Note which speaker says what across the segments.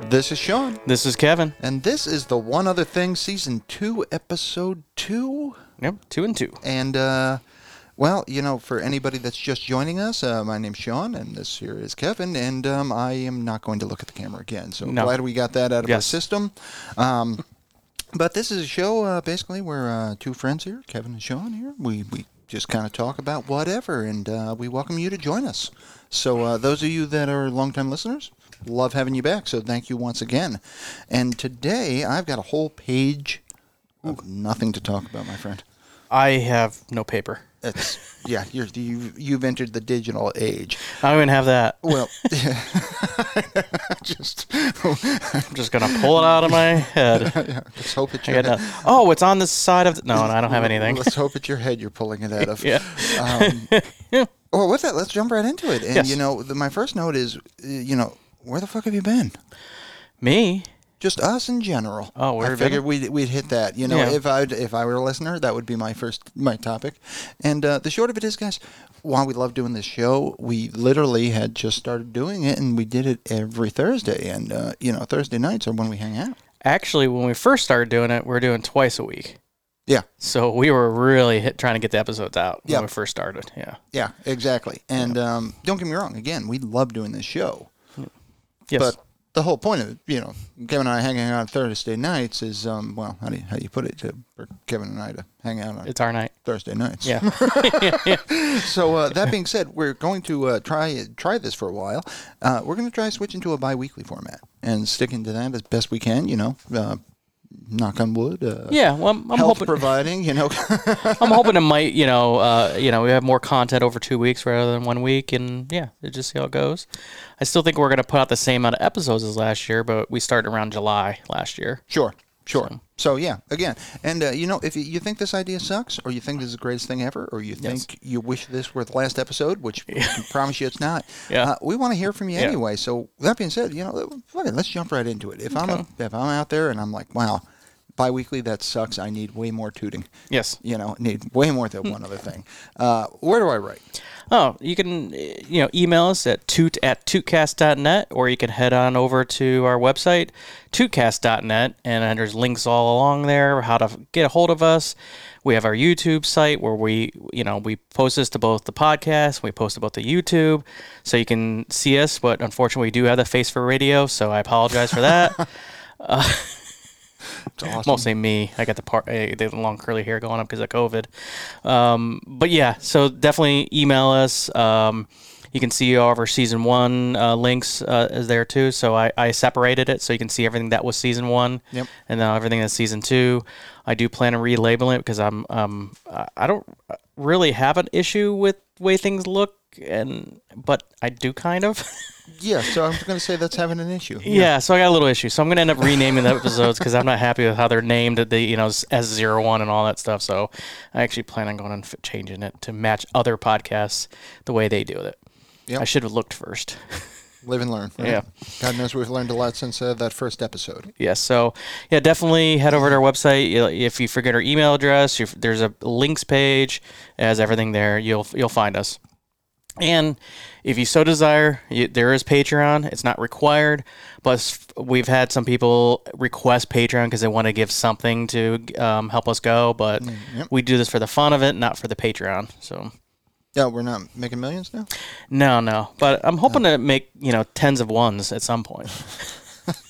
Speaker 1: This is Sean,
Speaker 2: This is Kevin.
Speaker 1: and this is the One Other Thing Season 2, Episode 2.
Speaker 2: Yep, two and two.
Speaker 1: And, uh, well, you know, for anybody that's just joining us, uh, my name's Sean, and this here is Kevin, and um, I am not going to look at the camera again. So
Speaker 2: No.
Speaker 1: glad we got that out of our
Speaker 2: Yes.
Speaker 1: system. Um, but this is a show, uh, basically, where uh, two friends here, Kevin and Sean here, we, we just kind of talk about whatever, and uh, we welcome you to join us. So, uh, those of you that are longtime listeners, love having you back. So, thank you once again. And today, I've got a whole page of nothing to talk about, my friend.
Speaker 2: I have no paper.
Speaker 1: It's yeah, you're, you've you've entered the digital age.
Speaker 2: I don't even have that.
Speaker 1: Well, just
Speaker 2: I'm just gonna pull it out of my head.
Speaker 1: yeah, let's hope it's
Speaker 2: I
Speaker 1: your
Speaker 2: got
Speaker 1: head.
Speaker 2: nothing. Oh, it's on this side of. The- no, I don't have anything.
Speaker 1: Let's hope it's your head you're pulling it out of.
Speaker 2: Yeah.
Speaker 1: Um, well, with that, let's jump right into it. And
Speaker 2: Yes.
Speaker 1: you know, the, my first note is, uh, you know, where the fuck have you been?
Speaker 2: Me?
Speaker 1: Just us in general.
Speaker 2: Oh, where
Speaker 1: I
Speaker 2: have you
Speaker 1: figured we'd, we'd hit that. You know,
Speaker 2: Yeah.
Speaker 1: if I if I were a listener, that would be my first my topic. And uh, the short of it is, guys, while we love doing this show, we literally had just started doing it, and we did it every Thursday. And uh, you know, Thursday nights are when we hang out.
Speaker 2: Actually, when we first started doing it, we were doing twice a week.
Speaker 1: Yeah,
Speaker 2: So we were really hit, trying to get the episodes out when
Speaker 1: Yeah.
Speaker 2: we first started. Yeah.
Speaker 1: yeah, exactly. And um, don't get me wrong. Again, we love doing this show.
Speaker 2: Yes.
Speaker 1: But the whole point of it, you know, Kevin and I hanging out Thursday nights is, um, well, how do you, how do you put it? To, for Kevin and I to hang out on
Speaker 2: it's our night.
Speaker 1: Thursday nights.
Speaker 2: Yeah.
Speaker 1: So uh, that being said, we're going to uh, try try this for a while. Uh, we're going to try switching to a bi-weekly format and sticking to that as best we can. You know, uh, knock on wood. Uh,
Speaker 2: yeah. Well, I'm, I'm
Speaker 1: Health
Speaker 2: hoping.
Speaker 1: providing, you know.
Speaker 2: I'm hoping it might. You know. Uh, you know, we have more content over two weeks rather than one week, and yeah, we'll just see how it goes. I still think we're gonna put out the same amount of episodes as last year, but we started around July last year.
Speaker 1: sure, sure. So, yeah, again, and uh, you know, if you, you think this idea sucks, or you think this is the greatest thing ever, or you think you wish this were the last episode, which I can promise you it's not.
Speaker 2: Yeah.
Speaker 1: Uh, we want to hear from you
Speaker 2: Yeah.
Speaker 1: anyway. So that being said, you know, uh, fuck it, let's jump right into it. If I'm a, if I'm out there and I'm like, wow, bi-weekly that sucks. I need way more tooting.
Speaker 2: Yes.
Speaker 1: you know, need way more than one other thing. Uh, where do I write?
Speaker 2: Oh, you can uh, you know email us at toot at tootcast.net or you can head on over to our website tootcast.net and uh, there's links all along there how to f- get a hold of us. We have our YouTube site where we you know we post this to both the podcast, we post about the YouTube, so you can see us. But unfortunately, we do have the face for radio, so I apologize for that.
Speaker 1: It's awesome.
Speaker 2: mostly me. I got the part, eh, the long curly hair going up because of COVID. Um, but yeah, so definitely email us. Um, you can see all of our season one uh, links uh, is there too. So I, I separated it so you can see everything that was season one,
Speaker 1: Yep.
Speaker 2: and then everything that's season two. I do plan on relabeling it because I'm um I- I don't really have an issue with way things look, and but I do kind of.
Speaker 1: Yeah, so I'm going to say that's having an issue.
Speaker 2: Yeah. so I got a little issue. So I'm gonna end up renaming the episodes because I'm not happy with how they're named. The you know S zero one and all that stuff. So I actually plan on going and f- changing it to match other podcasts the way they do it.
Speaker 1: Yep.
Speaker 2: I should have looked first.
Speaker 1: Live and learn. right?
Speaker 2: Yeah.
Speaker 1: God knows we've learned a lot since uh, that first episode.
Speaker 2: Yes. So, yeah, definitely head over to our website. You- If you forget our email address, if there's a links page, it has everything there. You'll you'll find us. And if you so desire, you, there is Patreon. It's not required, but s- we've had some people request Patreon because they want to give something to um, help us go. But
Speaker 1: Mm, yep.
Speaker 2: we do this for the fun of it, not for the Patreon. So.
Speaker 1: Yeah, we're not making millions now?
Speaker 2: No, no, but I'm hoping to make you know tens of ones at some point.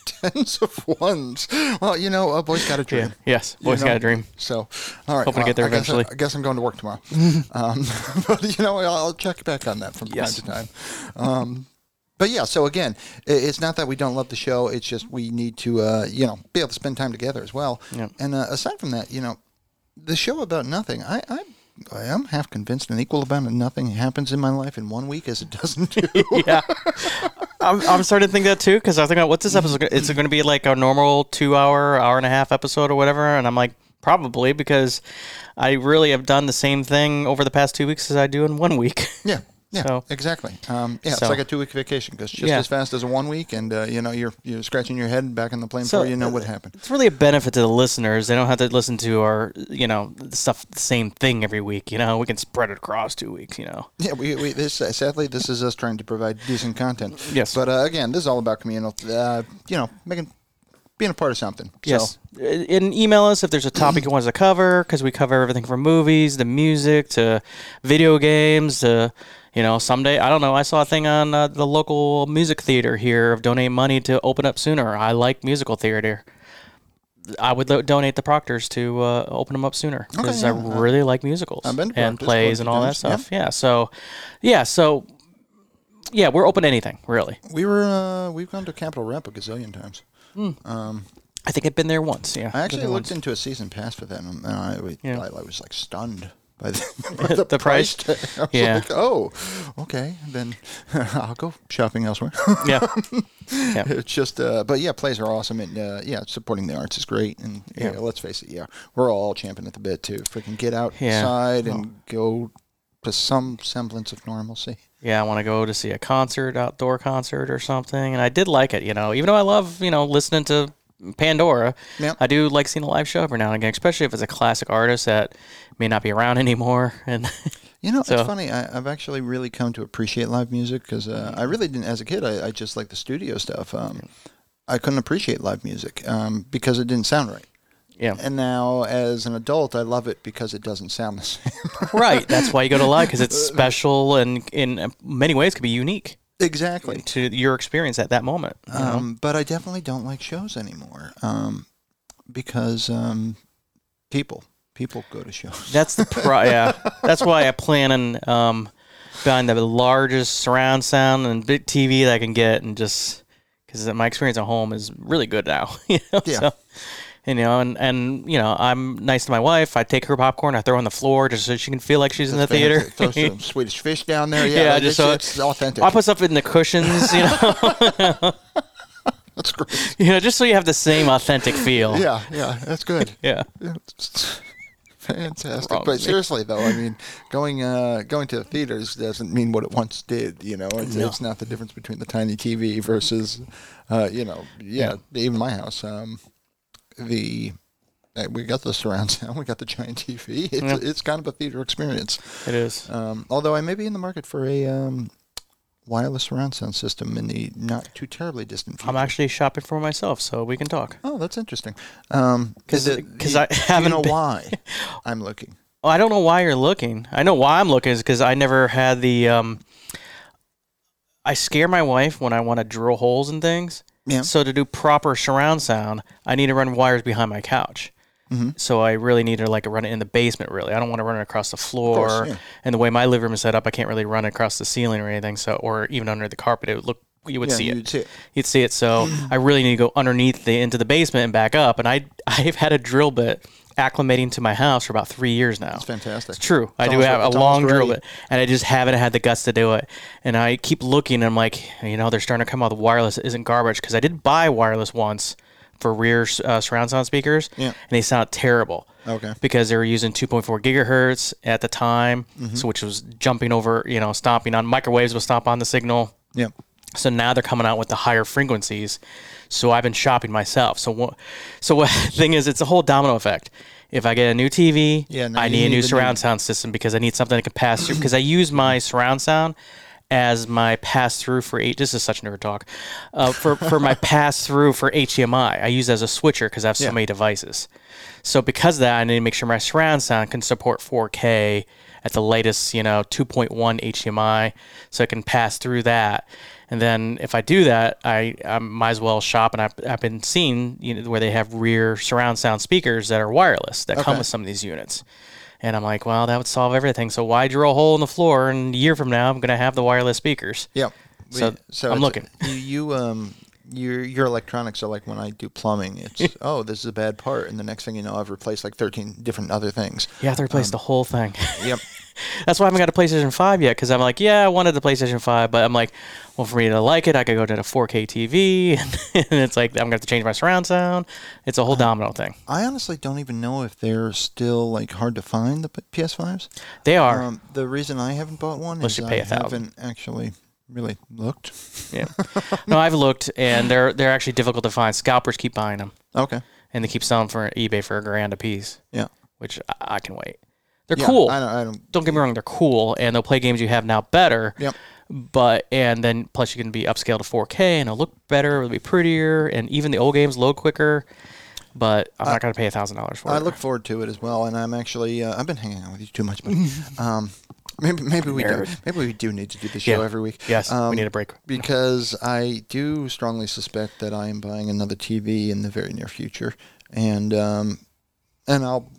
Speaker 1: Tens of ones. Well, you know, a boy's got a dream.
Speaker 2: Yeah. Yes,
Speaker 1: You
Speaker 2: boys
Speaker 1: know?
Speaker 2: got a dream.
Speaker 1: So, all right.
Speaker 2: Hoping to
Speaker 1: well,
Speaker 2: get there
Speaker 1: I guess-
Speaker 2: eventually.
Speaker 1: I guess I'm going to work tomorrow. um, but, you know, I'll, I'll check back on that from
Speaker 2: Yes.
Speaker 1: time to time. Um, but yeah, so again, i- it's not that we don't love the show. It's just we need to, uh, you know, be able to spend time together as well.
Speaker 2: Yeah.
Speaker 1: And uh, aside from that, you know, the show about nothing, I, I, I am half convinced an equal amount of nothing happens in my life in one week as it does in two.
Speaker 2: yeah. I'm, I'm starting to think that too because I was thinking, what's this episode? Is it going to be like a normal two hour, hour and a half episode or whatever? And I'm like, probably because I really have done the same thing over the past two weeks as I do in one week.
Speaker 1: yeah. Yeah,
Speaker 2: So
Speaker 1: exactly. Um, yeah,
Speaker 2: So-
Speaker 1: it's like a two-week vacation goes just
Speaker 2: Yeah.
Speaker 1: as fast as a one-week, and uh, you know you're you're scratching your head back in the plane
Speaker 2: So,
Speaker 1: before you know
Speaker 2: uh,
Speaker 1: what happened.
Speaker 2: it's really a benefit to the listeners. They don't have to listen to our, you know, stuff the same thing every week. You know, we can spread it across two weeks. You know,
Speaker 1: Yeah, we, we this uh, sadly this is us trying to provide decent content.
Speaker 2: Yes.
Speaker 1: but uh, again, this is all about communal. Uh, you know, making being a part of something.
Speaker 2: yes. Uh,
Speaker 1: So,
Speaker 2: And email us if there's a topic you want us to cover because we cover everything from movies to music to video games to, you know, someday I don't know. I saw a thing on uh, the local music theater here of donating money to open up sooner. I like musical theater. I would lo- donate the Proctors to uh, open them up sooner because
Speaker 1: yeah,
Speaker 2: I really like musicals
Speaker 1: I've been to
Speaker 2: and
Speaker 1: Proctors, I've
Speaker 2: plays and all that
Speaker 1: been to
Speaker 2: stuff. Yeah. So, yeah. So, yeah, we're open to anything really.
Speaker 1: we were uh, we've gone to Capitol Rep a gazillion times.
Speaker 2: I think I've been there once. Yeah.
Speaker 1: I actually
Speaker 2: been there
Speaker 1: looked into a season pass for them, and uh, I, we-
Speaker 2: Yeah.
Speaker 1: I, I was like stunned by the, by the,
Speaker 2: The price?
Speaker 1: price. tag. I was
Speaker 2: Yeah.
Speaker 1: like, oh, okay, then I'll go shopping elsewhere.
Speaker 2: once. yeah.
Speaker 1: it's just, uh, but yeah, plays are awesome, and uh, yeah, supporting the arts is great. And yeah,
Speaker 2: Yeah.
Speaker 1: let's face it, yeah, we're all champing at the bit to freaking get
Speaker 2: Yeah.
Speaker 1: outside and go to some semblance of normalcy.
Speaker 2: Yeah, I want to go to see a concert, outdoor concert or something. And I did like it, you know, even though I love, you know, listening to Pandora,
Speaker 1: Yep.
Speaker 2: I do like seeing a live show every now and again, especially if it's a classic artist that may not be around anymore. And
Speaker 1: You know,
Speaker 2: So-
Speaker 1: it's funny. I, I've actually really come to appreciate live music because uh, I really didn't as a kid. I, I just liked the studio stuff. Um, I couldn't appreciate live music um, because it didn't sound right.
Speaker 2: yeah,
Speaker 1: And now, as an adult, I love it because it doesn't sound the same.
Speaker 2: right. That's why you go to live because it's special and in many ways could be unique
Speaker 1: exactly.
Speaker 2: to your experience at that moment. you know?
Speaker 1: Um, but I definitely don't like shows anymore um, because um, people people go to shows.
Speaker 2: That's the pro. yeah. That's why I plan on um, buying the largest surround sound and big TV that I can get, and just because my experience at home is really good now. you know?
Speaker 1: Yeah.
Speaker 2: So, you know, and, and you know, I'm nice to my wife. I take her popcorn, I throw it on the floor just so she can feel like she's in the theater.
Speaker 1: Throw some Swedish fish down there. Yeah,
Speaker 2: Yeah,
Speaker 1: like,
Speaker 2: just
Speaker 1: it's,
Speaker 2: so-
Speaker 1: it's authentic.
Speaker 2: I put stuff in the cushions, you know,
Speaker 1: That's great.
Speaker 2: you know, just so you have the same authentic feel.
Speaker 1: Yeah, yeah, that's good.
Speaker 2: Yeah.
Speaker 1: Fantastic,
Speaker 2: Wrong with
Speaker 1: but
Speaker 2: me.
Speaker 1: seriously though, I mean, going uh, going to theaters doesn't mean what it once did. You know, it's, it's not the difference between the tiny TV versus, uh, you know, yeah, even my house. Um, the uh, we got the surround sound, we got the giant TV. It's,
Speaker 2: Yeah.
Speaker 1: it's kind of a theater experience.
Speaker 2: It is.
Speaker 1: Um, although I may be in the market for a um, wireless surround sound system in the not too terribly distant future.
Speaker 2: I'm actually shopping for myself, so we can talk.
Speaker 1: oh, that's interesting. Um,
Speaker 2: 'Cause-
Speaker 1: the-
Speaker 2: 'cause
Speaker 1: the-
Speaker 2: I
Speaker 1: do
Speaker 2: haven't
Speaker 1: you know
Speaker 2: been-
Speaker 1: why I'm looking.
Speaker 2: Well, Oh, I don't know why you're looking. I know why I'm looking is because I never had the. Um, I scare my wife when I want to drill holes in things.
Speaker 1: Yeah.
Speaker 2: So to do proper surround sound, I need to run wires behind my couch.
Speaker 1: Mm-hmm.
Speaker 2: So I really need to like run it in the basement. Really, I don't want to run it across the floor.
Speaker 1: yeah.
Speaker 2: And the way my living room is set up, I can't really run it across the ceiling or anything. So or even under the carpet, it would look you would
Speaker 1: Yeah,
Speaker 2: see
Speaker 1: you'd
Speaker 2: it.
Speaker 1: see it.
Speaker 2: You'd see it. So I really need to go underneath the into the basement and back up. And I I've had a drill bit acclimating to my house for about three years now. It's
Speaker 1: fantastic.
Speaker 2: It's true. I do
Speaker 1: almost-
Speaker 2: have a
Speaker 1: it's
Speaker 2: long
Speaker 1: almost
Speaker 2: drill
Speaker 1: ready.
Speaker 2: bit, and I just haven't had the guts to do it. And I keep looking, and I'm like, you know, they're starting to come out. The wireless isn't garbage because I did buy wireless once for rear uh, surround sound speakers,
Speaker 1: Yeah. Oh,
Speaker 2: and they sound terrible.
Speaker 1: Okay.
Speaker 2: Because they were using 2.4 gigahertz at the time,
Speaker 1: Mm-hmm.
Speaker 2: so which was jumping over, you know, stomping on microwaves would stomp on the signal.
Speaker 1: Yeah.
Speaker 2: So now they're coming out with the higher frequencies. So I've been shopping myself. So what? So what thing is? It's a whole domino effect. If I get a new TV,
Speaker 1: Yeah, now
Speaker 2: I
Speaker 1: you
Speaker 2: need a
Speaker 1: need
Speaker 2: new
Speaker 1: the new-
Speaker 2: surround sound system because I need something that can pass through. Because I use my surround sound as my pass through for eight. This is such nerd talk. Uh, for for my pass through for HDMI, I use it as a switcher because I have so
Speaker 1: Yeah.
Speaker 2: many devices. So because of that, I need to make sure my surround sound can support 4K at the latest, you know, 2.1 HDMI, so it can pass through that. And then if I do that, I, I might as well shop. And I've, I've been seeing you know, where they have rear surround sound speakers that are wireless that come
Speaker 1: Okay.
Speaker 2: with some of these units. And I'm like, well, that would solve everything. So why drill a hole in the floor? And a year from now, I'm going to have the wireless speakers.
Speaker 1: Yeah.
Speaker 2: So- I'm
Speaker 1: it's-
Speaker 2: looking.
Speaker 1: You, you um your your electronics are like when I do plumbing. It's oh this is a bad part, and the next thing you know I've replaced like thirteen different other things.
Speaker 2: You have to replace the whole thing.
Speaker 1: Yep.
Speaker 2: Um, That's why I haven't got a PlayStation 5 yet because I'm like, yeah, I wanted the PlayStation 5, but I'm like, well, for me to like it, I could go to the 4K TV, and, it's like I'm gonna have to change my surround sound. It's a whole domino thing.
Speaker 1: I honestly don't even know if they're still like hard to find the P- PS5s.
Speaker 2: They are.
Speaker 1: Um, the reason I haven't bought one
Speaker 2: Unless
Speaker 1: is
Speaker 2: you
Speaker 1: I
Speaker 2: pay a thousand.
Speaker 1: haven't actually really looked.
Speaker 2: yeah. No, I've looked, and they're they're actually difficult to find. Scalpers keep buying them,
Speaker 1: Okay.
Speaker 2: and they keep selling for eBay for a grand a piece,
Speaker 1: Yeah.
Speaker 2: which I, I can wait. They're
Speaker 1: Yeah,
Speaker 2: cool.
Speaker 1: I don't. I don't
Speaker 2: don't get me wrong, they're cool and they'll play games you have now better.
Speaker 1: Yep.
Speaker 2: But and then plus you can be upscaled to 4K and it'll look better, it'll be prettier, and even the old games load quicker. But I'm not gonna pay a thousand dollars for
Speaker 1: I
Speaker 2: it.
Speaker 1: look forward to it as well, and I'm actually uh, I've been hanging out with you too much, but um, maybe maybe we do,
Speaker 2: Nerd.
Speaker 1: maybe we do need to do the show
Speaker 2: Yeah.
Speaker 1: every week.
Speaker 2: Yes, we
Speaker 1: um,
Speaker 2: need a break.
Speaker 1: because I do strongly suspect that I am buying another TV in the very near future, and um, and I'll.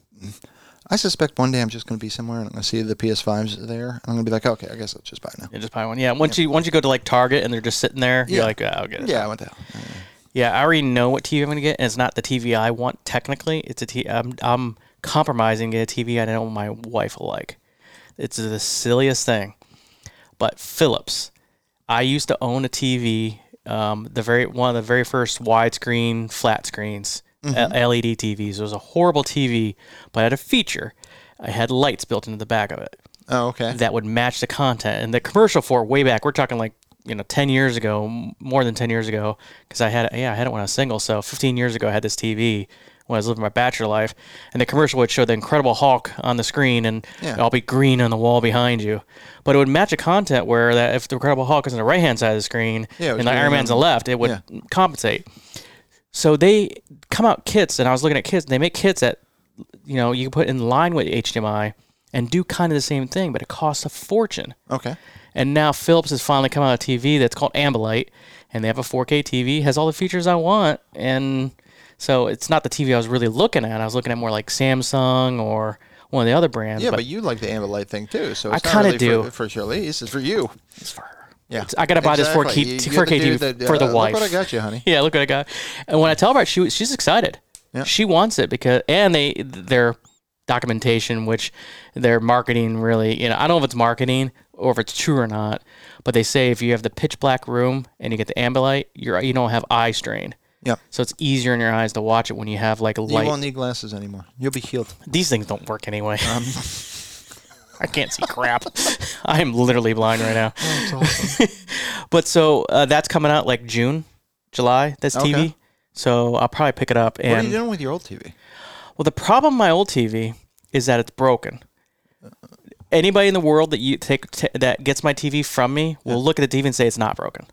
Speaker 1: I suspect one day I'm just going to be somewhere and I'm going to see the PS5s there. And I'm going to be like, okay, I guess I'll just buy it now.
Speaker 2: You just buy one. Yeah. Once you once you go to like Target and they're just sitting there, you're
Speaker 1: Yeah.
Speaker 2: like, oh, I'll get it.
Speaker 1: Yeah, I went down.
Speaker 2: Yeah, I already know what TV I'm gonna get, and it's not the TV I want technically. It's a T. I'm I'm compromising to get a TV I know my wife will like. It's the silliest thing, but Philips. I used to own a TV, um, the very one of the very first widescreen flat screens, L- E LED TVs. It was a horrible TV, but it had a feature. I had lights built into the back of it
Speaker 1: Oh, okay.
Speaker 2: that would match the content. And the commercial for it way back, we're talking like you know 10 years ago, m- more than 10 years ago, because I had yeah I had it when I was single. So 15 years ago, I had this TV when I was living my bachelor life, and the commercial would show the Incredible Hulk on the screen, and
Speaker 1: Yeah.
Speaker 2: I'll be green on the wall behind you. But it would match a content where that if the Incredible Hulk is on the right hand side of the screen,
Speaker 1: Yeah, it was
Speaker 2: and the Iron
Speaker 1: green
Speaker 2: Man's on the left, it would
Speaker 1: yeah.
Speaker 2: compensate. So they come out kits, and I was looking at kits. And they make kits that you know you can put in line with HDMI and do kind of the same thing, but it costs a fortune.
Speaker 1: Okay.
Speaker 2: And now Philips has finally come out a TV that's called Ambilight, and they have a 4K TV, has all the features I want, and so it's not the TV I was really looking at. I was looking at more like Samsung or one of the other brands.
Speaker 1: Yeah,
Speaker 2: but,
Speaker 1: but you like the amber light thing too. So it's not
Speaker 2: kinda
Speaker 1: really
Speaker 2: do.
Speaker 1: For, for Shirley, this is for you.
Speaker 2: it's for her.
Speaker 1: Yeah,
Speaker 2: It's- I gotta buy this 4K
Speaker 1: You-
Speaker 2: t-
Speaker 1: you're the
Speaker 2: 4K
Speaker 1: dude
Speaker 2: TV for the
Speaker 1: uh,
Speaker 2: wife.
Speaker 1: Look what I got you, honey.
Speaker 2: Yeah, look what I got. And when I tell her, about it, she was- she's excited.
Speaker 1: Yeah.
Speaker 2: She wants it because, and they their documentation, which their marketing really, you know, I don't know if it's marketing or if it's true or not, but they say if you have the pitch black room and you get the ambilight, you're you don't have eye strain,
Speaker 1: Yeah,
Speaker 2: so it's easier in your eyes to watch it when you have like a
Speaker 1: you
Speaker 2: light.
Speaker 1: won't need glasses anymore. You'll be healed.
Speaker 2: These things don't work anyway.
Speaker 1: Um,
Speaker 2: I can't see crap. I am literally blind right now.
Speaker 1: Oh,
Speaker 2: But so uh, that's coming out like June, July. That's
Speaker 1: Okay.
Speaker 2: TV. So I'll probably pick it up.
Speaker 1: what are
Speaker 2: And
Speaker 1: you doing with your old TV?
Speaker 2: well, the problem with my old TV is that it's broken. Anybody in the world that you take t- that gets my TV from me will look at the TV and say it's not broken.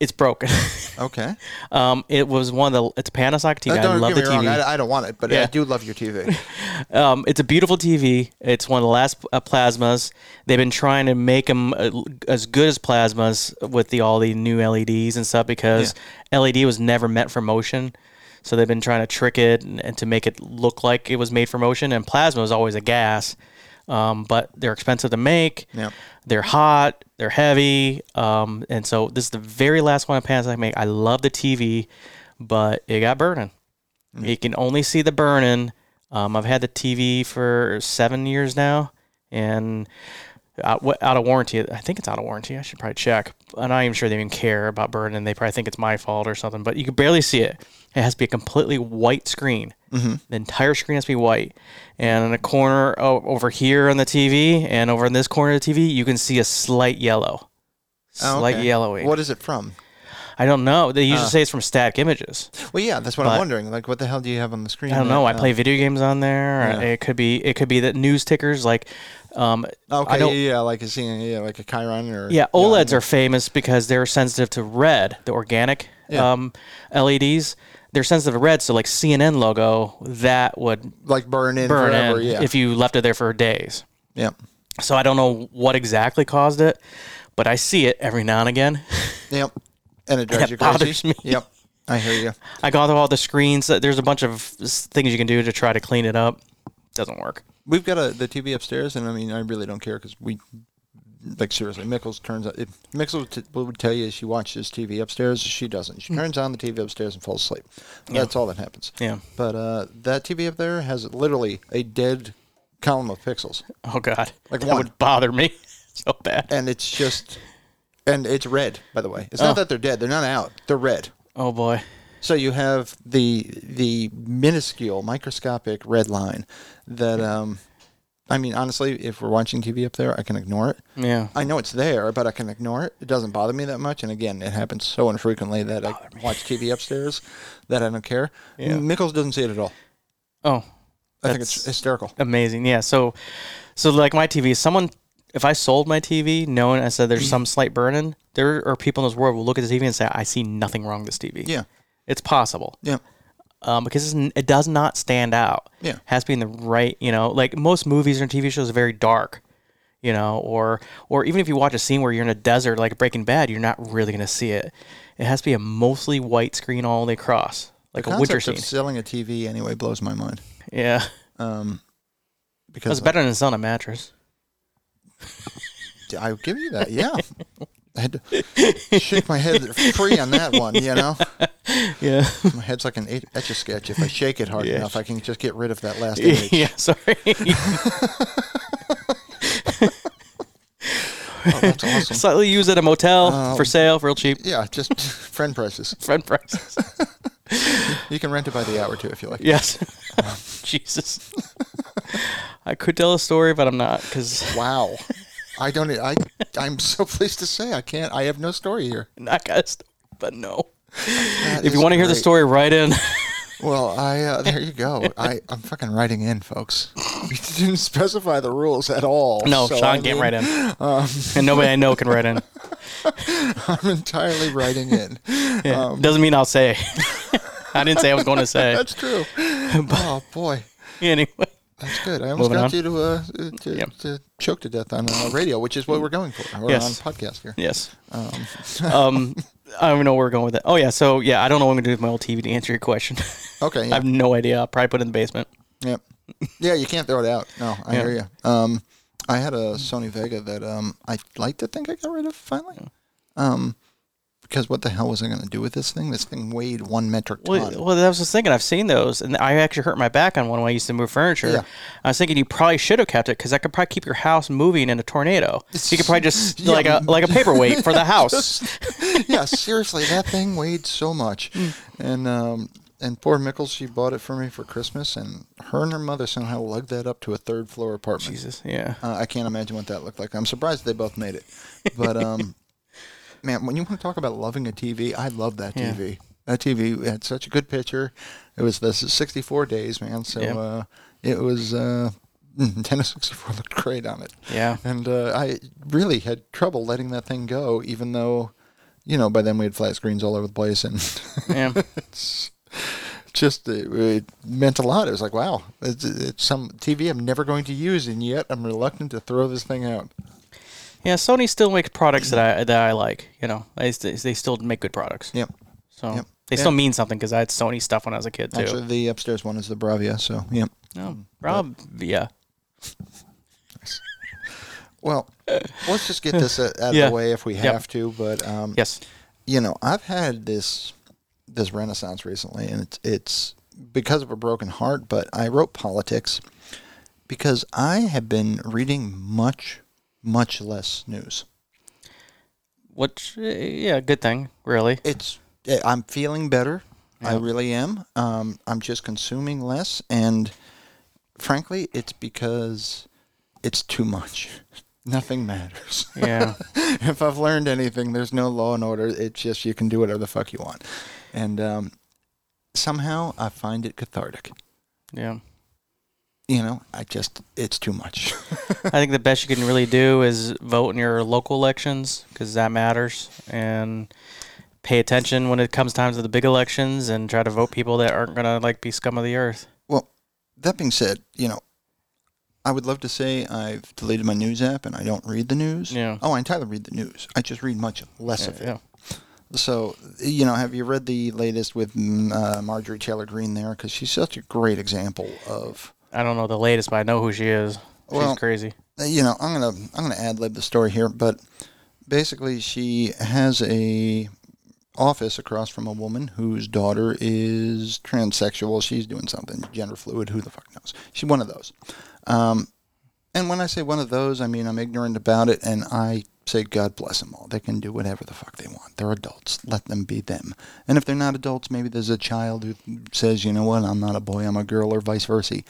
Speaker 2: It's broken.
Speaker 1: Okay,
Speaker 2: um, it was one of the. It's a Panasonic TV.
Speaker 1: Uh, don't
Speaker 2: I love
Speaker 1: get me
Speaker 2: the
Speaker 1: wrong.
Speaker 2: TV.
Speaker 1: I, I don't want it, but
Speaker 2: Yeah.
Speaker 1: I do love your Oh, TV.
Speaker 2: Um, it's a beautiful TV. It's one of the last uh, plasmas. They've been trying to make them uh, l- as good as plasmas with the all the new LEDs and stuff because LED was never meant for motion. So they've been trying to trick it and, and to make it look like it was made for motion. And plasma was always a gas, um, but they're expensive to make.
Speaker 1: Yeah.
Speaker 2: They're hot. They're heavy. Um, and so this is the very last one of Panasonic make. I love the TV, but it got burning. You can only see the burning. Um, I've had the TV for seven years now, and out, wa- out of warranty. I think it's out of warranty. I should probably check. I'm not even sure they even care about burning. They probably think it's my fault or something. But you can barely see it. It has to be a completely white screen.
Speaker 1: Mm-hmm.
Speaker 2: The entire screen has to be white. And in a corner o- over here on the TV, and over in this corner of the TV, you can see a slight yellow,
Speaker 1: Oh,
Speaker 2: slight
Speaker 1: okay.
Speaker 2: yellowy.
Speaker 1: What Uh. is it from?
Speaker 2: I don't know. They usually say it's from static images.
Speaker 1: Well, yeah, that's what
Speaker 2: But-
Speaker 1: I'm wondering. Like, what the hell do you have on the screen?
Speaker 2: I don't know. I
Speaker 1: right now?
Speaker 2: play video games on there. Uh,
Speaker 1: Yeah.
Speaker 2: It could be it could be that news tickers like um
Speaker 1: Okay,
Speaker 2: I don't-
Speaker 1: yeah, yeah, like a seeing, yeah, like a Chiron or
Speaker 2: yeah, OLEDs are famous because they're sensitive to red, the organic
Speaker 1: Yeah.
Speaker 2: um LEDs. They're sensitive to red, so like CNN logo that would
Speaker 1: like burn in
Speaker 2: burn
Speaker 1: forever.
Speaker 2: in
Speaker 1: yeah,
Speaker 2: if you left it there for days.
Speaker 1: yeah.
Speaker 2: So I don't know what exactly caused it, but I see it every now and again.
Speaker 1: Yep. And it drives
Speaker 2: That
Speaker 1: you crazy.
Speaker 2: bothers me.
Speaker 1: Yep. I hear you.
Speaker 2: I go through all the screens. uh, There's a bunch of s- things you can do to try to clean it up. Doesn't work.
Speaker 1: We've got a the TV upstairs, and I mean, I really don't care because we, like, seriously, Mickles turns out. If Mickles would, t- would tell you she watches TV upstairs. She doesn't. She turns on the TV upstairs and falls asleep. That's all that happens.
Speaker 2: Yeah.
Speaker 1: But uh, that TV up there has literally a dead column of pixels,
Speaker 2: Oh God,
Speaker 1: Like
Speaker 2: that
Speaker 1: one.
Speaker 2: would bother me so bad.
Speaker 1: and it's just, and it's red. By the way, it's not that they're dead; they're not out. They're red.
Speaker 2: Oh boy.
Speaker 1: So you have the the minuscule, microscopic red line that, um, I mean, honestly, if we're watching TV up there, I can ignore it.
Speaker 2: Yeah.
Speaker 1: I know it's there, but I can ignore it. It doesn't bother me that much. And again, it happens so infrequently that I watch TV upstairs that I don't care.
Speaker 2: Yeah.
Speaker 1: Mickles doesn't see it at all.
Speaker 2: Oh,
Speaker 1: I think it's
Speaker 2: That's-
Speaker 1: hysterical.
Speaker 2: amazing. Yeah. So, so like my TV, someone, if I sold my TV, knowing I said
Speaker 1: Mm-hmm.
Speaker 2: there's some slight burn-in, there are people in this world who will look at the TV and say, I see nothing wrong with this TV.
Speaker 1: Yeah.
Speaker 2: It's possible.
Speaker 1: Yeah.
Speaker 2: um, because it's, n- it does not stand out.
Speaker 1: Yeah.
Speaker 2: has to be in the right, you know, like most movies and TV shows are very dark, you know, or or even if you watch a scene where you're in a desert like Breaking Bad, you're not really gonna see it. It has to be a mostly white screen all the way across, like a winter
Speaker 1: Concept
Speaker 2: scene.
Speaker 1: of selling a TV anyway blows my mind
Speaker 2: yeah,
Speaker 1: because
Speaker 2: that's better than selling a mattress.
Speaker 1: I give you that. Yeah. I had to shake my head free on that one, you know?
Speaker 2: Yeah,
Speaker 1: My head's like an etch a sketch. If I shake it hard
Speaker 2: Yeah.
Speaker 1: enough, I can just get rid of that last image.
Speaker 2: yeah. Sorry,
Speaker 1: Oh, that's awesome.
Speaker 2: slightly used at a motel
Speaker 1: Um,
Speaker 2: for sale, for real cheap,
Speaker 1: yeah, just friend prices.
Speaker 2: friend prices.
Speaker 1: You can rent it by the hour too if you like.
Speaker 2: Yes, Jesus. I could tell a story, but I'm not because
Speaker 1: Wow. I don't. e, I. I'm so pleased to say I can't. I have no story here.
Speaker 2: not got a story, but no.
Speaker 1: That
Speaker 2: If you
Speaker 1: is
Speaker 2: want to hear the
Speaker 1: great.
Speaker 2: story, write in.
Speaker 1: well, I. Uh, there you go. I. I'm fucking writing in, folks. You didn't specify the rules at all.
Speaker 2: No,
Speaker 1: so
Speaker 2: Sean
Speaker 1: I Um,
Speaker 2: can't
Speaker 1: mean,
Speaker 2: write in, and nobody I know can write in.
Speaker 1: I'm entirely writing in.
Speaker 2: Yeah.
Speaker 1: Um,
Speaker 2: Doesn't mean I'll say. I didn't say I was going to say.
Speaker 1: That's true. oh boy,
Speaker 2: anyway,
Speaker 1: that's good. I almost
Speaker 2: Moving
Speaker 1: got
Speaker 2: on.
Speaker 1: you to, uh, to,
Speaker 2: Yep.
Speaker 1: to choke to death on uh, radio, which is what we're going for. We're
Speaker 2: Yes.
Speaker 1: on podcast here.
Speaker 2: yes. Um, I don't even know where we're going with that. Oh yeah, so yeah, I don't know what I'm gonna do with my old TV to answer your question.
Speaker 1: Okay.
Speaker 2: I
Speaker 1: Yeah.
Speaker 2: have no idea. I'll probably put it in the basement.
Speaker 1: Yep. Yeah, you can't throw it out. No, I
Speaker 2: Yeah.
Speaker 1: hear you. Um, I had a Sony Vega that um, I like to think I got rid of finally. Um, because what the hell was I going to do with this thing? This thing weighed one metric ton.
Speaker 2: Well, well, that was just thinking. I've seen those, and I actually hurt my back on one when I used to move furniture.
Speaker 1: Yeah.
Speaker 2: I was thinking you probably should have kept it because that could probably keep your house moving in a tornado. you could probably just
Speaker 1: Yeah.
Speaker 2: like a like a paperweight for the house.
Speaker 1: yeah, seriously, that thing weighed so much. And um, and poor Mickles, she bought it for me for Christmas, and her and her mother somehow lugged that up to a third floor apartment.
Speaker 2: Jesus, yeah.
Speaker 1: Uh, I can't imagine what that looked like. I'm surprised they both made it. But um, man, when you want to talk about loving a TV, I love that
Speaker 2: Yeah.
Speaker 1: TV. That TV had such a good picture. It was this is 64 days, man. So
Speaker 2: Yeah.
Speaker 1: uh, it was uh, Nintendo 64 looked great on it.
Speaker 2: Yeah.
Speaker 1: And uh, I really had trouble letting that thing go, even though, you know, by then we had flat screens all over the place, and
Speaker 2: Yeah.
Speaker 1: it's just it, it meant a lot. It was like, wow, it's, it's some TV I'm never going to use, and yet I'm reluctant to throw this thing out.
Speaker 2: Yeah, Sony still makes products that I that I like. You know, they, st- they still make good products.
Speaker 1: Yep.
Speaker 2: So
Speaker 1: Yep.
Speaker 2: they still mean something because I had Sony stuff when I was a kid too.
Speaker 1: Actually, the upstairs one is the Bravia. So, yeah.
Speaker 2: no, Rob, yeah,
Speaker 1: Well, let's just get this uh, out of
Speaker 2: Yeah.
Speaker 1: the way if we have to. But um,
Speaker 2: yes,
Speaker 1: you know, I've had this this renaissance recently, and it's it's because of a broken heart. But I wrote politics because I have been reading much, much less news.
Speaker 2: which uh, yeah, good thing really.
Speaker 1: It's eh, I'm feeling better. I really am. Um, I'm just consuming less, and frankly, it's because it's too much. Nothing matters.
Speaker 2: Yeah,
Speaker 1: if I've learned anything, there's no law and order. It's just you can do whatever the fuck you want. And um, somehow I find it cathartic.
Speaker 2: yeah.
Speaker 1: You know, I just, it's too much.
Speaker 2: I think the best you can really do is vote in your local elections because that matters, and pay attention when it comes time to the big elections, and try to vote people that aren't gonna like be scum of the earth.
Speaker 1: well, that being said, you know, I would love to say I've deleted my news app and I don't read the news.
Speaker 2: Yeah.
Speaker 1: Oh, I entirely read the news. I just read much less of it.
Speaker 2: Yeah.
Speaker 1: So, you know, have you read the latest with mm, uh, Marjorie Taylor Greene there? Because she's such a great example of
Speaker 2: I don't know the latest, but I know who she is. She's
Speaker 1: Well,
Speaker 2: crazy.
Speaker 1: Uh, you know, I'm gonna I'm gonna ad lib the story here, but basically, she has a office across from a woman whose daughter is transsexual. She's doing something gender fluid. Who the fuck knows? She's one of those. Um, and when I say one of those, I mean I'm ignorant about it, and I say God bless them all. They can do whatever the fuck they want. They're adults. Let them be them. And if they're not adults, maybe there's a child who says, you know what, I'm not a boy, I'm a girl, or vice versa.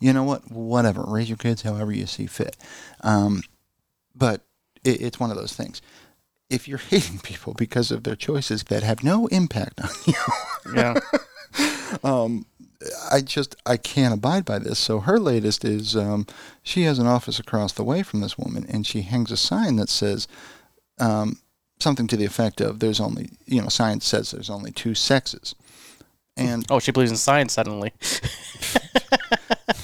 Speaker 1: You know what? Whatever. Raise your kids however you see fit. Um, but it, it's one of those things. If you're hating people because of their choices that have no impact on you,
Speaker 2: Yeah.
Speaker 1: um, I just I can't abide by this. So her latest is um, she has an office across the way from this woman, and she hangs a sign that says um, something to the effect of "There's only you know science says there's only two sexes," and
Speaker 2: Oh, she believes in science suddenly.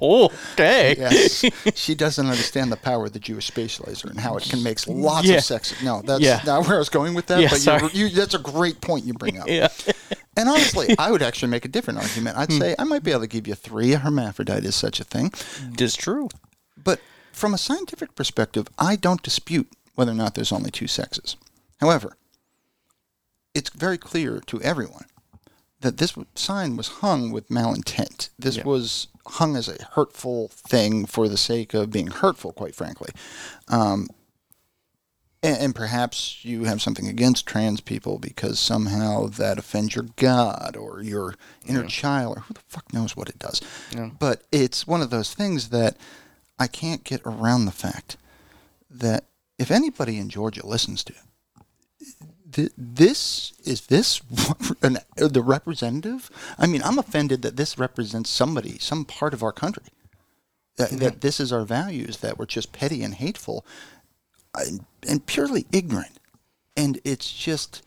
Speaker 2: oh, okay.
Speaker 1: yes, she doesn't understand the power of the Jewish spatializer and how it can make lots
Speaker 2: Yeah.
Speaker 1: of sexes. No, that's
Speaker 2: Yeah.
Speaker 1: not where I was going with that.
Speaker 2: Yeah,
Speaker 1: but
Speaker 2: sorry.
Speaker 1: You, you, that's a great point you bring up.
Speaker 2: Yeah.
Speaker 1: And honestly, I would actually make a different argument. I'd
Speaker 2: Hmm.
Speaker 1: say I might be able to give you three. A hermaphrodite is such a thing.
Speaker 2: It's true.
Speaker 1: But from a scientific perspective, I don't dispute whether or not there's only two sexes. However, it's very clear to everyone that this sign was hung with malintent. This
Speaker 2: Yeah.
Speaker 1: was hung as a hurtful thing for the sake of being hurtful, quite frankly. Um, and, and perhaps you have something against trans people because somehow that offends your God or your inner child or who the fuck knows what it does. But it's one of those things that I can't get around the fact that if anybody in Georgia listens to th- this is this an, the representative? I mean, I'm offended that this represents somebody, some part of our country. That, that this is our values that we're just petty and hateful, and, and purely ignorant, and it's just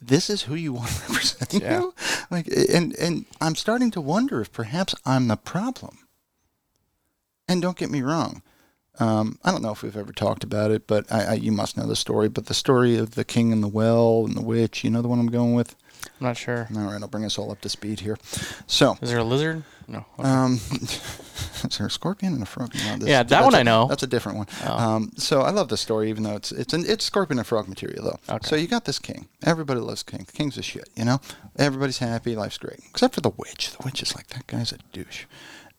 Speaker 1: this is who you want to represent. you
Speaker 2: Yeah.
Speaker 1: know? Like, and and I'm starting to wonder if perhaps I'm the problem. And don't get me wrong. Um, I don't know if we've ever talked about it, but I, I, you must know the story. But the story of the king and the well and the witch, you know the one I'm going with?
Speaker 2: I'm not sure.
Speaker 1: All right, I'll bring us all up to speed here. So,
Speaker 2: Is there a lizard? No. Okay.
Speaker 1: um, is there a scorpion and a frog? No, this-
Speaker 2: Yeah, that
Speaker 1: that's
Speaker 2: one
Speaker 1: a-
Speaker 2: I know. Oh.
Speaker 1: That's a different one. Um, so I love the story, even though it's it's an, it's scorpion and frog material though.
Speaker 2: Okay.
Speaker 1: So you got this king. Everybody loves king. King's a shit, you know. Everybody's happy. Life's great, except for the witch. The witch is like that guy's a douche.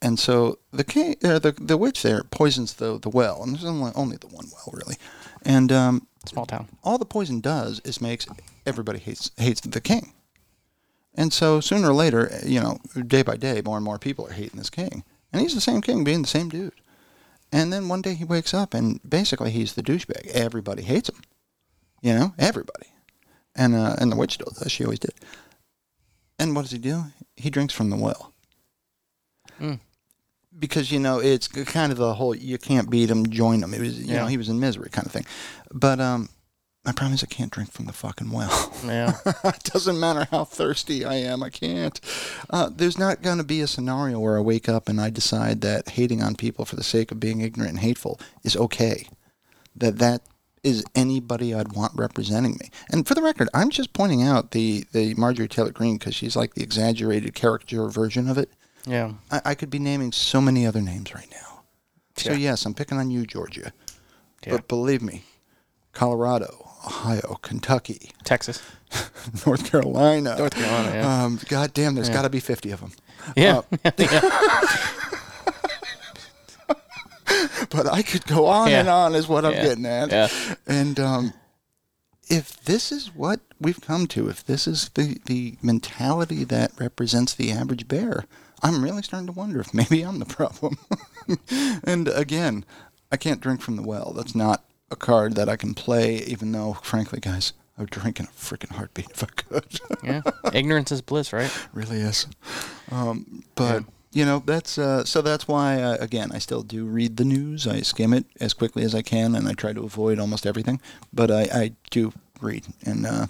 Speaker 1: And so the king, uh, the the witch there poisons the the well, and there's only only the one well really, and um,
Speaker 2: Small town.
Speaker 1: all the poison does is makes everybody hates hates the king. And so sooner or later, you know, day by day, more and more people are hating this king. And he's the same king, being the same dude. And then one day he wakes up and basically he's the douchebag. Everybody hates him. You know, everybody. And uh, and the witch does that. She always did. And what does he do? He drinks from the well.
Speaker 2: Mm.
Speaker 1: Because you know it's kind of the whole you can't beat him, join him. It was you
Speaker 2: Yeah.
Speaker 1: know he was in misery kind of thing. But um, my problem is I can't drink from the fucking well.
Speaker 2: Yeah.
Speaker 1: it doesn't matter how thirsty I am. I can't. Uh, there's not going to be a scenario where I wake up and I decide that hating on people for the sake of being ignorant and hateful is okay. That that is anybody I'd want representing me. And for the record, I'm just pointing out the the Marjorie Taylor Greene because she's like the exaggerated caricature version of it.
Speaker 2: Yeah.
Speaker 1: I, I could be naming so many other names right now. So
Speaker 2: Yeah.
Speaker 1: yes, I'm picking on you, Georgia.
Speaker 2: Yeah.
Speaker 1: But believe me, Colorado, Ohio, Kentucky,
Speaker 2: Texas.
Speaker 1: North Carolina.
Speaker 2: North Carolina, yeah.
Speaker 1: Um, God damn, there's got to be 50 of them.
Speaker 2: Yeah.
Speaker 1: But I could go on
Speaker 2: Yeah.
Speaker 1: and on, is what I'm
Speaker 2: Yeah.
Speaker 1: getting at.
Speaker 2: Yeah.
Speaker 1: And um, if this is what we've come to, if this is the, the mentality that represents the average bear, I'm really starting to wonder if maybe I'm the problem. and again, I can't drink from the well. That's not a card that I can play, even though, frankly, guys, I would drink in a freaking heartbeat if I could.
Speaker 2: yeah. Ignorance is bliss, right?
Speaker 1: really is. Um, but you know, that's uh, so that's why uh, again I still do read the news. I skim it as quickly as I can, and I try to avoid almost everything. But I, I do read, and uh,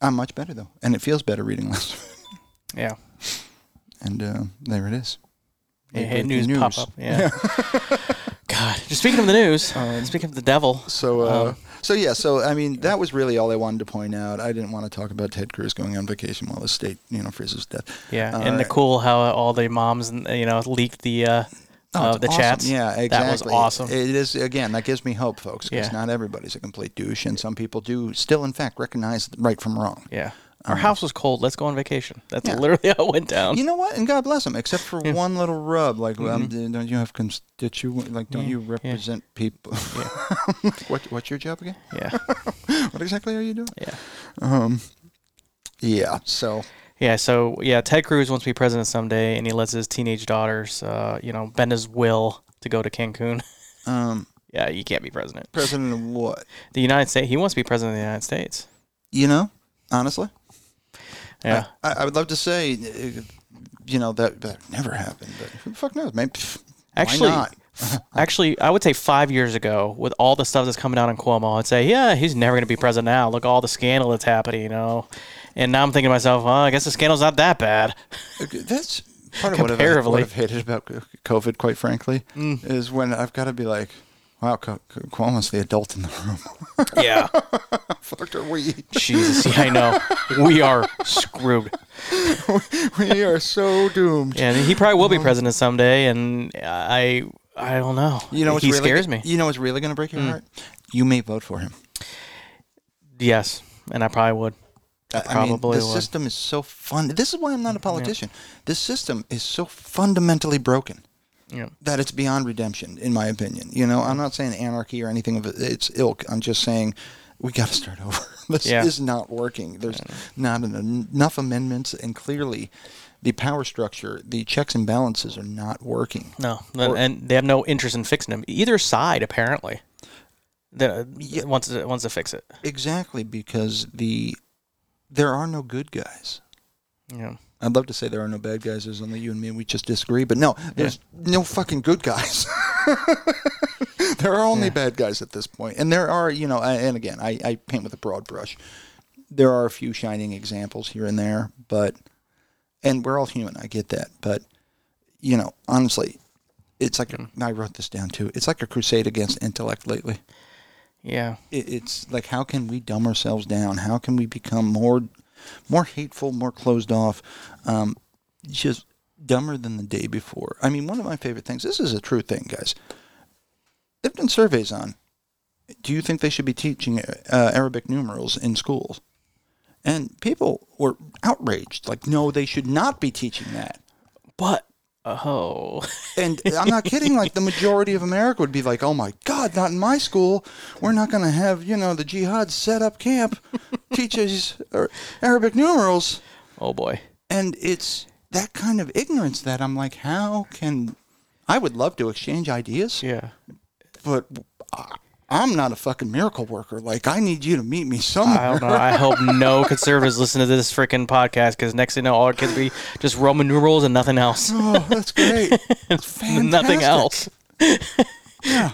Speaker 1: I'm much better though, and it feels better reading less.
Speaker 2: Yeah.
Speaker 1: and uh, there it is.
Speaker 2: Yeah,
Speaker 1: Big
Speaker 2: hey,
Speaker 1: breaking
Speaker 2: news, pop up. Yeah. Um, God. Speaking of the news, speaking of the devil.
Speaker 1: So, uh,
Speaker 2: Um,
Speaker 1: so yeah, so I mean, that was really all I wanted to point out. I didn't want to talk about Ted Cruz going on vacation while the state, you know, freezes to death.
Speaker 2: Yeah.
Speaker 1: All
Speaker 2: and the
Speaker 1: right.
Speaker 2: cool how all the moms you know leaked the uh,
Speaker 1: Oh,
Speaker 2: uh
Speaker 1: it's
Speaker 2: the
Speaker 1: awesome.
Speaker 2: chats.
Speaker 1: Yeah, exactly.
Speaker 2: That was awesome.
Speaker 1: It is again. That gives me hope, folks. Because
Speaker 2: Yeah.
Speaker 1: not everybody's a complete douche, and some people do still, in fact, recognize right from wrong.
Speaker 2: yeah. Our house was cold. Let's go on vacation. That's literally how it went down.
Speaker 1: You know what? And God bless them, except for one little rub. Like,
Speaker 2: Mm-hmm.
Speaker 1: um, d- don't you have constituent? Like, don't you represent people? what, what's your job again?
Speaker 2: yeah.
Speaker 1: What exactly are you doing? Um,
Speaker 2: Yeah.
Speaker 1: Yeah. So
Speaker 2: Yeah, so yeah, Ted Cruz wants to be president someday, and he lets his teenage daughters, uh, you know, bend his will to go to Cancun.
Speaker 1: Um,
Speaker 2: yeah, you can't be president.
Speaker 1: president of what?
Speaker 2: The United States. He wants to be president of the United States.
Speaker 1: You know, honestly,
Speaker 2: Yeah,
Speaker 1: I, I would love to say, uh, you know, that that never happened, but who the fuck knows? Maybe. Pff,
Speaker 2: actually,
Speaker 1: why not?
Speaker 2: actually, I would say five years ago, with all the stuff that's coming out on Cuomo, I'd say, yeah, he's never going to be president now. Look, at all the scandal that's happening, you know. And now I'm thinking to myself, well, I guess the scandal's not that bad.
Speaker 1: Okay, That's part of what I've, what
Speaker 2: Comparatively.
Speaker 1: I've hated about c- COVID, quite frankly, is when I've got to be like, wow, Cu- Cu- Cuomo's the adult in the room.
Speaker 2: Yeah.
Speaker 1: Fuck, are we?
Speaker 2: Jesus, yeah, I know. We are screwed.
Speaker 1: We are so doomed.
Speaker 2: And he probably will be president someday, and I I don't know.
Speaker 1: You know what's
Speaker 2: he
Speaker 1: really,
Speaker 2: scares me.
Speaker 1: You know what's really going to break your heart? You may vote for him.
Speaker 2: Yes, and I probably would.
Speaker 1: I
Speaker 2: probably
Speaker 1: mean, the
Speaker 2: would.
Speaker 1: system is so fun. This is why I'm not a politician. This system is so fundamentally broken
Speaker 2: Yeah.
Speaker 1: that it's beyond redemption, in my opinion. You know, I'm not saying anarchy or anything of its ilk. I'm just saying we got to start over. this
Speaker 2: Yeah.
Speaker 1: is not working. There's not an, enough amendments, and clearly, the power structure, the checks and balances are not working.
Speaker 2: No, and- and they have no interest in fixing him. Either side, apparently, that uh, wants to, wants to fix it.
Speaker 1: Exactly because the there are no good guys.
Speaker 2: Yeah.
Speaker 1: I'd love to say there are no bad guys. There's only you and me. and We just disagree. But no, there's no fucking good guys. there are only bad guys at this point. And there are, you know, I- and again, I, I paint with a broad brush. There are a few shining examples here and there, but, and we're all human. I get that. But, you know, honestly, it's like, a, I wrote this down too. It's like a crusade against intellect lately
Speaker 2: Yeah.
Speaker 1: it, it's like how can we dumb ourselves down? How can we become more, more hateful, more closed off, um, just dumber than the day before? I mean, one of my favorite things. This is a true thing, guys. They've done surveys on. Do you think they should be teaching uh, Arabic numerals in schools? And people were outraged. Like, no, they should not be teaching that.
Speaker 2: But oh,
Speaker 1: And I'm not kidding. Like the majority of America would be like, "Oh my God, not in my school. We're not going to have you know the jihad set up camp, teaches Ar- Arabic numerals."
Speaker 2: oh boy.
Speaker 1: And it's that kind of ignorance that I'm like, how can? I would love to exchange ideas,
Speaker 2: Yeah.
Speaker 1: but I- I'm not a fucking miracle worker. Like I need you to meet me somewhere.
Speaker 2: I don't know. I hope no conservatives listen to this freaking podcast because next thing you know, all our kids be just Roman numerals and nothing else.
Speaker 1: oh, that's great. Fantastic.
Speaker 2: Nothing else.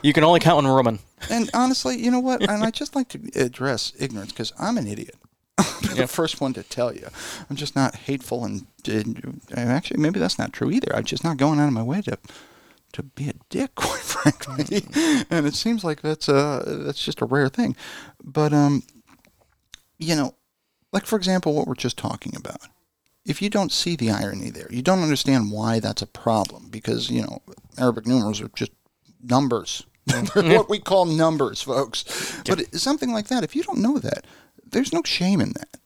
Speaker 2: You can only count in Roman.
Speaker 1: And honestly, you know what? And I just like to address ignorance because I'm an idiot. I'm the first one to tell you. I'm just not hateful and, and actually maybe that's not true either. I'm just not going out of my way to to be a dick, quite frankly. and it seems like that's uh that's just a rare thing. But um you know, like for example what we're just talking about. If you don't see the irony there, you don't understand why that's a problem because, you know, Arabic numerals are just numbers. They're what we call numbers, folks. But it- something like that, if you don't know that, there's no shame in that.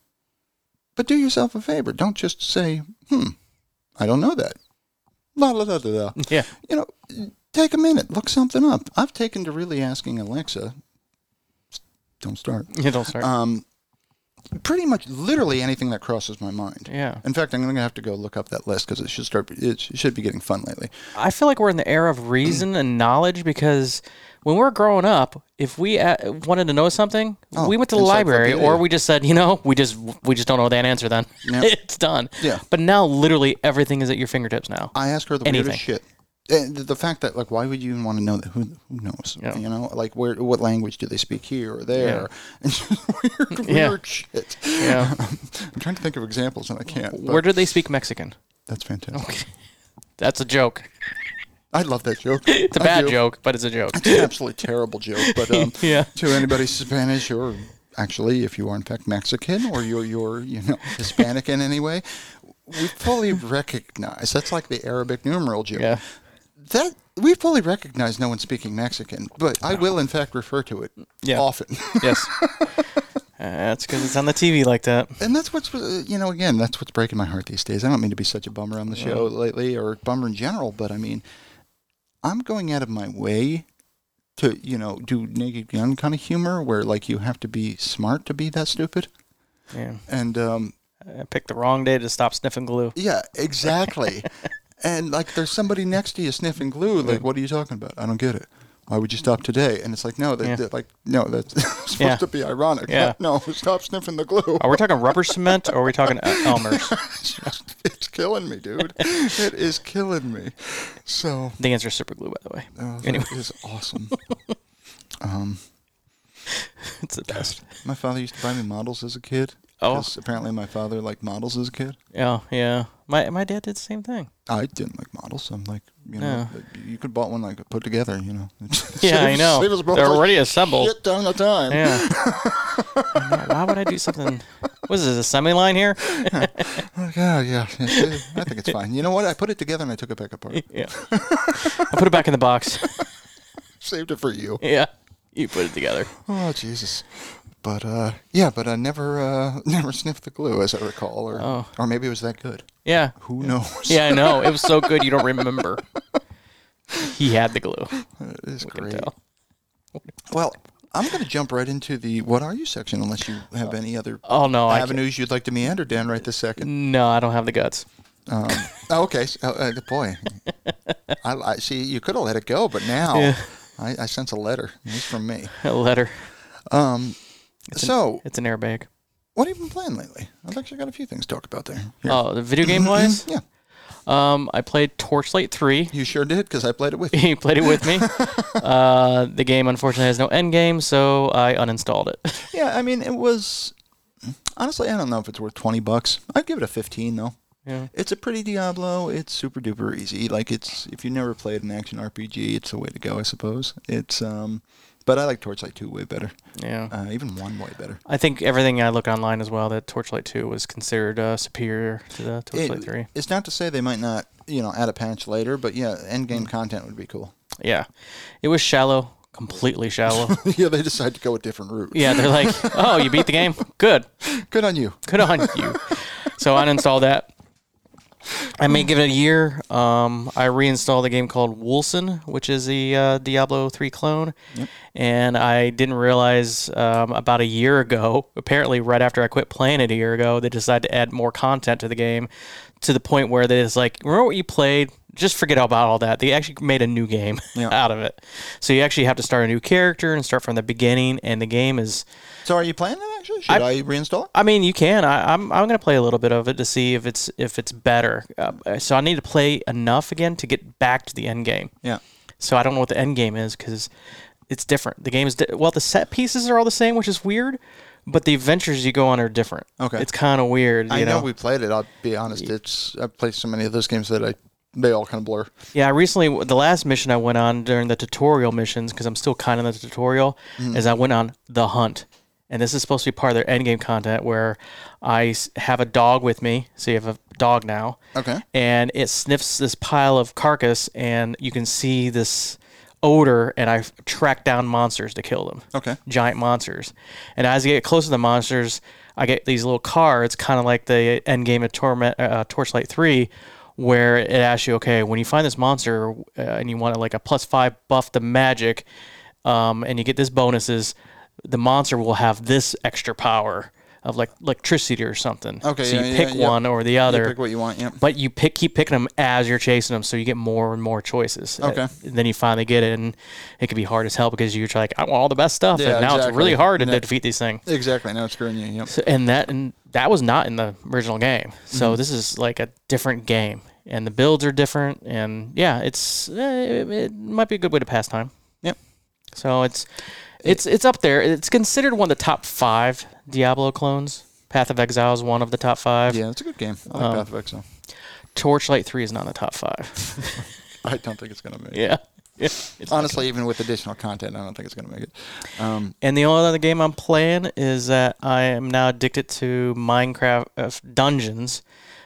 Speaker 1: But do yourself a favor. Don't just say, hmm, I don't know that. La la la la la.
Speaker 2: Yeah.
Speaker 1: You know, take a minute, look something up. I've taken to really asking Alexa, don't start,
Speaker 2: You don't start.
Speaker 1: um, pretty much literally anything that crosses my mind.
Speaker 2: yeah.
Speaker 1: In fact, I'm going to have to go look up that list because it should start. It should be getting fun lately.
Speaker 2: I feel like we're in the era of reason and knowledge because when we we're growing up, if we uh, wanted to know something,
Speaker 1: Oh,
Speaker 2: we went to the library or
Speaker 1: encyclopedia.
Speaker 2: we just said, you know, we just we just don't know that answer. Then
Speaker 1: Yeah.
Speaker 2: it's done.
Speaker 1: Yeah.
Speaker 2: But now, literally everything is at your fingertips now.
Speaker 1: I ask her the weirdest shit. And th- the fact that like, why would you even want to know that? Who who knows?
Speaker 2: Yeah.
Speaker 1: You know, like where what language do they speak here or there? And just weird,
Speaker 2: Yeah.
Speaker 1: weird shit.
Speaker 2: Yeah.
Speaker 1: I'm trying to think of examples and I can't.
Speaker 2: Where
Speaker 1: But
Speaker 2: do they speak Mexican?
Speaker 1: that's fantastic.
Speaker 2: That's a joke.
Speaker 1: I love that joke.
Speaker 2: It's a bad joke, but it's a joke.
Speaker 1: It's an absolutely terrible joke. But um,
Speaker 2: Yeah.
Speaker 1: to anybody Spanish or actually, if you are in fact Mexican or you're you're you know Hispanic in any way, we fully recognize that's like the Arabic numeral joke.
Speaker 2: Yeah.
Speaker 1: That we fully recognize no one speaking Mexican, but I will in fact refer to it
Speaker 2: Yeah.
Speaker 1: often.
Speaker 2: Yes. That's because it's on the TV like that.
Speaker 1: And that's what's uh, you know again that's what's breaking my heart these days. I don't mean to be such a bummer on the show lately or bummer in general, but I mean I'm going out of my way to you know do naked gun kind of humor where like you have to be smart to be that stupid.
Speaker 2: Yeah.
Speaker 1: And um,
Speaker 2: I picked the wrong day to stop sniffing glue.
Speaker 1: yeah, exactly. and like there's somebody next to you sniffing glue. Like what are you talking about? I don't get it. Why would you stop today? And it's like no, that,
Speaker 2: Yeah.
Speaker 1: that- like no, that's supposed
Speaker 2: Yeah.
Speaker 1: to be ironic.
Speaker 2: Yeah.
Speaker 1: No, stop sniffing the glue.
Speaker 2: Are we talking rubber cement or are we talking uh, Elmer's?
Speaker 1: it's killing me, dude. it is killing me. So
Speaker 2: The answer is super glue, by the way.
Speaker 1: oh, that
Speaker 2: Anyway.
Speaker 1: is awesome. um,
Speaker 2: It's the best.
Speaker 1: my father used to buy me models as a kid.
Speaker 2: Oh.
Speaker 1: 'cause apparently my father liked models as a kid.
Speaker 2: Yeah, yeah. My my dad did the same thing.
Speaker 1: I didn't like models. I'm like, you know, you could bought one like put together, you know.
Speaker 2: Yeah, I know.
Speaker 1: Save us both
Speaker 2: They're
Speaker 1: a
Speaker 2: already assembled.
Speaker 1: Shit ton of time.
Speaker 2: Yeah. I'm like, Why would I do something? What is this assembly line here?
Speaker 1: Oh, God, yeah. yeah, yeah. I think it's fine. You know what? I put it together and I took it back apart.
Speaker 2: yeah. I put it back in the box.
Speaker 1: Saved it for you.
Speaker 2: Yeah. You put it together.
Speaker 1: Oh Jesus. But uh, yeah, but I never uh, never sniffed the glue, as I recall, or
Speaker 2: Oh.
Speaker 1: or maybe it was that good.
Speaker 2: Yeah.
Speaker 1: Who knows?
Speaker 2: Yeah, I know. It was so good you don't remember. He had the glue.
Speaker 1: it is
Speaker 2: I can
Speaker 1: great.
Speaker 2: tell.
Speaker 1: Well, I'm going to jump right into the what are you section, unless you have any other
Speaker 2: Oh no, I can't.
Speaker 1: avenues you'd like to meander down right this second.
Speaker 2: no, I don't have the guts.
Speaker 1: Um, oh, okay. So, uh, good boy. I, I see. You could have let it go, but now
Speaker 2: Yeah.
Speaker 1: I, I sense a letter. It's from me.
Speaker 2: A letter.
Speaker 1: Um, so,
Speaker 2: It's an airbag.
Speaker 1: what have you been playing lately? I've actually got a few things to talk about there. Here.
Speaker 2: Oh, the video game wise,
Speaker 1: yeah,
Speaker 2: um, I played Torchlight three.
Speaker 1: you sure did because I played it with you.
Speaker 2: He played it with me. Uh, the game unfortunately has no end game, so I uninstalled it.
Speaker 1: Yeah, I mean, it was honestly, I don't know if it's worth twenty bucks. I'd give it a fifteen though.
Speaker 2: yeah.
Speaker 1: It's a pretty Diablo. It's super duper easy. Like it's if you never played an action RPG, it's the way to go, I suppose. It's um, but I like Torchlight two way better.
Speaker 2: Yeah.
Speaker 1: Uh, even one way better.
Speaker 2: I think everything I looked online as well that Torchlight 2 was considered uh, superior to the Torchlight
Speaker 1: It-
Speaker 2: 3.
Speaker 1: It's not to say they might not, you know, add a patch later, but yeah, end game content would be cool.
Speaker 2: Yeah. It was shallow, completely shallow.
Speaker 1: yeah, they decide to go a different route.
Speaker 2: yeah, they're like, "Oh, you beat the game? Good.
Speaker 1: Good on you.
Speaker 2: Good on you." So I uninstalled that. I may give it a year. Um, I reinstalled a game called Woolson, which is the uh, Diablo 3 clone. And I didn't realize um, about a year ago, apparently right after I quit playing it a year ago, they decided to add more content to the game to the point where they just like, remember what you played? Just forget about all that. They actually made a new game
Speaker 1: Yeah.
Speaker 2: out of it. So you actually have to start a new character and start from the beginning. And the game is.
Speaker 1: So, are you playing that actually? Should I, reinstall it?
Speaker 2: I mean, you can. I, I'm I'm gonna play a little bit of it to see if it's if it's better. Uh, so I need to play enough again to get back to the end game.
Speaker 1: Yeah.
Speaker 2: So I don't know what the end game is because it's different. The game is di- well, the set pieces are all the same, which is weird, but the adventures you go on are different.
Speaker 1: Okay.
Speaker 2: it's kind of weird. You
Speaker 1: I know. we played it. I'll be honest. It's I've played so many of those games that I they all kind of blur.
Speaker 2: Yeah, I recently the last mission I went on during the tutorial missions because I'm still kind of in the tutorial
Speaker 1: Mm-hmm.
Speaker 2: is I went on the hunt, and this is supposed to be part of their end game content where I s- have a dog with me. So you have a dog now.
Speaker 1: Okay.
Speaker 2: And it sniffs this pile of carcass, and you can see this odor, and I f- track down monsters to kill them.
Speaker 1: Okay.
Speaker 2: Giant monsters, and as I get closer to the monsters, I get these little cards, kind of like the end game of Torment, uh, Torchlight Three, where it asks you, okay, when you find this monster uh, and you want like a plus five buff to magic, um, and you get this bonuses, the monster will have this extra power of like electricity or something.
Speaker 1: Okay,
Speaker 2: so
Speaker 1: yeah,
Speaker 2: you
Speaker 1: yeah,
Speaker 2: pick
Speaker 1: yeah.
Speaker 2: one or the other
Speaker 1: You pick what you want. Yeah.
Speaker 2: but you pick keep picking them as you're chasing them, so you get more and more choices.
Speaker 1: Okay.
Speaker 2: Uh, then you finally get it, and it can be hard as hell because you're like, I want all the best stuff,
Speaker 1: Yeah,
Speaker 2: and now it's
Speaker 1: exactly.
Speaker 2: really hard to
Speaker 1: Yeah.
Speaker 2: defeat these things.
Speaker 1: Exactly. Now it's screwing you. Yep.
Speaker 2: So, and that and that was not in the original game, so
Speaker 1: Mm-hmm.
Speaker 2: this is like a different game, and the builds are different, and yeah, it's uh, it, it might be a good way to pass time.
Speaker 1: Yep.
Speaker 2: So it's it's it's up there. It's considered one of the top five Diablo clones. Path of Exile is one of the top five.
Speaker 1: Yeah, it's a good game. I
Speaker 2: Um,
Speaker 1: like Path of Exile.
Speaker 2: Torchlight Three is not in the top five.
Speaker 1: I don't think it's gonna make. it.
Speaker 2: yeah. It's
Speaker 1: Honestly, even with additional content, I don't think it's gonna make it. Um,
Speaker 2: And the only other game I'm playing is that I am now addicted to Minecraft uh, Dungeons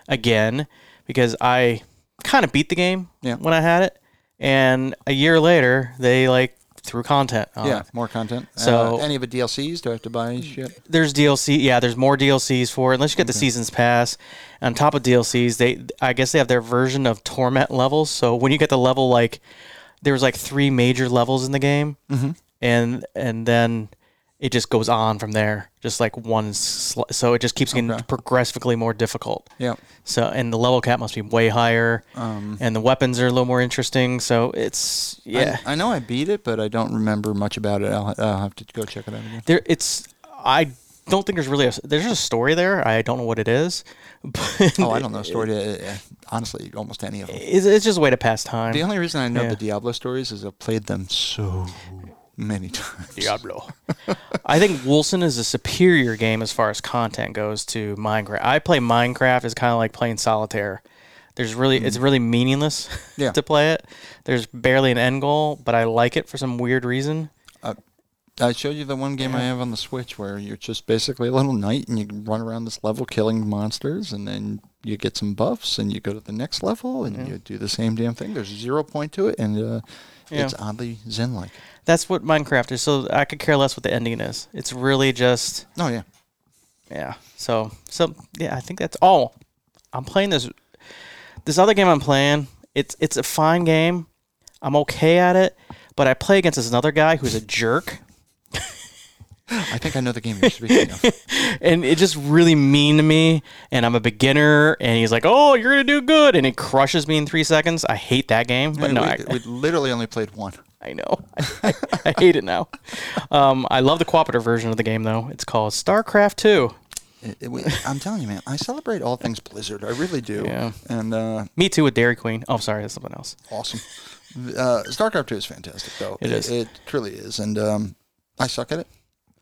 Speaker 2: again because I kind of beat the game
Speaker 1: Yeah.
Speaker 2: when I had it, and a year later they like through content. on
Speaker 1: yeah,
Speaker 2: it.
Speaker 1: more content.
Speaker 2: Uh, So-
Speaker 1: uh, any of the DLCs? Do I have to buy shit?
Speaker 2: There's DLC. Yeah, there's more DLCs for it. Unless you get the seasons pass. On top of DLCs, they I guess they have their version of torment levels. So when you get the level like there was like three major levels in the game, and and then it just goes on from there. Just like one, sl- so it just keeps getting progressively more difficult.
Speaker 1: Yeah.
Speaker 2: So and the level cap must be way higher, and the weapons are a little more interesting. So it's
Speaker 1: I-
Speaker 2: yeah.
Speaker 1: I, know I beat it, but I don't remember much about it. I'll, I'll have to go check it out again.
Speaker 2: there it's I don't think there's really a there's a story there. I don't know what it is, but
Speaker 1: Oh, I don't know story. uh, uh, honestly, almost any of them.
Speaker 2: It's, it's just a way to pass time.
Speaker 1: The only reason I know
Speaker 2: Yeah.
Speaker 1: the Diablo stories is I've played them so many times.
Speaker 2: Diablo. I think Wilson is a superior game as far as content goes to Minecraft. I play Minecraft as kind of like playing solitaire. There's really it's really meaningless
Speaker 1: Mm. Yeah.
Speaker 2: to play it. There's barely an end goal, but I like it for some weird reason.
Speaker 1: I showed you the one game I have on the Switch where you're just basically a little knight and you run around this level killing monsters and then you get some buffs and you go to the next level and you do the same damn thing. There's zero point to it and uh,
Speaker 2: Yeah.
Speaker 1: it's oddly zen like.
Speaker 2: That's what Minecraft is. So I could care less what the ending is. It's really just
Speaker 1: Oh, yeah.
Speaker 2: Yeah. So so yeah, I think that's all. I'm playing this this other game I'm playing. It's it's a fine game. I'm okay at it, but I play against this another guy who's a jerk
Speaker 1: I think I know the game you're speaking of.
Speaker 2: and it just really mean to me and I'm a beginner and he's like, "Oh, you're going to do good." And he crushes me in 3 seconds. I hate that game. But no,
Speaker 1: we,
Speaker 2: I,
Speaker 1: we literally only played one.
Speaker 2: I know. I, I hate it now. Um, I love the cooperative version of the game though. It's called StarCraft 2.
Speaker 1: It- it- we- I'm telling you, man, I celebrate all things Blizzard. I really do.
Speaker 2: Yeah.
Speaker 1: And uh,
Speaker 2: Me too with Dairy Queen. Oh, sorry, that's something else.
Speaker 1: awesome. Uh, StarCraft 2 is fantastic, though.
Speaker 2: It is.
Speaker 1: It, truly is. And um, I suck at it.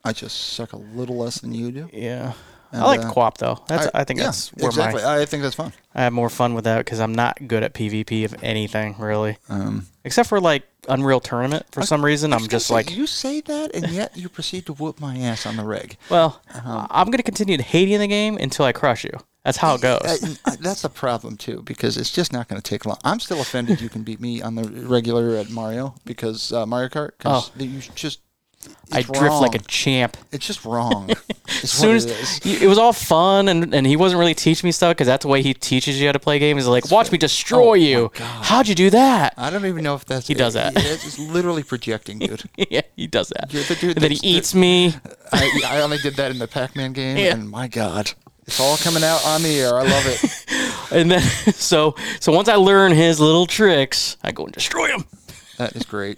Speaker 1: I just suck a little less than you do.
Speaker 2: Yeah.
Speaker 1: And,
Speaker 2: I like
Speaker 1: uh,
Speaker 2: co-op though. That's I,
Speaker 1: I-
Speaker 2: think
Speaker 1: yeah,
Speaker 2: that's where
Speaker 1: exactly.
Speaker 2: my
Speaker 1: I think that's fun.
Speaker 2: I have more fun with that because I'm not good at PvP of anything really,
Speaker 1: Um,
Speaker 2: except for like Unreal Tournament. For some reason, I'm just like,
Speaker 1: you say that, and yet you proceed to whoop my ass on the reg.
Speaker 2: well,
Speaker 1: Uh-huh.
Speaker 2: I'm gonna continue hating the game until I crush you. That's how it
Speaker 1: Uh,
Speaker 2: goes.
Speaker 1: and, uh, that's a problem too, because it's just not going to take long. I'm still offended you can beat me on the regular at Mario because uh, Mario Kart. Because you just it's
Speaker 2: Oh. I drift like a
Speaker 1: wrong.
Speaker 2: champ.
Speaker 1: It's just wrong. as
Speaker 2: As soon as y- it was all fun and, and he wasn't really teaching me stuff because that's the way he teaches you how to play games. Is like, watch me
Speaker 1: Oh
Speaker 2: destroy you. How'd you do that?
Speaker 1: I don't even know if that's
Speaker 2: He does that.
Speaker 1: It's it's literally projecting, dude.
Speaker 2: yeah, he does that.
Speaker 1: You're the dude
Speaker 2: and then he
Speaker 1: that's-
Speaker 2: eats me.
Speaker 1: I, I only did that in the Pac-Man game,
Speaker 2: Yeah.
Speaker 1: and my God, it's all coming out on the air. I love it.
Speaker 2: and then so so once I learn his little tricks, I go and destroy him.
Speaker 1: That is great.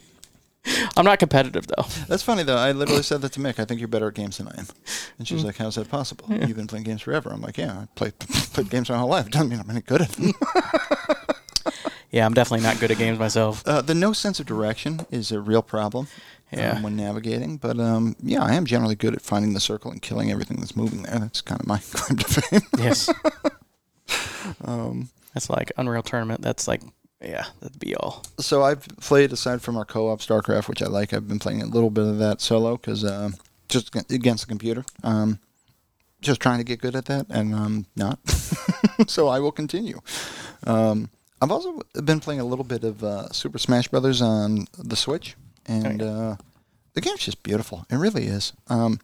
Speaker 2: I'm not competitive though.
Speaker 1: That's funny though. I literally said that to Mick. I think you're better at games than I am. And
Speaker 2: Mm.
Speaker 1: she's like, "How's that possible? You've been playing games forever." I'm like, "Yeah, I play played games my whole life. Doesn't mean I'm any good at them."
Speaker 2: Yeah, I'm definitely not good at games myself.
Speaker 1: Uh, the no sense of direction is a real problem um,
Speaker 2: Yeah.
Speaker 1: when navigating. But um, yeah, I am generally good at finding the circle and killing everything that's moving there. That's kind of my claim to fame.
Speaker 2: Yes.
Speaker 1: Um,
Speaker 2: that's like Unreal Tournament. That's like yeah, that'd be all.
Speaker 1: so I've played aside from our co-op StarCraft, which I like. I've been playing a little bit of that solo because uh, just ag- against the computer. Um, just trying to get good at that, and I'm not. so I will continue. Um, I've also been playing a little bit of uh, Super Smash Brothers on the Switch, and uh, the game's just beautiful. It really is. Um,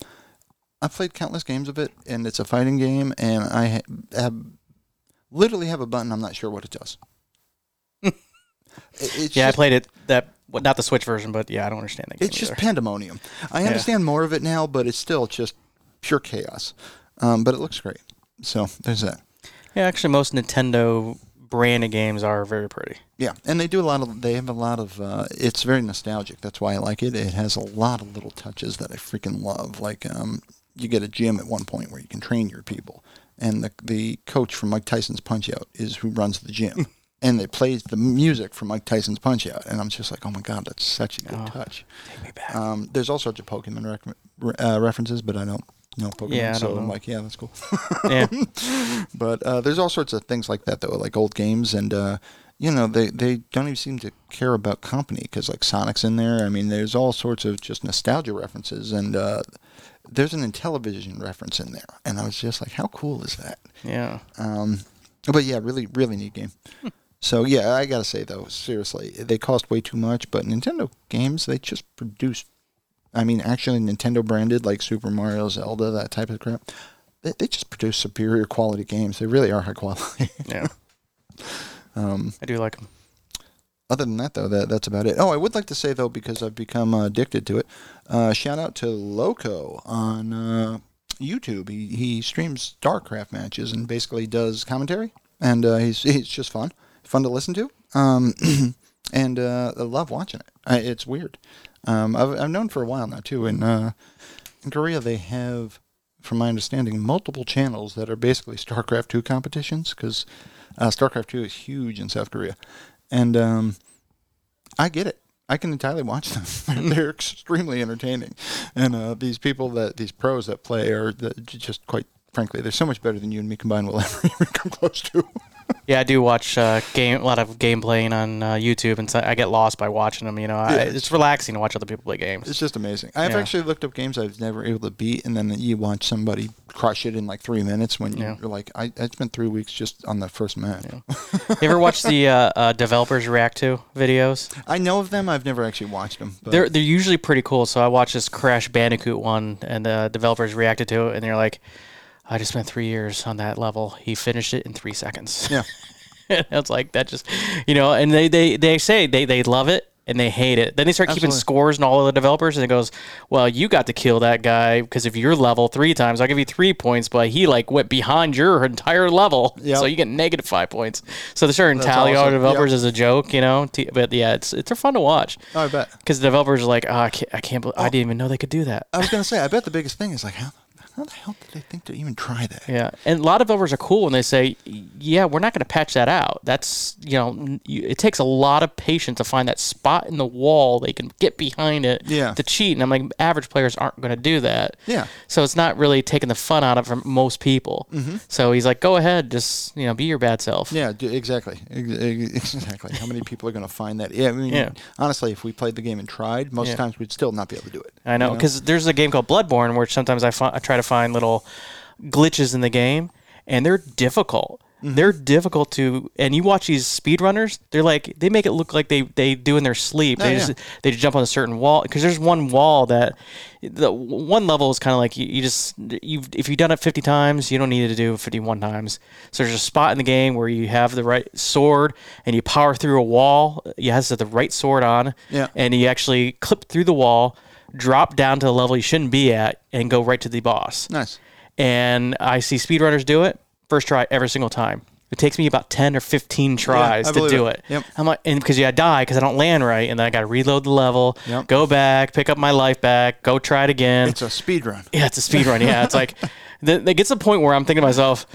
Speaker 1: I've played countless games of it, and it's a fighting game, and I ha- have literally have a button. I'm not sure what it does. It- it's
Speaker 2: Yeah, I
Speaker 1: just-
Speaker 2: played it that well, not the Switch version, but yeah, I don't understand that game
Speaker 1: it's just
Speaker 2: either.
Speaker 1: pandemonium. I understand more of it now, but it's still just pure chaos. Um, but it looks great. So there's that.
Speaker 2: yeah, actually, most Nintendo branded games are very pretty.
Speaker 1: Yeah, and they do a lot of. They have a lot of. Uh, it's very nostalgic. That's why I like it. It has a lot of little touches that I freaking love. Like um, you get a gym at one point where you can train your people, and the the coach from Mike Tyson's Punch Out is who runs the gym, and it plays the music from Mike Tyson's Punch Out, and I'm just like, oh my god, that's such a good touch.
Speaker 2: Take me back.
Speaker 1: Um, there's all sorts of Pokemon rec- re- uh, references, but I don't know Pokemon,
Speaker 2: Yeah, I
Speaker 1: so
Speaker 2: don't
Speaker 1: I'm
Speaker 2: know.
Speaker 1: like, yeah, that's cool.
Speaker 2: yeah,
Speaker 1: but uh, there's all sorts of things like that, though, like old games, and uh, you know, they they don't even seem to care about company because like Sonic's in there. I mean, there's all sorts of just nostalgia references, and uh, there's an Intellivision reference in there, and I was just like, how cool is that?
Speaker 2: yeah.
Speaker 1: Um, but yeah, really, really neat game. So yeah, I gotta say though, seriously, they cost way too much. But Nintendo games, they just produce. I mean, actually, Nintendo branded like Super Mario, Zelda, that type of crap. They, they just produce superior quality games. They really are high quality.
Speaker 2: Yeah. um, I do like them.
Speaker 1: Other than that, though, that, that's about it. Oh, I would like to say though, because I've become uh, addicted to it. Uh, shout out to Loco on uh, YouTube. He he streams StarCraft matches and basically does commentary, and uh, he's he's just fun, fun to listen to. Um, and uh, I love watching it. I, it's weird. Um, I've I've known for a while now too. And uh, in Korea, they have, from my understanding, multiple channels that are basically StarCraft two competitions because uh, StarCraft two is huge in South Korea, and um, I get it. I can entirely watch them. They're, they're extremely entertaining, and uh, these people that these pros that play are the, j- just quite frankly, they're so much better than you and me combined will ever even come close to.
Speaker 2: Yeah, I do watch uh, game a lot of game playing on uh, YouTube, and so I get lost by watching them. You know, I, it's relaxing to watch other people play games.
Speaker 1: It's just amazing. I've
Speaker 2: Yeah.
Speaker 1: actually looked up games I was never able to beat, and then you watch somebody crush it in like three minutes when
Speaker 2: Yeah.
Speaker 1: you're like, I, I spent three weeks just on the first match.
Speaker 2: you ever watch the uh, uh, developers react to videos?
Speaker 1: I know of them. I've never actually watched them. But
Speaker 2: They're they're usually pretty cool. So I watched this Crash Bandicoot one, and the developers reacted to it, and they're like, "I just spent three years on that level. He finished it in three seconds."
Speaker 1: yeah,
Speaker 2: it's like that just, you know, and they they, they say they, they love it and they hate it. Then they start keeping
Speaker 1: Absolutely.
Speaker 2: scores and all of the developers, and it goes, "Well, you got to kill that guy because if you're level three times, I'll give you three points, but he like went behind your entire level,
Speaker 1: Yep.
Speaker 2: so you get negative five points." So they're starting to
Speaker 1: That's
Speaker 2: tally all the
Speaker 1: awesome. Yep.
Speaker 2: developers as a joke, you know. T- but yeah, it's it's fun to watch
Speaker 1: oh, I bet.
Speaker 2: because the developers are like, oh, I can't, I can't, bel I didn't even know they could do that.
Speaker 1: I was gonna say, I bet the biggest thing is like, how, how the hell did they think to even try that?
Speaker 2: Yeah, and a lot of developers are cool when they say, yeah, we're not going to patch that out. That's you know, n- you, it takes a lot of patience to find that spot in the wall they can get behind it
Speaker 1: Yeah.
Speaker 2: to cheat. And I'm like, average players aren't going to do that.
Speaker 1: Yeah.
Speaker 2: So it's not really taking the fun out of it for most people.
Speaker 1: Mm-hmm.
Speaker 2: So he's like, go ahead, just you know, be your bad self.
Speaker 1: Yeah, d- exactly. Ex- ex- Exactly. How many people are going to find that? Yeah, I mean,
Speaker 2: Yeah.
Speaker 1: honestly, if we played the game and tried, most
Speaker 2: Yeah.
Speaker 1: times we'd still not be able to do it.
Speaker 2: I know because there's a game called Bloodborne where sometimes I, fi- I try to find little glitches in the game, and they're difficult.
Speaker 1: Mm-hmm.
Speaker 2: They're difficult to, and you watch these speedrunners. They're like they make it look like they they do in their sleep.
Speaker 1: Oh,
Speaker 2: they
Speaker 1: yeah.
Speaker 2: just they jump on a certain wall because there's one wall that the one level is kind of like you, you just you if you've done it 50 times you don't need to do it 51 times so there's a spot in the game where you have the right sword and you power through a wall you have to have the right sword on
Speaker 1: Yeah.
Speaker 2: and you actually clip through the wall drop down to the level you shouldn't be at and go right to the boss
Speaker 1: Nice.
Speaker 2: and I see speedrunners do it first try every single time. It takes me about ten or fifteen tries
Speaker 1: I
Speaker 2: to
Speaker 1: believe
Speaker 2: do
Speaker 1: it.
Speaker 2: it.
Speaker 1: Yep.
Speaker 2: I'm like, and because yeah, I die because I don't land right, and then I got to reload the level,
Speaker 1: Yep.
Speaker 2: go back, pick up my life back, go try it again.
Speaker 1: It's a speed run.
Speaker 2: yeah, it's a speed run. Yeah, it's like th- it gets to the point where I'm thinking to myself,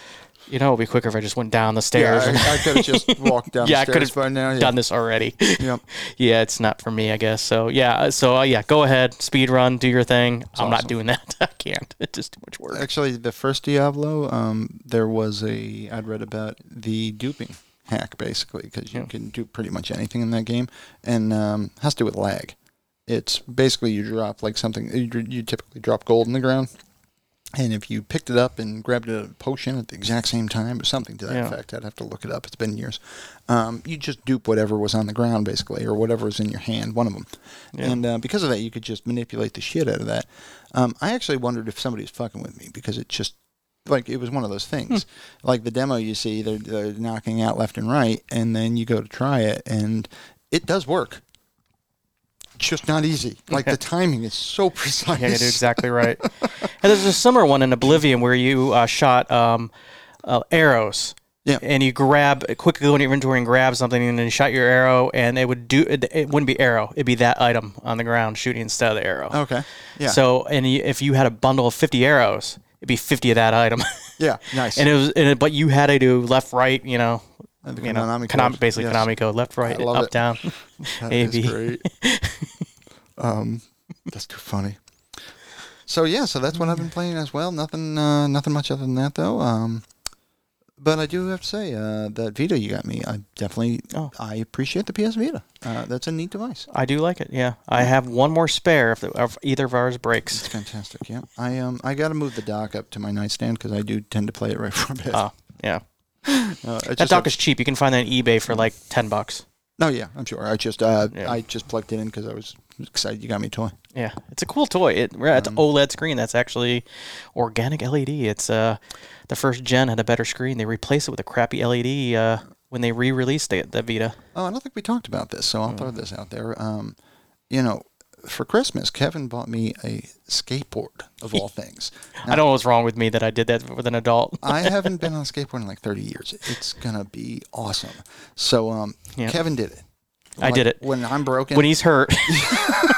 Speaker 2: you know, it'd be quicker if I just went down the stairs.
Speaker 1: Yeah,
Speaker 2: and-
Speaker 1: I, I could have just walked down
Speaker 2: yeah, I
Speaker 1: the
Speaker 2: could
Speaker 1: stairs
Speaker 2: have
Speaker 1: by now. Yeah.
Speaker 2: done this already.
Speaker 1: Yep.
Speaker 2: yeah, it's not for me, I guess. So yeah, so uh, yeah, go ahead, speed run, do your thing. I'm not doing that. I can't. It's just too much work.
Speaker 1: Actually, the first Diablo, um, there was a I'd read about the duping hack basically because you can do pretty much anything in that game, and um, has to do with lag. It's basically you drop like something you, dr- you typically drop gold in the ground, and if you picked it up and grabbed a potion at the exact same time or something to that
Speaker 2: Yeah.
Speaker 1: effect, I'd have to look it up. It's been years. Um, you just dupe whatever was on the ground basically, or whatever was in your hand, one of them, and uh, because of that, you could just manipulate the shit out of that. Um, I actually wondered if somebody was fucking with me because it just like it was one of those things.
Speaker 2: Hmm.
Speaker 1: Like the demo you see, they're, they're knocking out left and right, and then you go to try it, and it does work. It's just not easy. Like the timing is so precise.
Speaker 2: Yeah, you do exactly right. and there's a similar one in Oblivion where you uh, shot um, uh, arrows.
Speaker 1: Yeah.
Speaker 2: And you grab quickly go in your inventory and grab something, and then you shot your arrow, and it would do. It, it wouldn't be arrow; it'd be that item on the ground shooting instead of the arrow.
Speaker 1: Okay. Oh, Yeah.
Speaker 2: So, and you, if you had a bundle of fifty arrows, it'd be fifty of that item.
Speaker 1: yeah, nice.
Speaker 2: and it was, and it, but you had to do left, right. You know,
Speaker 1: the
Speaker 2: you know,
Speaker 1: Konami
Speaker 2: Konami-
Speaker 1: code.
Speaker 2: basically
Speaker 1: Yes.
Speaker 2: Konami code, left, right,
Speaker 1: I love
Speaker 2: up,
Speaker 1: it.
Speaker 2: down,
Speaker 1: That
Speaker 2: A,
Speaker 1: is
Speaker 2: B.
Speaker 1: great. um, that's too funny. So yeah, so that's what I've been playing as well. Nothing, uh, nothing much other than that though. Um, but I do have to say uh, that Vita you got me. I definitely,
Speaker 2: Oh.
Speaker 1: I appreciate the PS Vita. Uh, that's a neat device.
Speaker 2: I do like it. Yeah, I have one more spare if, the, if either of ours breaks.
Speaker 1: Mm. It's fantastic. Yeah, I um, I got to move the dock up to my nightstand because I do tend to play it right from bed.
Speaker 2: Ah, yeah.
Speaker 1: Uh, it's
Speaker 2: That
Speaker 1: just a-
Speaker 2: dock is cheap. You can find that on eBay for like ten bucks.
Speaker 1: no, yeah, I'm sure. I just uh,
Speaker 2: Yeah.
Speaker 1: I just plugged it in because I was excited. You got me a toy.
Speaker 2: Yeah, it's a cool toy. It, it's
Speaker 1: Mm.
Speaker 2: OLED screen. That's actually organic LED. It's uh, the first gen had a better screen. They replaced it with a crappy LED uh, when they re-released the, the Vita.
Speaker 1: Oh, I don't think we talked about this, so I'll
Speaker 2: Mm-hmm.
Speaker 1: throw this out there. Um, you know, for Christmas, Kevin bought me a skateboard of all things.
Speaker 2: I don't know what's wrong with me that I did that with an adult.
Speaker 1: I haven't been on a skateboard in like 30 years. It's gonna be awesome. So, um,
Speaker 2: Yeah.
Speaker 1: Kevin did it.
Speaker 2: I did it.
Speaker 1: when I'm broken.
Speaker 2: When he's hurt,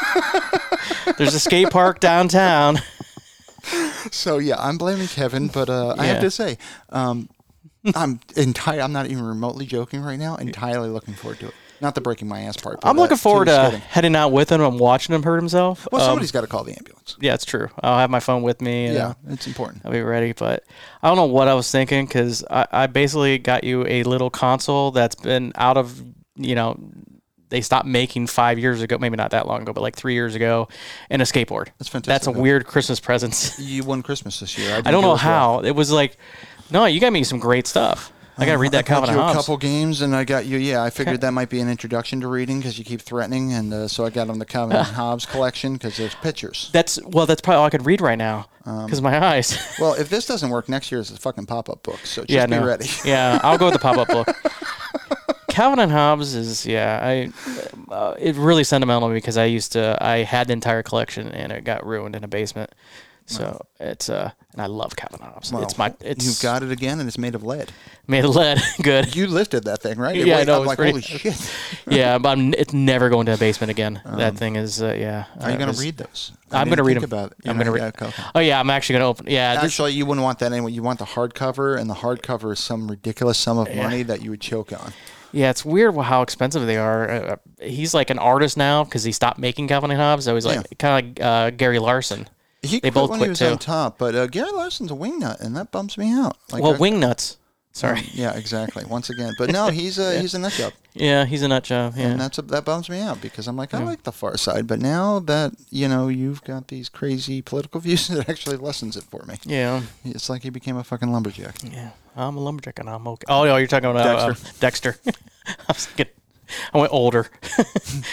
Speaker 2: there's a skate park downtown.
Speaker 1: so yeah, I'm blaming Kevin, but uh, I
Speaker 2: Yeah.
Speaker 1: have to say, um, I'm entirely. I'm not even remotely joking right now. Entirely looking forward to it. Not the breaking my ass part. But
Speaker 2: I'm
Speaker 1: uh,
Speaker 2: looking forward
Speaker 1: the
Speaker 2: to
Speaker 1: skating.
Speaker 2: heading out with him and watching him hurt himself.
Speaker 1: Well,
Speaker 2: Um,
Speaker 1: somebody's got to call the ambulance.
Speaker 2: yeah, it's true. I'll have my phone with me. And,
Speaker 1: Yeah, it's important.
Speaker 2: I'll be ready. But I don't know what I was thinking because I, I basically got you a little console that's been out of, you know, they stopped making five years ago, maybe not that long ago, but like three years ago, and a skateboard.
Speaker 1: That's fantastic.
Speaker 2: That's a
Speaker 1: though.
Speaker 2: weird Christmas present.
Speaker 1: You won Christmas this year.
Speaker 2: I don't know how. It was like, no, you got me some great stuff. I got to read that
Speaker 1: Uh, I got
Speaker 2: Calvin
Speaker 1: you a
Speaker 2: Hobbes.
Speaker 1: couple games, and I got you. Yeah, I figured that might be an introduction to reading because you keep threatening, and uh, so I got on the Calvin and Hobbes collection because there's pictures.
Speaker 2: That's, well, that's probably all I could read right now
Speaker 1: Um,
Speaker 2: because my eyes.
Speaker 1: Well, if this doesn't work, next year is a fucking pop-up book, so just
Speaker 2: yeah,
Speaker 1: be
Speaker 2: no.
Speaker 1: ready.
Speaker 2: yeah, I'll go with the pop-up book. Calvin and Hobbes is yeah, I uh, it really sentimental to me because I used to I had the entire collection and it got ruined in a basement. So it's uh and I love Calvin and Hobbes.
Speaker 1: Well,
Speaker 2: it's my it's
Speaker 1: You've got it again, and it's made of lead.
Speaker 2: made of lead good.
Speaker 1: You lifted that thing, right? It
Speaker 2: Yeah, I
Speaker 1: weighed-
Speaker 2: know,
Speaker 1: I'm
Speaker 2: it's
Speaker 1: like,
Speaker 2: pretty-
Speaker 1: holy shit.
Speaker 2: yeah, but I'm, it's never going to a basement again. that thing is uh, yeah.
Speaker 1: Um, Are you
Speaker 2: uh,
Speaker 1: going
Speaker 2: it's-
Speaker 1: to read those?
Speaker 2: I'm
Speaker 1: didn't
Speaker 2: gonna read
Speaker 1: think
Speaker 2: them.
Speaker 1: About it.
Speaker 2: I'm
Speaker 1: You know,
Speaker 2: gonna
Speaker 1: yeah,
Speaker 2: read-
Speaker 1: okay, okay.
Speaker 2: Oh yeah, I'm actually going to open. Yeah, this,
Speaker 1: Actually, you wouldn't want that anyway. You want the hardcover, and the hardcover is some ridiculous sum of money that you would choke on.
Speaker 2: yeah, it's weird wh- how expensive they are. Uh, uh, he's like an artist now because he stopped making Calvin and Hobbes. So he's like
Speaker 1: Yeah.
Speaker 2: kind of like uh, Gary Larson.
Speaker 1: He
Speaker 2: They
Speaker 1: quit
Speaker 2: both
Speaker 1: when he
Speaker 2: quit,
Speaker 1: was
Speaker 2: too.
Speaker 1: on top, but uh, Gary Larson's a wingnut, and that bumps me out. Like,
Speaker 2: well,
Speaker 1: I-
Speaker 2: Wingnuts. Sorry.
Speaker 1: Yeah, exactly. Once again, but no, he's a he's a nut job,
Speaker 2: Yeah, he's a nut job. Yeah.
Speaker 1: and that's a, that bums me out because I'm like I like the Far Side, but now that you know you've got these crazy political views, it actually lessens it for me.
Speaker 2: yeah.
Speaker 1: It's like he became a fucking lumberjack.
Speaker 2: Yeah. I'm a lumberjack and I'm okay. Oh, no, you're talking about uh, Dexter. I was thinking, I went older.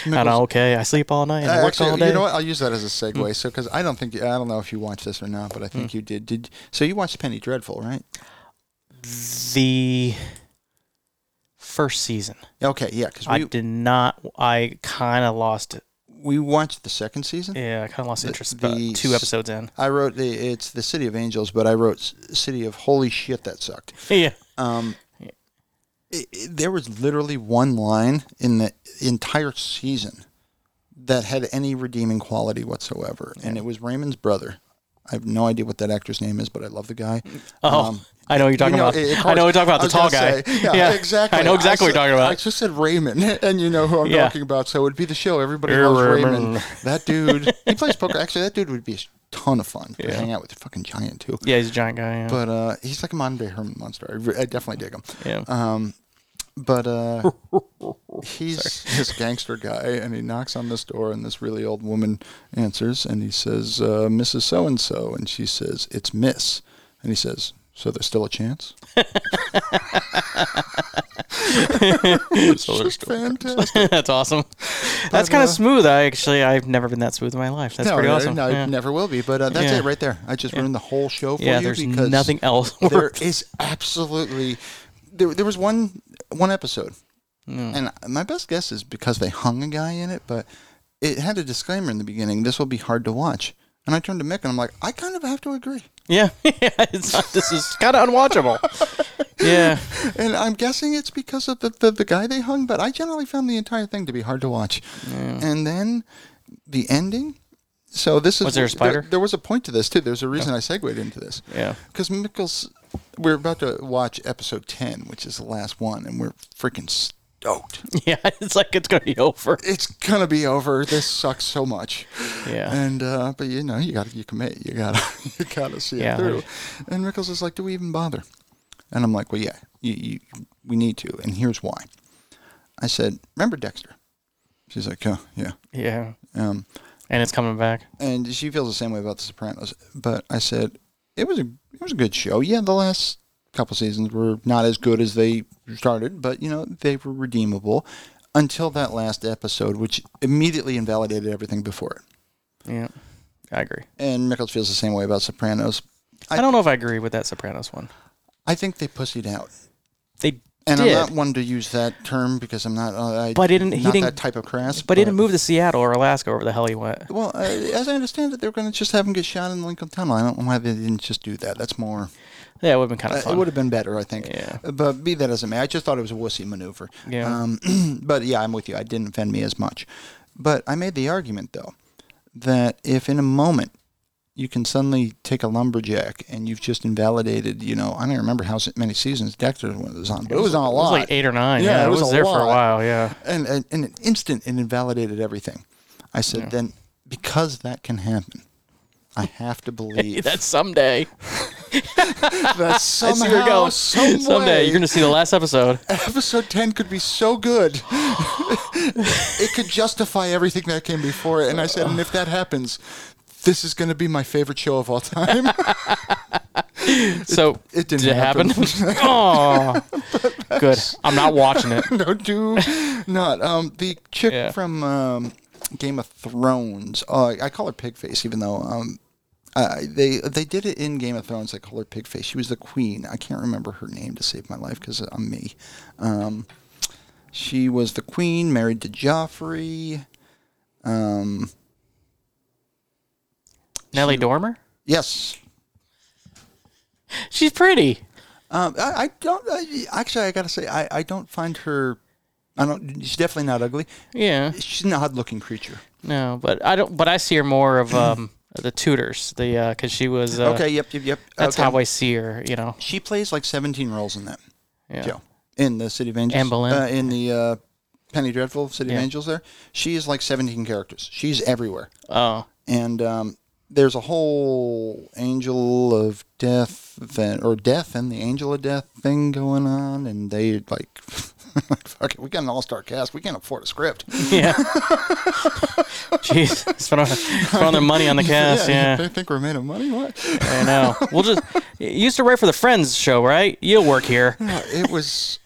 Speaker 2: and I'm okay. I sleep all night. and I
Speaker 1: Uh,
Speaker 2: work
Speaker 1: actually,
Speaker 2: all day. Mm.
Speaker 1: you know what? I'll use that as a segue. So, because I don't think I don't know if you watched this or not, but I think you did. Did so? You watched Penny Dreadful, right?
Speaker 2: The first season,
Speaker 1: Okay, yeah. Because
Speaker 2: I
Speaker 1: we
Speaker 2: did not. I kind of lost it.
Speaker 1: we watched the second season.
Speaker 2: Yeah, I kind of lost interest
Speaker 1: the
Speaker 2: about two
Speaker 1: s-
Speaker 2: episodes in.
Speaker 1: I wrote the it's the City of Angels, but I wrote S- City of Holy shit that sucked.
Speaker 2: Yeah.
Speaker 1: Um, it, it- there was literally one line in the entire season that had any redeeming quality whatsoever, and it was Raymond's brother. I have no idea what that actor's name is, but I love the guy.
Speaker 2: Oh,
Speaker 1: Um,
Speaker 2: I know what you're talking
Speaker 1: You know,
Speaker 2: about.
Speaker 1: it- it
Speaker 2: I know what you're talking
Speaker 1: I
Speaker 2: about. The
Speaker 1: was
Speaker 2: tall guy.
Speaker 1: gonna say, yeah, exactly.
Speaker 2: I know exactly what
Speaker 1: said-
Speaker 2: you're talking
Speaker 1: I
Speaker 2: about.
Speaker 1: just said Raymond, and you know who I'm
Speaker 2: Yeah.
Speaker 1: talking about. So it would be the show. Everybody
Speaker 2: Yeah,
Speaker 1: loves
Speaker 2: Raymond.
Speaker 1: Raymond. That dude, he plays poker. Actually, that dude would be a ton of fun to hang out with. The fucking giant too.
Speaker 2: Yeah, he's a giant guy. Yeah.
Speaker 1: But uh, he's like a modern day Herman Munster. I, re- I definitely dig him.
Speaker 2: yeah.
Speaker 1: Um, but uh, he's this gangster guy, and he knocks on this door, and this really old woman answers, and he says, uh, "Mrs. So and So," and she says, "It's Miss," and he says, "So there's still a chance." it's just fantastic.
Speaker 2: That's awesome. That's kind
Speaker 1: uh,
Speaker 2: of smooth. I actually, I've never been that smooth in my life. That's
Speaker 1: no,
Speaker 2: pretty
Speaker 1: no,
Speaker 2: awesome.
Speaker 1: no,
Speaker 2: yeah,
Speaker 1: it never will be. But uh, that's
Speaker 2: Yeah.
Speaker 1: it right there. I just ruined the whole show for
Speaker 2: Yeah,
Speaker 1: you
Speaker 2: there's
Speaker 1: because
Speaker 2: nothing else.
Speaker 1: there is absolutely there, there was one one episode
Speaker 2: Hmm.
Speaker 1: and my best guess is because they hung a guy in it but it had a disclaimer in the beginning this will be hard to watch and i turned to mick and i'm like i kind of have to agree
Speaker 2: yeah, yeah. It's not, this is kind of unwatchable. yeah,
Speaker 1: and i'm guessing it's because of the, the, the guy they hung but i generally found the entire thing to be hard to watch and then the ending so this is
Speaker 2: Was there a spider? Oh.
Speaker 1: There, was a point to this too. There's a reason I segued into this.
Speaker 2: Yeah.
Speaker 1: Because Mickle's, we're about to watch episode ten, which is the last one, and we're freaking stoked.
Speaker 2: yeah. It's like it's gonna be over.
Speaker 1: it's gonna be over. This sucks so much.
Speaker 2: Yeah.
Speaker 1: And uh, but you know you gotta you commit. You gotta you gotta see
Speaker 2: Yeah.
Speaker 1: it through. And Mickles is like, do we even bother? And I'm like, well, yeah, you, you, we need to. And here's why. I said, remember Dexter? She's like, oh yeah.
Speaker 2: Yeah,
Speaker 1: Um,
Speaker 2: and it's coming back.
Speaker 1: and she feels the same way about The Sopranos. But I said it was a it was a good show. Yeah, the last couple seasons were not as good as they started, but you know they were redeemable until that last episode, which immediately invalidated everything before it.
Speaker 2: Yeah, I agree.
Speaker 1: And Mickles feels the same way about Sopranos.
Speaker 2: I, don't know if I agree with that Sopranos one.
Speaker 1: I think they pussied out,
Speaker 2: They
Speaker 1: and
Speaker 2: did,
Speaker 1: I'm not one to use that term because I'm not. Uh, I,
Speaker 2: But it didn't- he
Speaker 1: not
Speaker 2: didn't-
Speaker 1: that type of crass.
Speaker 2: but he didn't move to Seattle or Alaska or where the hell he went.
Speaker 1: Well, uh, as I understand it, they were going to just have him get shot in the Lincoln Tunnel. I don't know why they didn't just do that. That's more.
Speaker 2: Yeah, it would have been kind of
Speaker 1: Uh,
Speaker 2: fun.
Speaker 1: it would have been better, I think.
Speaker 2: Yeah.
Speaker 1: But be that as it may, I just thought it was a wussy maneuver.
Speaker 2: Yeah.
Speaker 1: Um, but yeah, I'm with you. It didn't offend me as much. But I made the argument though that if in a moment you can suddenly take a lumberjack and you've just invalidated, you know, I don't remember how s- many seasons Dexter was on, but it was, on a
Speaker 2: It
Speaker 1: lot.
Speaker 2: was like eight or nine.
Speaker 1: Yeah,
Speaker 2: Yeah,
Speaker 1: it
Speaker 2: it
Speaker 1: was
Speaker 2: was,
Speaker 1: a
Speaker 2: there for a
Speaker 1: lot.
Speaker 2: while. Yeah,
Speaker 1: and, and in an instant, it invalidated everything. I said, then because that can happen, I have to believe
Speaker 2: that's someday.
Speaker 1: that somehow,
Speaker 2: I see where you're going.
Speaker 1: some
Speaker 2: someday
Speaker 1: way-
Speaker 2: you're gonna see the last episode.
Speaker 1: episode 10 could be so good it could justify everything that came before it and i said and if that happens this is going to be my favorite show of all time
Speaker 2: So
Speaker 1: it didn't
Speaker 2: did it
Speaker 1: happen.
Speaker 2: happen? oh, good. I'm not watching it.
Speaker 1: no do not um the chick
Speaker 2: Yeah.
Speaker 1: from um game of thrones uh, i call her pigface even though um uh, they they did it in Game of Thrones. They call her Pigface. She was the queen. I can't remember her name to save my life because I'm me. Um, she was the queen, married to Joffrey. Um,
Speaker 2: Nellie Dormer.
Speaker 1: Yes.
Speaker 2: She's pretty.
Speaker 1: Um, I, I don't. I, actually, I gotta say, I, I don't find her. I don't. She's definitely not ugly.
Speaker 2: Yeah.
Speaker 1: She's an odd-looking creature.
Speaker 2: No, but I don't. But I see her more of um the Tudors. The because she was. Uh,
Speaker 1: okay. Yep. Yep. Yep.
Speaker 2: That's
Speaker 1: okay.
Speaker 2: how I see her. You know.
Speaker 1: She plays like 17 roles in that
Speaker 2: Yeah.
Speaker 1: show. In the City of Angels.
Speaker 2: Anne Boleyn.
Speaker 1: Uh, in the uh, Penny Dreadful City of
Speaker 2: Yeah.
Speaker 1: Angels, there she is like 17 characters. She's everywhere.
Speaker 2: Oh.
Speaker 1: and um, there's a whole angel of death that, or death and the angel of death thing going on, and they like, like fuck it, we got an all star cast, we can't afford a script.
Speaker 2: Yeah. Jeez, spent, on, spent on their money on the cast.
Speaker 1: they
Speaker 2: Yeah,
Speaker 1: think we're made of money. What?
Speaker 2: I know. We'll just. You used to write for the Friends show, right? You'll work here.
Speaker 1: it was.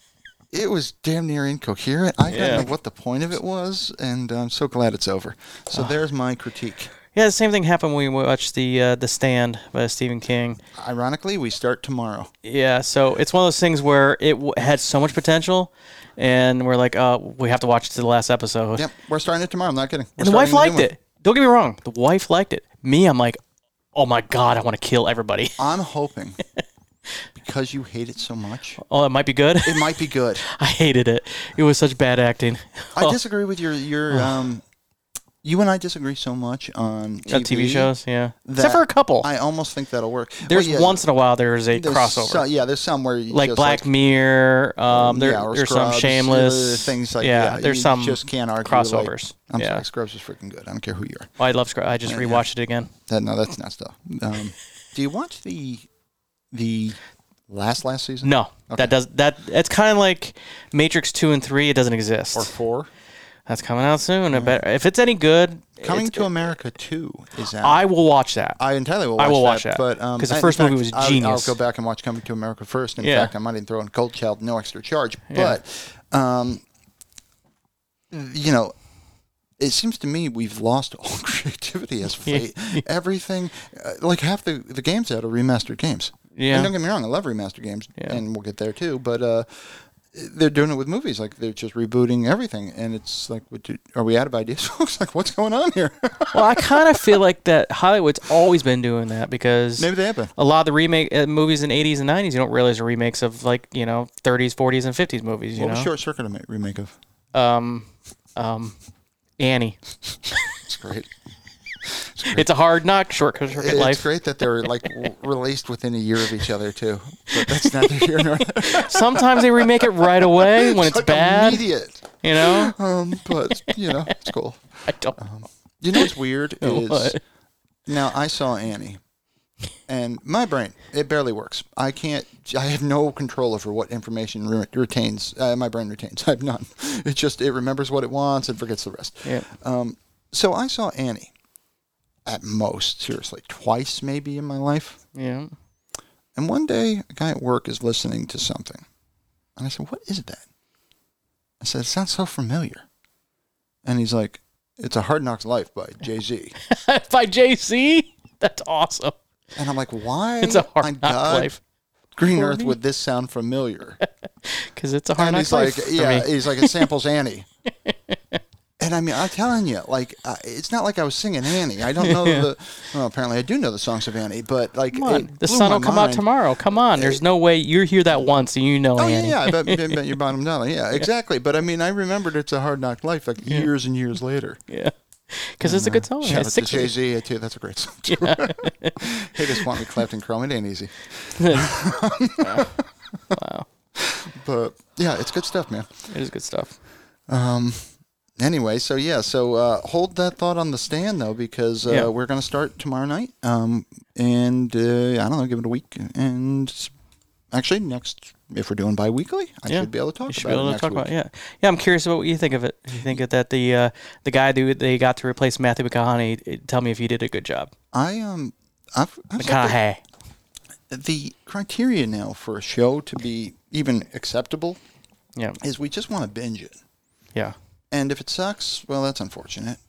Speaker 1: It was damn near incoherent. I
Speaker 2: Yeah.
Speaker 1: don't know what the point of it was, and I'm so glad it's over. So
Speaker 2: Ah.
Speaker 1: there's my critique.
Speaker 2: Yeah, the same thing happened when we watched the uh, the Stand by Stephen King.
Speaker 1: Ironically, we start tomorrow.
Speaker 2: Yeah, so it's one of those things where it w- had so much potential, and we're like, uh, we have to watch to the last episode.
Speaker 1: Yep, we're starting it tomorrow. I'm not kidding. We're
Speaker 2: and the wife
Speaker 1: starting a new
Speaker 2: liked
Speaker 1: one.
Speaker 2: it. Don't get me wrong, the wife liked it. Me, I'm like, oh my god, I want to kill everybody.
Speaker 1: I'm hoping because you hate it so much.
Speaker 2: oh, it might be good.
Speaker 1: It might be good.
Speaker 2: I hated it. It was such bad acting. Oh,
Speaker 1: I disagree with your your um. You and I disagree so much on TV,
Speaker 2: On TV shows, yeah.
Speaker 1: that
Speaker 2: Except for a couple.
Speaker 1: I almost think that'll work. Well,
Speaker 2: there's
Speaker 1: yeah,
Speaker 2: once in a while there's a
Speaker 1: there's
Speaker 2: crossover,
Speaker 1: so- yeah, there's some where you
Speaker 2: like
Speaker 1: just,
Speaker 2: Black Mirror. Um, there,
Speaker 1: yeah, or
Speaker 2: there's
Speaker 1: Scrubs,
Speaker 2: some
Speaker 1: uh,
Speaker 2: Shameless
Speaker 1: things like
Speaker 2: yeah.
Speaker 1: yeah,
Speaker 2: there's
Speaker 1: you
Speaker 2: some
Speaker 1: just can't argue like-
Speaker 2: crossovers.
Speaker 1: I'm
Speaker 2: yeah,
Speaker 1: sorry, Scrubs is freaking good. I don't care who you are.
Speaker 2: Oh, I love Scrubs. I just rewatched it again.
Speaker 1: That, no, that's not stuff. Um, do you watch the the last last season?
Speaker 2: No, that does that. It's kind of like Matrix two and three. It doesn't exist.
Speaker 1: or four.
Speaker 2: That's coming out soon. I bet if it's any good,
Speaker 1: Coming
Speaker 2: it's-
Speaker 1: to America two is out.
Speaker 2: I will watch that.
Speaker 1: I entirely will watch
Speaker 2: I will watch
Speaker 1: that.
Speaker 2: that,
Speaker 1: But um,
Speaker 2: 'cause the
Speaker 1: in
Speaker 2: first movie was
Speaker 1: I'll-
Speaker 2: genius.
Speaker 1: I'll, go back and watch Coming to America first. In
Speaker 2: Yeah.
Speaker 1: fact, I might even throw in Cold Child, no extra charge.
Speaker 2: Yeah.
Speaker 1: But um, you know, it seems to me we've lost all creativity as of late. Everything, uh, like half the the games out are remastered games.
Speaker 2: Yeah.
Speaker 1: And don't get me wrong, I love remastered games,
Speaker 2: Yeah.
Speaker 1: and we'll get there too. But uh, they're doing it with movies, like they're just rebooting everything, and it's like, what do, are we out of ideas? It's like, what's going on here?
Speaker 2: well, I kind of feel like that Hollywood's always been doing that because
Speaker 1: Maybe they have been.
Speaker 2: a lot of the remake uh, movies in 80s and 90s you don't realize are remakes of like you know 30s 40s and 50s movies you
Speaker 1: What was
Speaker 2: know
Speaker 1: Short Circuit a ma- remake of?
Speaker 2: um um annie
Speaker 1: It's great.
Speaker 2: it's a hard knock short circuit
Speaker 1: It's
Speaker 2: life
Speaker 1: great that they're like w- released within a year of each other too. But that's neither here nor there.
Speaker 2: sometimes they remake it right away when it's
Speaker 1: like
Speaker 2: bad
Speaker 1: Immediate.
Speaker 2: you know
Speaker 1: Um, but you know, it's cool.
Speaker 2: i don't
Speaker 1: You know what's weird is
Speaker 2: What?
Speaker 1: now I saw Annie, and my brain it barely works. I can't. I have no control over what information re- retains. Uh, my brain retains. I have none. It just it remembers what it wants and forgets the rest.
Speaker 2: yeah
Speaker 1: Um, so I saw Annie at most seriously twice maybe in my life.
Speaker 2: yeah
Speaker 1: And one day, a guy at work is listening to something. And I said, What is that? I said, It sounds so familiar. And he's like, It's a Hard Knocks Life by Jay Z.
Speaker 2: By JC? That's awesome.
Speaker 1: And I'm like, Why?
Speaker 2: It's a hard
Speaker 1: on
Speaker 2: knock
Speaker 1: God's
Speaker 2: life.
Speaker 1: Green
Speaker 2: for
Speaker 1: Earth
Speaker 2: me?
Speaker 1: would this sound familiar?
Speaker 2: Because it's a hard
Speaker 1: and
Speaker 2: knock
Speaker 1: he's
Speaker 2: life
Speaker 1: like,
Speaker 2: for
Speaker 1: yeah,
Speaker 2: me.
Speaker 1: he's like, it samples Annie. and I mean, I'm telling you, like, uh, it's not like I was singing Annie. I don't know the. Well, apparently, I do know the songs of Annie, but like,
Speaker 2: Come on,
Speaker 1: it
Speaker 2: the
Speaker 1: blew
Speaker 2: sun
Speaker 1: my
Speaker 2: will come out
Speaker 1: mind.
Speaker 2: tomorrow. Come on, there's no way you hear that once and you know.
Speaker 1: Oh
Speaker 2: Annie.
Speaker 1: yeah, yeah, but, but your bottom dollar, yeah, exactly. But I mean, I remembered it's a hard knock life like years and years later.
Speaker 2: yeah, because it's a good song.
Speaker 1: Uh, Shout
Speaker 2: It's
Speaker 1: out to
Speaker 2: Oh, six
Speaker 1: Jay Z too. That's a great song. Too. hey, just want me clapped and chrome. It ain't easy. But yeah, it's good stuff, man.
Speaker 2: It is good stuff.
Speaker 1: anyway, so yeah, so uh, hold that thought on the stand though, because uh,
Speaker 2: Yeah.
Speaker 1: we're going to start tomorrow night. Um, and uh, I don't know, give it a week, and s- actually next, if we're doing bi-weekly, I
Speaker 2: Yeah.
Speaker 1: should be able to talk
Speaker 2: You should
Speaker 1: about
Speaker 2: be
Speaker 1: it
Speaker 2: able to
Speaker 1: next
Speaker 2: talk
Speaker 1: week.
Speaker 2: about. it, Yeah, yeah. I'm curious about what you think of it. You think that the uh, the guy that they got to replace Matthew McConaughey? it- Tell me if you did a good job.
Speaker 1: I um, I've, I've said that
Speaker 2: McConaughey.
Speaker 1: the criteria now for a show to be even acceptable
Speaker 2: Yeah,
Speaker 1: is we just want to binge it.
Speaker 2: yeah,
Speaker 1: And if it sucks, well, that's unfortunate.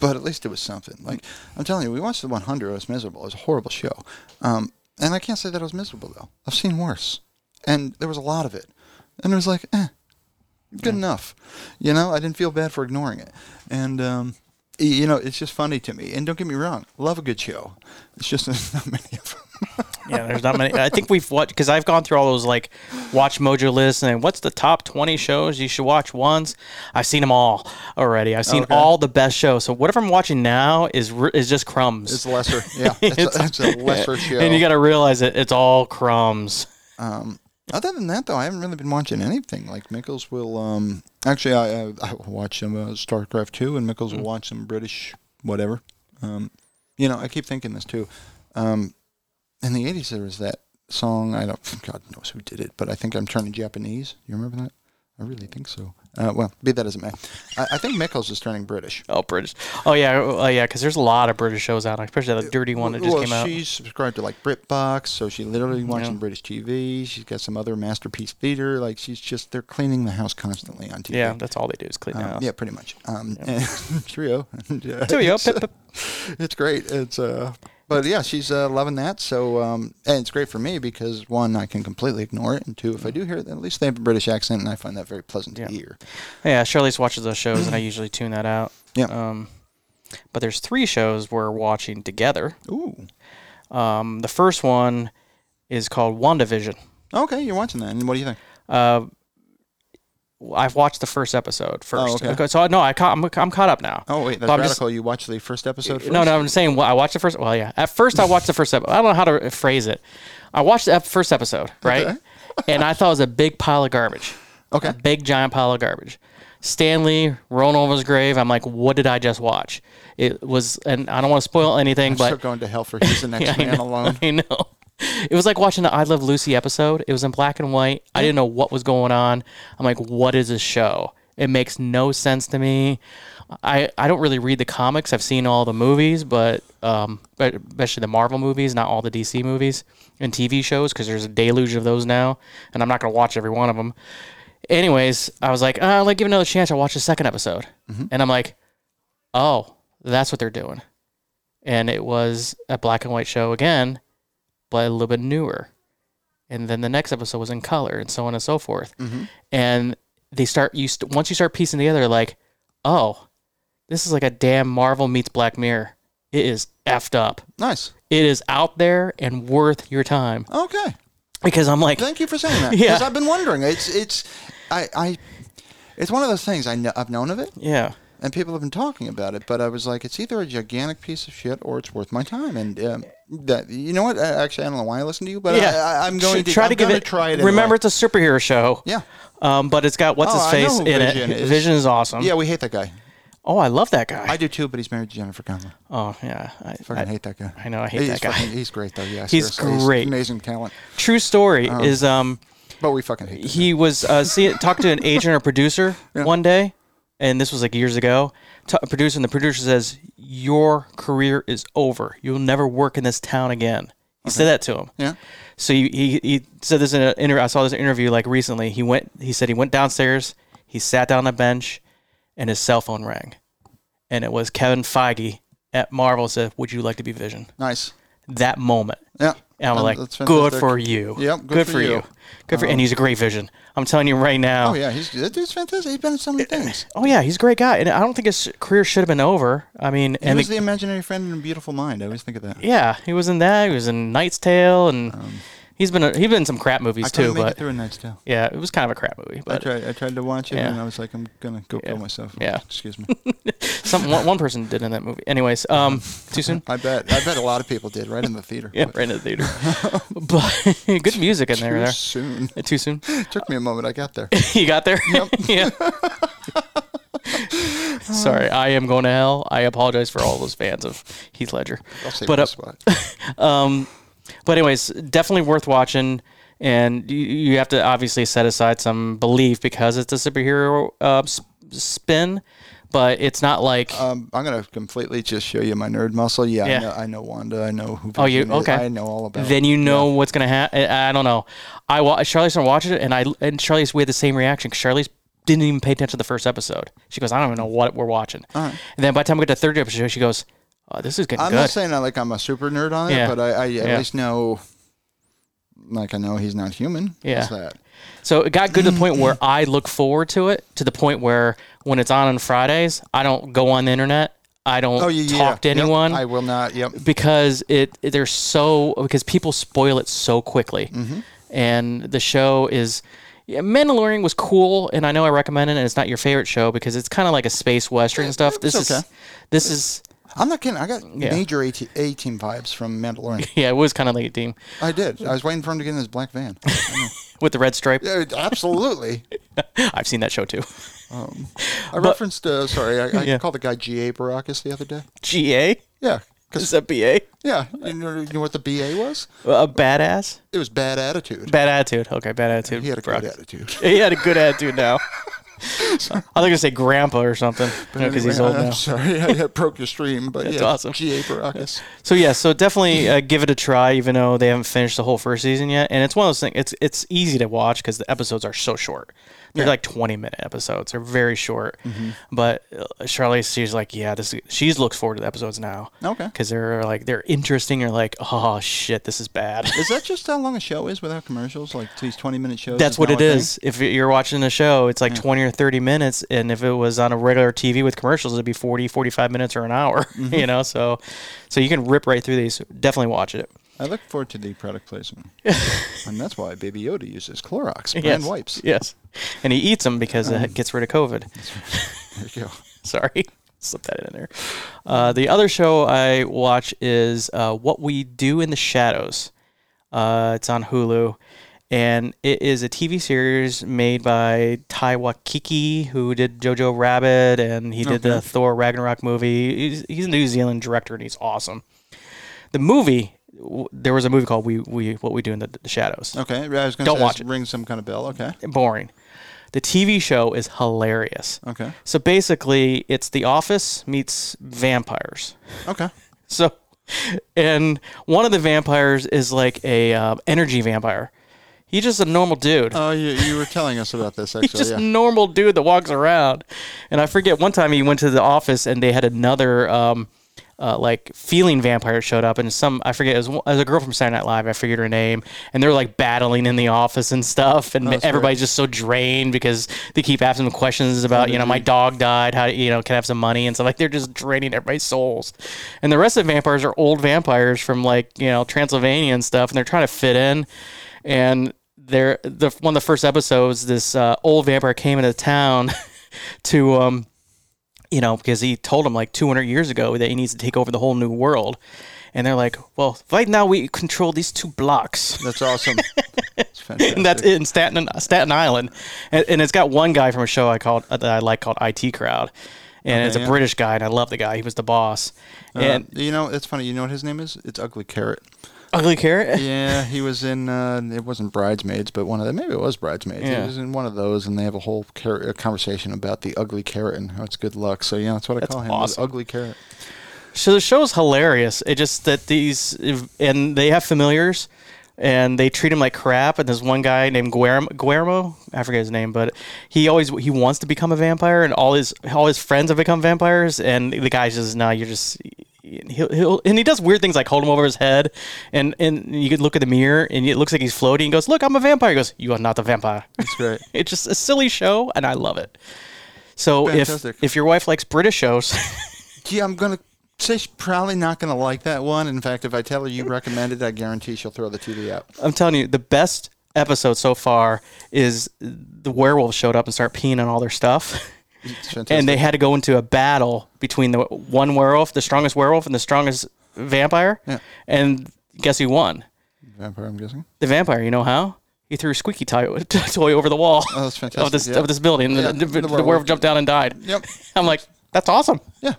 Speaker 1: But at least it was something. Like I'm telling you, we watched the 100. I was miserable. It was a horrible show. Um, and I can't say that I was miserable though. I've seen worse, and there was a lot of it. And it was like, eh, good enough. You know, I didn't feel bad for ignoring it. And um, y- you know, it's just funny to me. And don't get me wrong, love a good show. It's just there's not many of them.
Speaker 2: yeah. There's not many. I think we've watched because I've gone through all those like Watch Mojo lists and what's the top 20 shows you should watch once. I've seen them all already. I've seen
Speaker 1: Okay.
Speaker 2: all the best shows. So whatever I'm watching now is re- is just crumbs.
Speaker 1: It's lesser. Yeah, it's, a, it's a lesser show.
Speaker 2: And you got to realize that it's all crumbs.
Speaker 1: Um, other than that, though, I haven't really been watching anything. Like Mickles will um, actually, I, I, I will watch some uh, StarCraft two, and Mickles
Speaker 2: Mm.
Speaker 1: will watch some British whatever. Um, you know, I keep thinking this too. Um, in the eighties, there was that song. I don't, God knows who did it, but I think I'm turning Japanese. You remember that? I really think so. Uh, well, be that as it may, I, I think Mickles is turning British.
Speaker 2: Oh, British. Oh yeah, oh yeah. Because there's a lot of British shows out, especially that dirty one that just
Speaker 1: well,
Speaker 2: came out.
Speaker 1: she's subscribed to like BritBox, so she literally watches some British TV. She's got some other masterpiece theater. Like she's just they're cleaning the house constantly on TV.
Speaker 2: Yeah, that's all they do is clean the
Speaker 1: Um,
Speaker 2: house.
Speaker 1: yeah, pretty much. Um, and- Trio. Yeah,
Speaker 2: So, yeah,
Speaker 1: It's,
Speaker 2: pip, pip.
Speaker 1: it's great. It's uh, but yeah, she's uh, loving that. So um, and it's great for me because one, I can completely ignore it, and two, if I do hear it, then at least they have a British accent, and I find that very pleasant
Speaker 2: Yeah.
Speaker 1: to hear.
Speaker 2: Yeah, Charlize watches those shows, and I usually tune that out.
Speaker 1: Yeah.
Speaker 2: Um, but there's three shows we're watching together.
Speaker 1: Ooh.
Speaker 2: Um, the first one is called WandaVision.
Speaker 1: Okay, you're watching that, and what do you think?
Speaker 2: Uh, I've watched the first episode first.
Speaker 1: Oh, okay.
Speaker 2: So I- no, I ca- I'm, I'm caught up now.
Speaker 1: Oh wait, that's
Speaker 2: But I'm just-
Speaker 1: radical. you watched the first episode first.
Speaker 2: No, no, I'm saying well, I watched the first. Well, yeah. At first, I watched the first episode. I don't know how to phrase it. I watched the ep- first episode, right?
Speaker 1: Okay.
Speaker 2: and I thought it was a big pile of garbage.
Speaker 1: Okay.
Speaker 2: A big giant pile of garbage. Stanley rolling over his grave. I'm like, what did I just watch? It was, and I don't want to spoil anything,
Speaker 1: Still
Speaker 2: but
Speaker 1: going to hell for he's the next man alone.
Speaker 2: I know. It was like watching the I Love Lucy episode. It was in black and white. I didn't know what was going on. I'm like, what is this show? It makes no sense to me. I, I don't really read the comics. I've seen all the movies, but um, but especially the Marvel movies, not all the DC movies and TV shows, because there's a deluge of those now, and I'm not gonna watch every one of them. Anyways, I was like, uh, like give it another chance. I'll watch the second episode, and I'm like, oh, that's what they're doing and it was a black and white show again, but a little bit newer. And then the next episode was in color, and so on and so forth.
Speaker 1: Mm-hmm.
Speaker 2: And they start you st- once you start piecing together, like, oh, this is like a damn Marvel meets Black Mirror. It is effed up.
Speaker 1: Nice.
Speaker 2: It is out there and worth your time
Speaker 1: Okay.
Speaker 2: because I'm like,
Speaker 1: Thank you for saying that.
Speaker 2: Yeah.
Speaker 1: Because I've been wondering. It's it's I, I it's one of those things I know, I've known of it
Speaker 2: yeah,
Speaker 1: and people have been talking about it, but I was like, it's either a gigantic piece of shit or it's worth my time. And um, that you know what? I, actually, I don't know why I listened to you, but
Speaker 2: yeah.
Speaker 1: Uh, I, I, I'm going
Speaker 2: Tr-
Speaker 1: to I'm gonna Try it. anyway.
Speaker 2: Remember, it's a superhero show.
Speaker 1: Yeah.
Speaker 2: Um, but it's got what's
Speaker 1: Oh,
Speaker 2: his
Speaker 1: I
Speaker 2: face
Speaker 1: know
Speaker 2: in
Speaker 1: who
Speaker 2: it.
Speaker 1: Vision is.
Speaker 2: Vision is awesome.
Speaker 1: Yeah, we hate that guy.
Speaker 2: Oh, I love that guy.
Speaker 1: I do too, but he's married to Jennifer Connelly.
Speaker 2: oh yeah. I,
Speaker 1: Fucking hate that guy.
Speaker 2: I know, I hate
Speaker 1: he's
Speaker 2: that guy.
Speaker 1: Fucking, he's great though. Yeah,
Speaker 2: He's
Speaker 1: seriously,
Speaker 2: great.
Speaker 1: amazing talent.
Speaker 2: true story is um
Speaker 1: But we fucking hate. Him.
Speaker 2: he was uh see, talked to an agent or producer one day and this was like years ago t- a producer and the producer says your career is over you'll never work in this town again He said that to him.
Speaker 1: Yeah.
Speaker 2: So he, he, he said this in an interview. I saw this interview like recently. He went. He said he went downstairs. He sat down on a bench, and his cell phone rang, and it was Kevin Feige at Marvel said, "Would you like to be Vision?"
Speaker 1: Nice.
Speaker 2: That moment.
Speaker 1: Yeah.
Speaker 2: And I'm
Speaker 1: Um,
Speaker 2: like,
Speaker 1: that's
Speaker 2: good
Speaker 1: fantastic.
Speaker 2: for you.
Speaker 1: Yep, good for you. Um,
Speaker 2: Good for, and he's a great vision. I'm telling you right now.
Speaker 1: Oh yeah, he's that dude's fantastic. He's been in so many things.
Speaker 2: Oh, yeah, he's a great guy, and I don't think his career should have been over. I mean,
Speaker 1: He
Speaker 2: and
Speaker 1: was
Speaker 2: the-
Speaker 1: the imaginary friend in a beautiful mind. I always think of that.
Speaker 2: yeah, he was in that. He was in Knight's Tale, and he's been a, he's been in some crap movies
Speaker 1: Um, I
Speaker 2: too.
Speaker 1: couldn't make
Speaker 2: But
Speaker 1: it through a night's tale.
Speaker 2: yeah, it was kind of a crap movie.
Speaker 1: I
Speaker 2: But
Speaker 1: tried. I tried to watch it,
Speaker 2: Yeah.
Speaker 1: and I was like, I'm gonna go kill myself.
Speaker 2: Yeah.
Speaker 1: Excuse me.
Speaker 2: some one, one person did in that movie. Anyways, um, too soon.
Speaker 1: I bet. I bet a lot of people did right in the theater.
Speaker 2: Yeah, right in the theater. but good music in there.
Speaker 1: Too
Speaker 2: there.
Speaker 1: soon.
Speaker 2: Too soon.
Speaker 1: It took me a moment. I got there.
Speaker 2: you got there. yeah. Sorry, I am going to hell. I apologize for all those fans of Heath Ledger.
Speaker 1: I'll save
Speaker 2: But
Speaker 1: my
Speaker 2: uh,
Speaker 1: spot.
Speaker 2: Um, but anyways, definitely worth watching, and you, you have to obviously set aside some belief because it's a superhero uh, s- spin, but it's not like
Speaker 1: Um, I'm gonna completely just show you my nerd muscle. Yeah,
Speaker 2: Yeah.
Speaker 1: I, know, I know Wanda. I know who.
Speaker 2: Oh, you-
Speaker 1: Vision is.
Speaker 2: okay.
Speaker 1: I know all about.
Speaker 2: then you know what's gonna happen. I I don't know. I wa- Charlize and watched it, and I and Charlize we had the same reaction. 'cause Charlize didn't even pay attention to the first episode. She goes, I don't even know what we're watching. And then by the time we get to the third episode, she goes, oh, This is getting
Speaker 1: I'm
Speaker 2: good.
Speaker 1: not saying I, like I'm a super nerd on it,
Speaker 2: Yeah.
Speaker 1: but I, I at
Speaker 2: Yeah.
Speaker 1: least know. Like I know he's not human.
Speaker 2: Yeah.
Speaker 1: What's that?
Speaker 2: So it got good to the point where I look forward to it, to the point where when it's on on Fridays, I don't go on the internet. I don't
Speaker 1: Oh, yeah. yeah.
Speaker 2: talk to
Speaker 1: Yep.
Speaker 2: anyone
Speaker 1: I will not. Yep.
Speaker 2: because it they're so because people spoil it so quickly.
Speaker 1: Mm-hmm.
Speaker 2: And the show is yeah, Mandalorian was cool, and I know I recommend it, and it's not your favorite show because it's kind of like a space western and stuff. This is
Speaker 1: okay.
Speaker 2: this is
Speaker 1: I'm not kidding. I got major A team vibes from Mandalorian.
Speaker 2: yeah, it was kind of like a team
Speaker 1: I did. I was waiting for him to get in his black van.
Speaker 2: with the red stripe.
Speaker 1: Yeah, absolutely.
Speaker 2: I've seen that show too.
Speaker 1: I referenced. Uh, sorry, I, I
Speaker 2: Yeah.
Speaker 1: called the guy G.A. Baracus the other day.
Speaker 2: GA
Speaker 1: Yeah. 'cause-
Speaker 2: is that BA?
Speaker 1: yeah. You know, you know what the B.A. was?
Speaker 2: A badass.
Speaker 1: It was bad attitude.
Speaker 2: Bad attitude. Okay, bad attitude.
Speaker 1: He had a
Speaker 2: Brock.
Speaker 1: good attitude.
Speaker 2: He had a good attitude now. I was going to say grandpa or something because he's
Speaker 1: Anyway,
Speaker 2: old
Speaker 1: I'm
Speaker 2: now.
Speaker 1: sorry, I I broke your stream, but
Speaker 2: That's
Speaker 1: yeah,
Speaker 2: awesome.
Speaker 1: G.A. Baracus.
Speaker 2: So yeah, so definitely uh, give it a try, even though they haven't finished the whole first season yet. And it's one of those things; it's it's easy to watch because the episodes are so short. They're like twenty minute episodes; they're very short.
Speaker 1: Mm-hmm.
Speaker 2: But uh, Charlize, she's like, yeah, this. Is, she looks forward to the episodes now.
Speaker 1: Okay.
Speaker 2: because they're uh, like they're interesting. You're like, oh shit, this is bad.
Speaker 1: Is that just how long a show is without commercials? Like these 20 minute shows?
Speaker 2: That's what
Speaker 1: now
Speaker 2: it
Speaker 1: a thing?
Speaker 2: is. If you're watching a show, it's like 20 or 30 minutes. And if it was on a regular TV with commercials, it'd be 40, 45 minutes or an hour,
Speaker 1: Mm-hmm.
Speaker 2: you know? So, so you can rip right through these. Definitely watch it.
Speaker 1: I look forward to the product placement. and that's why Baby Yoda uses Clorox brand
Speaker 2: yes.
Speaker 1: wipes.
Speaker 2: Yes. And he eats them because it gets rid of COVID.
Speaker 1: There you go.
Speaker 2: Sorry. Slip that in there. Uh, the other show I watch is uh, What We Do in the Shadows. Uh, it's on Hulu. And it is a TV series made by Ty Wakiki, who did Jojo Rabbit, and he did the Thor Ragnarok movie. He's, he's a New Zealand director, and he's awesome. The movie, w- there was a movie called "We We What We Do in the, the Shadows."
Speaker 1: Okay. I was going to
Speaker 2: Don't
Speaker 1: say,
Speaker 2: watch
Speaker 1: this
Speaker 2: it.
Speaker 1: rings some kind of bell. Okay.
Speaker 2: Boring. The TV show is hilarious.
Speaker 1: Okay.
Speaker 2: So basically, it's The Office meets vampires.
Speaker 1: Okay.
Speaker 2: So, and one of the vampires is like a uh, energy vampire. He's just a normal dude.
Speaker 1: Oh, you, you were telling us about this,
Speaker 2: He's
Speaker 1: actually.
Speaker 2: just
Speaker 1: Yeah.
Speaker 2: a normal dude that walks around. And I forget one time he went to the office and they had another um, uh, like feeling vampire showed up and some I forget it was, one- it was a girl from Saturday Night Live. I forget her name. And they're like battling in the office and stuff. And
Speaker 1: Oh, that's
Speaker 2: everybody's just so drained because they keep asking them questions about you know my dog died. How you know can I have some money and stuff like they're just draining everybody's souls. And the rest of the vampires are old vampires from like you know Transylvania and stuff. And they're trying to fit in. And there the one of the first episodes this uh, old vampire came into town to um you know because he told him like 200 years ago that he needs to take over the whole new world and they're like well right now we control these two blocks
Speaker 1: That's awesome. It's fantastic.
Speaker 2: and that's it in Staten Staten Island, and, and it's got one guy from a show I called uh, that I like called IT Crowd, and it's a
Speaker 1: yeah.
Speaker 2: British guy, and I love the guy. He was the boss,
Speaker 1: Uh,
Speaker 2: and
Speaker 1: you know, it's funny. You know what his name is? It's Ugly Carrot.
Speaker 2: Ugly Carrot.
Speaker 1: Yeah, he was in. Uh, it wasn't Bridesmaids, but one of them. Maybe it was Bridesmaids.
Speaker 2: Yeah.
Speaker 1: He was in one of those, and they have a whole car- a conversation about the ugly carrot and how it's good luck. So yeah, that's what I call him. was
Speaker 2: awesome.
Speaker 1: Ugly carrot.
Speaker 2: So the show's hilarious. It just that these and they have familiars and they treat him like crap. And there's one guy named Guerm- Guermo, I forget his name, but he always he wants to become a vampire, and all his all his friends have become vampires, and the guy says, "No, you're just." He'll, he'll and he does weird things like hold him over his head, and and you could look at the mirror and it looks like he's floating. He goes, "Look, I'm a vampire." He goes, "You are not a vampire."
Speaker 1: That's right.
Speaker 2: it's just a silly show, and I love it. So
Speaker 1: Fantastic.
Speaker 2: if if your wife likes British shows,
Speaker 1: Yeah, I'm gonna say she's probably not gonna like that one. In fact, if I tell her you recommended, I guarantee she'll throw the TV out.
Speaker 2: I'm telling you, the best episode so far is the werewolves showed up and start peeing on all their stuff.
Speaker 1: It's fantastic.
Speaker 2: And they had to go into a battle between the one werewolf, the strongest werewolf, and the strongest vampire.
Speaker 1: Yeah.
Speaker 2: And guess who won?
Speaker 1: Vampire, I'm guessing.
Speaker 2: The vampire. You know how? He threw a squeaky toy, toy over the wall
Speaker 1: Oh, that's fantastic.
Speaker 2: of this
Speaker 1: yeah.
Speaker 2: of this building.
Speaker 1: Yeah,
Speaker 2: and the,
Speaker 1: the
Speaker 2: the, the
Speaker 1: werewolf.
Speaker 2: werewolf jumped down and died.
Speaker 1: Yep.
Speaker 2: I'm like, that's awesome.
Speaker 1: Yeah.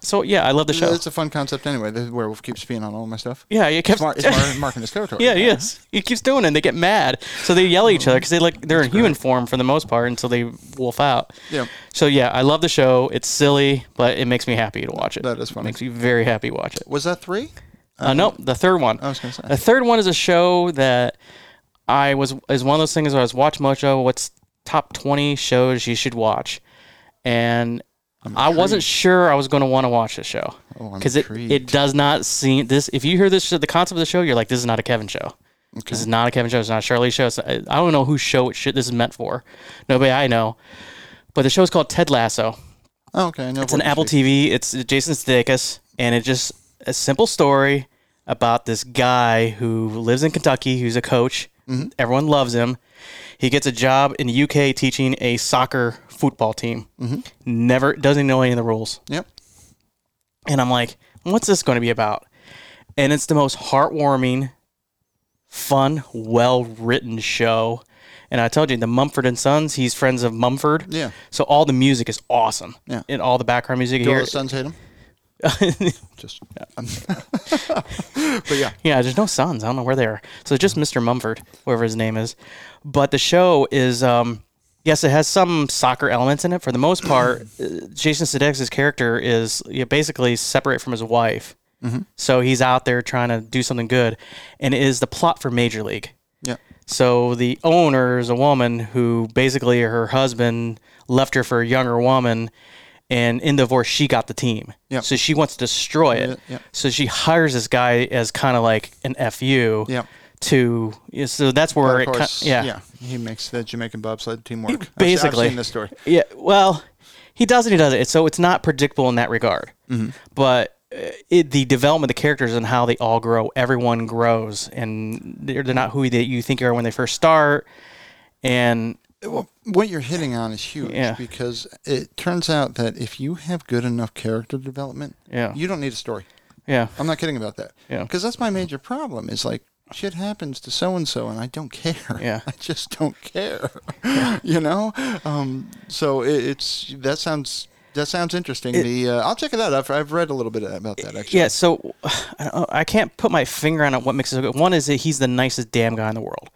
Speaker 2: So yeah, I love the show.
Speaker 1: It's a fun concept anyway. The werewolf keeps peeing on all my stuff.
Speaker 2: Yeah, you kept
Speaker 1: It's, mar- it's mar- marking his territory.
Speaker 2: Yeah, he is. He keeps doing it. and They get mad, so they yell at
Speaker 1: Mm-hmm.
Speaker 2: each other because they like they're in human form for the most part until they wolf out.
Speaker 1: Yeah.
Speaker 2: So yeah, I love the show. It's silly, but it makes me happy to watch it.
Speaker 1: That is funny.
Speaker 2: Makes me very happy to watch it.
Speaker 1: Was that three?
Speaker 2: Uh, nope, the third one.
Speaker 1: I was gonna say.
Speaker 2: The third one is a show that I was is one of those things where I was watch Mojo. What's top twenty shows you should watch? And I wasn't sure I was going to want to watch this show
Speaker 1: Oh, I'm
Speaker 2: because it it
Speaker 1: intrigued.
Speaker 2: does not seem this. If you hear this, the concept of the show, you're like, this is not a Kevin show. This is not a Kevin show. It's not a Shirley show. It's, I I don't know whose show it should, this is meant for. Nobody I know. But the show is called Ted Lasso.
Speaker 1: Oh, okay. I know.
Speaker 2: It's an Apple TV. It's Jason Sudeikis, and it just a simple story about this guy who lives in Kentucky, who's a coach.
Speaker 1: Mm-hmm.
Speaker 2: Everyone loves him. He gets a job in the UK teaching a soccer football team.
Speaker 1: Mm-hmm.
Speaker 2: Never doesn't know any of the rules,
Speaker 1: Yep.
Speaker 2: and I'm like, what's this going to be about? And it's the most heartwarming, fun, well written show. And I told you the Mumford and Sons. He's friends of Mumford.
Speaker 1: Yeah.
Speaker 2: So all the music is awesome.
Speaker 1: Yeah.
Speaker 2: And all the background music
Speaker 1: Do all
Speaker 2: here.
Speaker 1: the sons hate him? Just. but yeah.
Speaker 2: Yeah, there's no sons. I don't know where they are. So just Mr. Mumford, whoever his name is. But the show is, um, yes, it has some soccer elements in it. For the most part, uh, Jason Sudeikis' character is you know, basically separate from his wife. So he's out there trying to do something good, and it is the plot for Major League.
Speaker 1: Yeah.
Speaker 2: So the owner is a woman who basically her husband left her for a younger woman, and in divorce she got the team.
Speaker 1: Yep.
Speaker 2: So she wants to destroy it.
Speaker 1: Yeah, yeah.
Speaker 2: So she hires this guy as kind of like an fu.
Speaker 1: Yep.
Speaker 2: To yeah, so that's where
Speaker 1: Of
Speaker 2: it ki-
Speaker 1: course.
Speaker 2: yeah. yeah
Speaker 1: yeah. He makes the Jamaican bobsled team work. I've-
Speaker 2: basically.
Speaker 1: I've seen this story.
Speaker 2: Well, he does and he does it. So it's not predictable in that regard.
Speaker 1: Mm-hmm.
Speaker 2: But. uh, It, the development of the characters and how they all grow, everyone grows, and they're, they're not who they, you think you are when they first start. And
Speaker 1: Well, what you're hitting on is huge
Speaker 2: Yeah.
Speaker 1: because it turns out that if you have good enough character development,
Speaker 2: Yeah.
Speaker 1: you don't need a story.
Speaker 2: yeah,
Speaker 1: I'm not kidding about that.
Speaker 2: Yeah.
Speaker 1: Because that's my major problem is like shit happens to so and so and I don't care.
Speaker 2: Yeah.
Speaker 1: I just don't care. you know? Um, so it, it's that sounds that sounds interesting. the uh, I'll check it out. I've, I've read a little bit about that actually.
Speaker 2: Yeah, so I, don't know, I can't put my finger on it. What makes it so good? One is that he's the nicest damn guy in the world.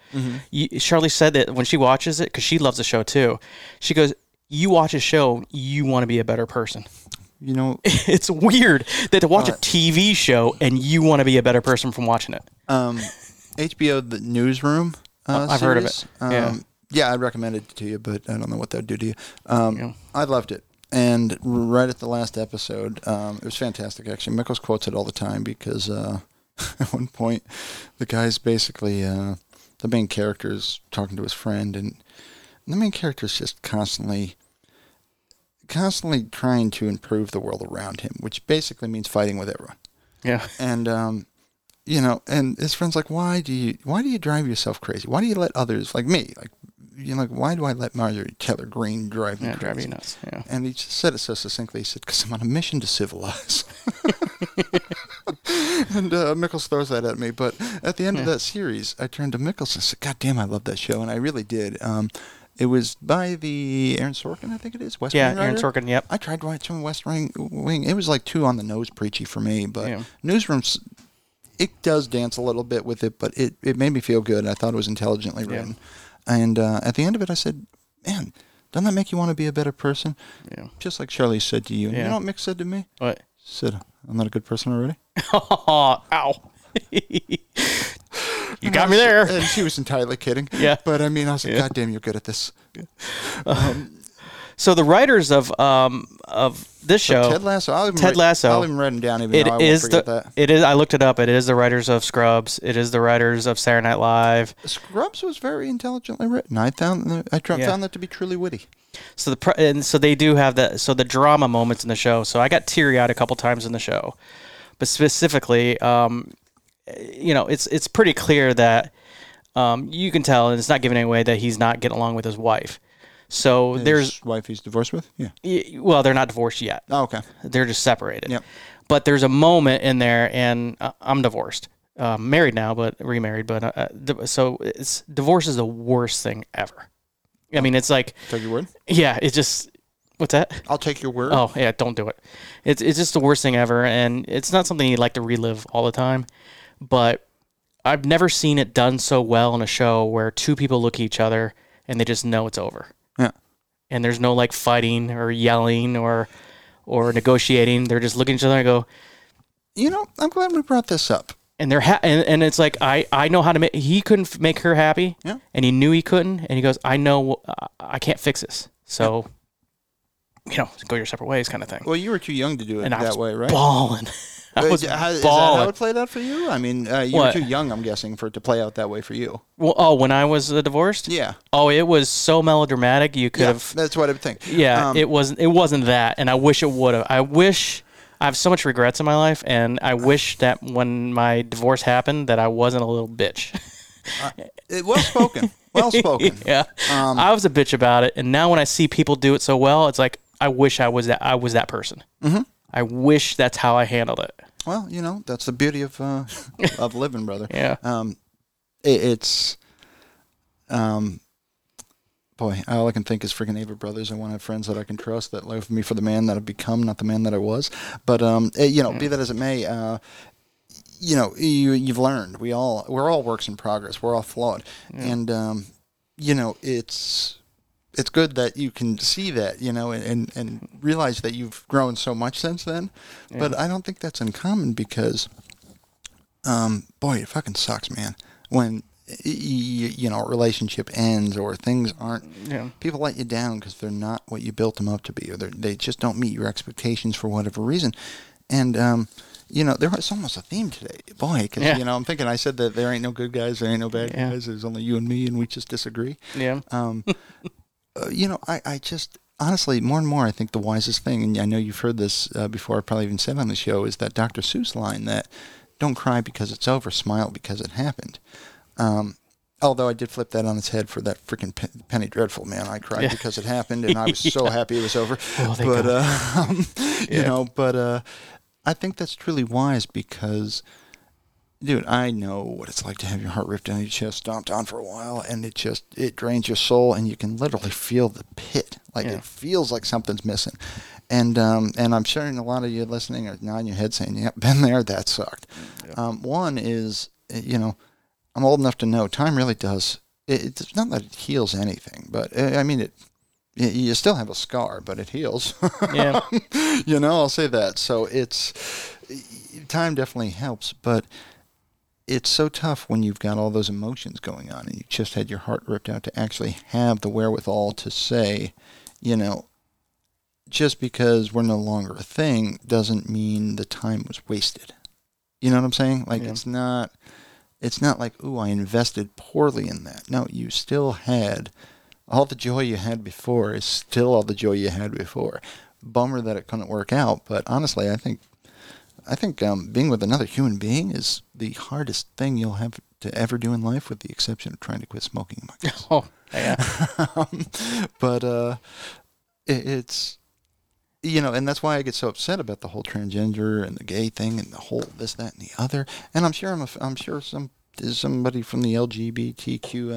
Speaker 2: You, Charlie said that when she watches it, because she loves the show too. She goes, "You watch a show, you want to be a better person."
Speaker 1: You know,
Speaker 2: it's weird that to watch a TV show and you want to be a better person from watching it.
Speaker 1: um, HBO the newsroom. Uh,
Speaker 2: I've heard of it.
Speaker 1: series.
Speaker 2: Yeah.
Speaker 1: Um, yeah, I recommended it to you, but I don't know what that would do to you. Um, I loved it. And right at the last episode, um, it was fantastic, actually. Mickles quotes it all the time because uh, at one point, the guy's basically uh, the main character is talking to his friend, and the main character is just constantly, constantly trying to improve the world around him, which basically means fighting with everyone
Speaker 2: Yeah,
Speaker 1: and um, you know, and his friend's like, "Why do you? Why do you drive yourself crazy? Why do you let others like me? Like, you know, like why do I let Marjorie Taylor Green drive me
Speaker 2: yeah,
Speaker 1: crazy?"
Speaker 2: drive you nuts. Yeah,
Speaker 1: And he just said it so succinctly. He said, "Because I'm on a mission to civilize." and uh, Mickles throws that at me. But at the end of that series, I turned to Mickles and said, "God damn, I love that show," and I really did. Um, it was by the Aaron Sorkin, I think it is. West
Speaker 2: yeah.
Speaker 1: Wing
Speaker 2: Aaron
Speaker 1: writer?
Speaker 2: Sorkin. Yep.
Speaker 1: I tried watching West Wing. Wing. It was like two on the nose preachy for me, but
Speaker 2: Yeah.
Speaker 1: Newsroom's it does dance a little bit with it, but it, it made me feel good. I thought it was intelligently written, and uh, at the end of it, I said, "Man, doesn't that make you want to be a better person?"
Speaker 2: Yeah.
Speaker 1: Just like Shirley said to you. You
Speaker 2: Yeah.
Speaker 1: know what Mick said to me?
Speaker 2: But
Speaker 1: Said I'm not a good person already.
Speaker 2: Oh, ow. you got me there.
Speaker 1: And she was entirely kidding.
Speaker 2: Yeah.
Speaker 1: But I mean, I was like, God damn, you're good at this.
Speaker 2: So the writers of um of this show
Speaker 1: Ted Lasso. I'll even
Speaker 2: Ted
Speaker 1: write-
Speaker 2: Lasso.
Speaker 1: I'll even write him down even
Speaker 2: It
Speaker 1: though I
Speaker 2: is
Speaker 1: won't
Speaker 2: the
Speaker 1: forget that.
Speaker 2: it is I looked it up. It is the writers of Scrubs. It is the writers of Saturday Night Live.
Speaker 1: Scrubs was very intelligently written. I found I tr-
Speaker 2: Yeah.
Speaker 1: found that to be truly witty.
Speaker 2: So the pr- and so they do have that. So the drama moments in the show. So I got teary eyed a couple times in the show, but specifically, um, you know, it's it's pretty clear that um, you can tell, and it's not giving any away that he's not getting along with his wife. So
Speaker 1: Hmm.
Speaker 2: there's
Speaker 1: His wife he's divorced with. Yeah.
Speaker 2: y- well, they're not divorced yet.
Speaker 1: Oh, okay.
Speaker 2: They're just separated.
Speaker 1: Yep.
Speaker 2: But there's a moment in there, and uh, I'm divorced. Uh, married now, but remarried. But uh, uh, di- so it's divorce is the worst thing ever. I mean, it's like,
Speaker 1: Take your word.
Speaker 2: yeah, it just what's that?
Speaker 1: I'll take your word.
Speaker 2: Oh yeah, don't do it. It's it's just the worst thing ever, and it's not something you like to relive all the time. But I've never seen it done so well in a show where two people look at each other and they just know it's over,
Speaker 1: Yeah.
Speaker 2: and there's no like fighting or yelling or or negotiating. They're just looking at each other and go,
Speaker 1: You know, I'm glad we brought this up.
Speaker 2: and they're ha- and, and it's like I I know how to make he couldn't f- make her happy,
Speaker 1: Yeah.
Speaker 2: and he knew he couldn't, and he goes, I know uh, I can't fix this, so you know, go your separate ways, kind of thing.
Speaker 1: Well, you were too young to do it
Speaker 2: And I
Speaker 1: that
Speaker 2: was
Speaker 1: way, right?
Speaker 2: Balling. I
Speaker 1: Uh,
Speaker 2: was
Speaker 1: how, is that how
Speaker 2: balling.
Speaker 1: it played out for you? I mean, uh, you
Speaker 2: What?
Speaker 1: were too young, I'm guessing, for it to play out that way for you.
Speaker 2: Well, oh, when I was uh, divorced.
Speaker 1: Yeah.
Speaker 2: Oh, it was so melodramatic. You could
Speaker 1: Yeah,
Speaker 2: have.
Speaker 1: that's what I would think. Um,
Speaker 2: Yeah. it wasn't. It wasn't that, and I wish it would have. I wish. I have so much regrets in my life, and I wish that when my divorce happened, that I wasn't a little bitch.
Speaker 1: It- well spoken. well spoken.
Speaker 2: yeah. I was a bitch about it, and now when I see people do it so well, it's like I wish I was that. I was that person. Mm-hmm. I wish that's how I handled it.
Speaker 1: Well, you know, that's the beauty of uh, of living, brother.
Speaker 2: Yeah.
Speaker 1: Um, it, it's, um, boy, all I can think is freaking Ava Brothers. I want to have friends that I can trust that love me for the man that I've become, not the man that I was. But um, it- you know, be that as it may, uh, you know, you you've learned. We all we're all works in progress. We're all flawed, and um, you know, it's it's good that you can see that, you know, and, and, and realize that you've grown so much since then. But I don't think that's uncommon because, um, boy, it fucking sucks, man. When y- y- you know a relationship ends or things aren't,
Speaker 2: Yeah.
Speaker 1: people let you down because they're not what you built them up to be, or they're- they just don't meet your expectations for whatever reason. And um, you know, there was almost a theme today, boy. 'cause,
Speaker 2: Yeah.
Speaker 1: you know, I'm thinking I said that there ain't no good guys, there ain't no bad
Speaker 2: Yeah.
Speaker 1: guys. There's only you and me, and we just disagree
Speaker 2: Yeah.
Speaker 1: um, uh, you know, I, I just honestly more and more I think the wisest thing, and I know you've heard this uh, before, I probably even said on the show, is that Dr. Seuss line that "Don't cry because it's over, smile because it happened." Um, although I did flip that on its head for that freaking pe- Penny Dreadful man, I cried because it happened, and I was so happy it was over.
Speaker 2: Oh, thank
Speaker 1: but
Speaker 2: God.
Speaker 1: uh, um, you
Speaker 2: Yeah.
Speaker 1: know, but uh, I think that's truly wise because dude i know what it's like to have your heart ripped out of your chest stomped on for a while and it just it drains your soul and you can literally feel the pit like
Speaker 2: Yeah.
Speaker 1: it feels like something's missing and um and i'm sure a lot of you listening are nodding your head saying yep been there that sucked um one is uh, you know i'm old enough to know time really does it, it's not that it heals anything but uh, i mean it y- you still have a scar but it heals
Speaker 2: Yeah.
Speaker 1: you know, I'll say that. So it's time definitely helps, but it's so tough when you've got all those emotions going on and you just had your heart ripped out to actually have the wherewithal to say, you know, just because we're no longer a thing doesn't mean the time was wasted. You know what I'm saying? Like
Speaker 2: Yeah.
Speaker 1: it's not it's not like, "Ooh, I invested poorly in that." No, you still had all the joy you had before is still all the joy you had before. Bummer that it couldn't work out, but honestly, I think I think um, being with another human being is the hardest thing you'll have to ever do in life, with the exception of trying to quit smoking. I guess.
Speaker 2: Oh yeah.
Speaker 1: Um, but uh, it, it's you know, and that's why I get so upset about the whole transgender and the gay thing and the whole this, that, and the other. And I'm sure I'm a, I'm sure some somebody from the LGBTQ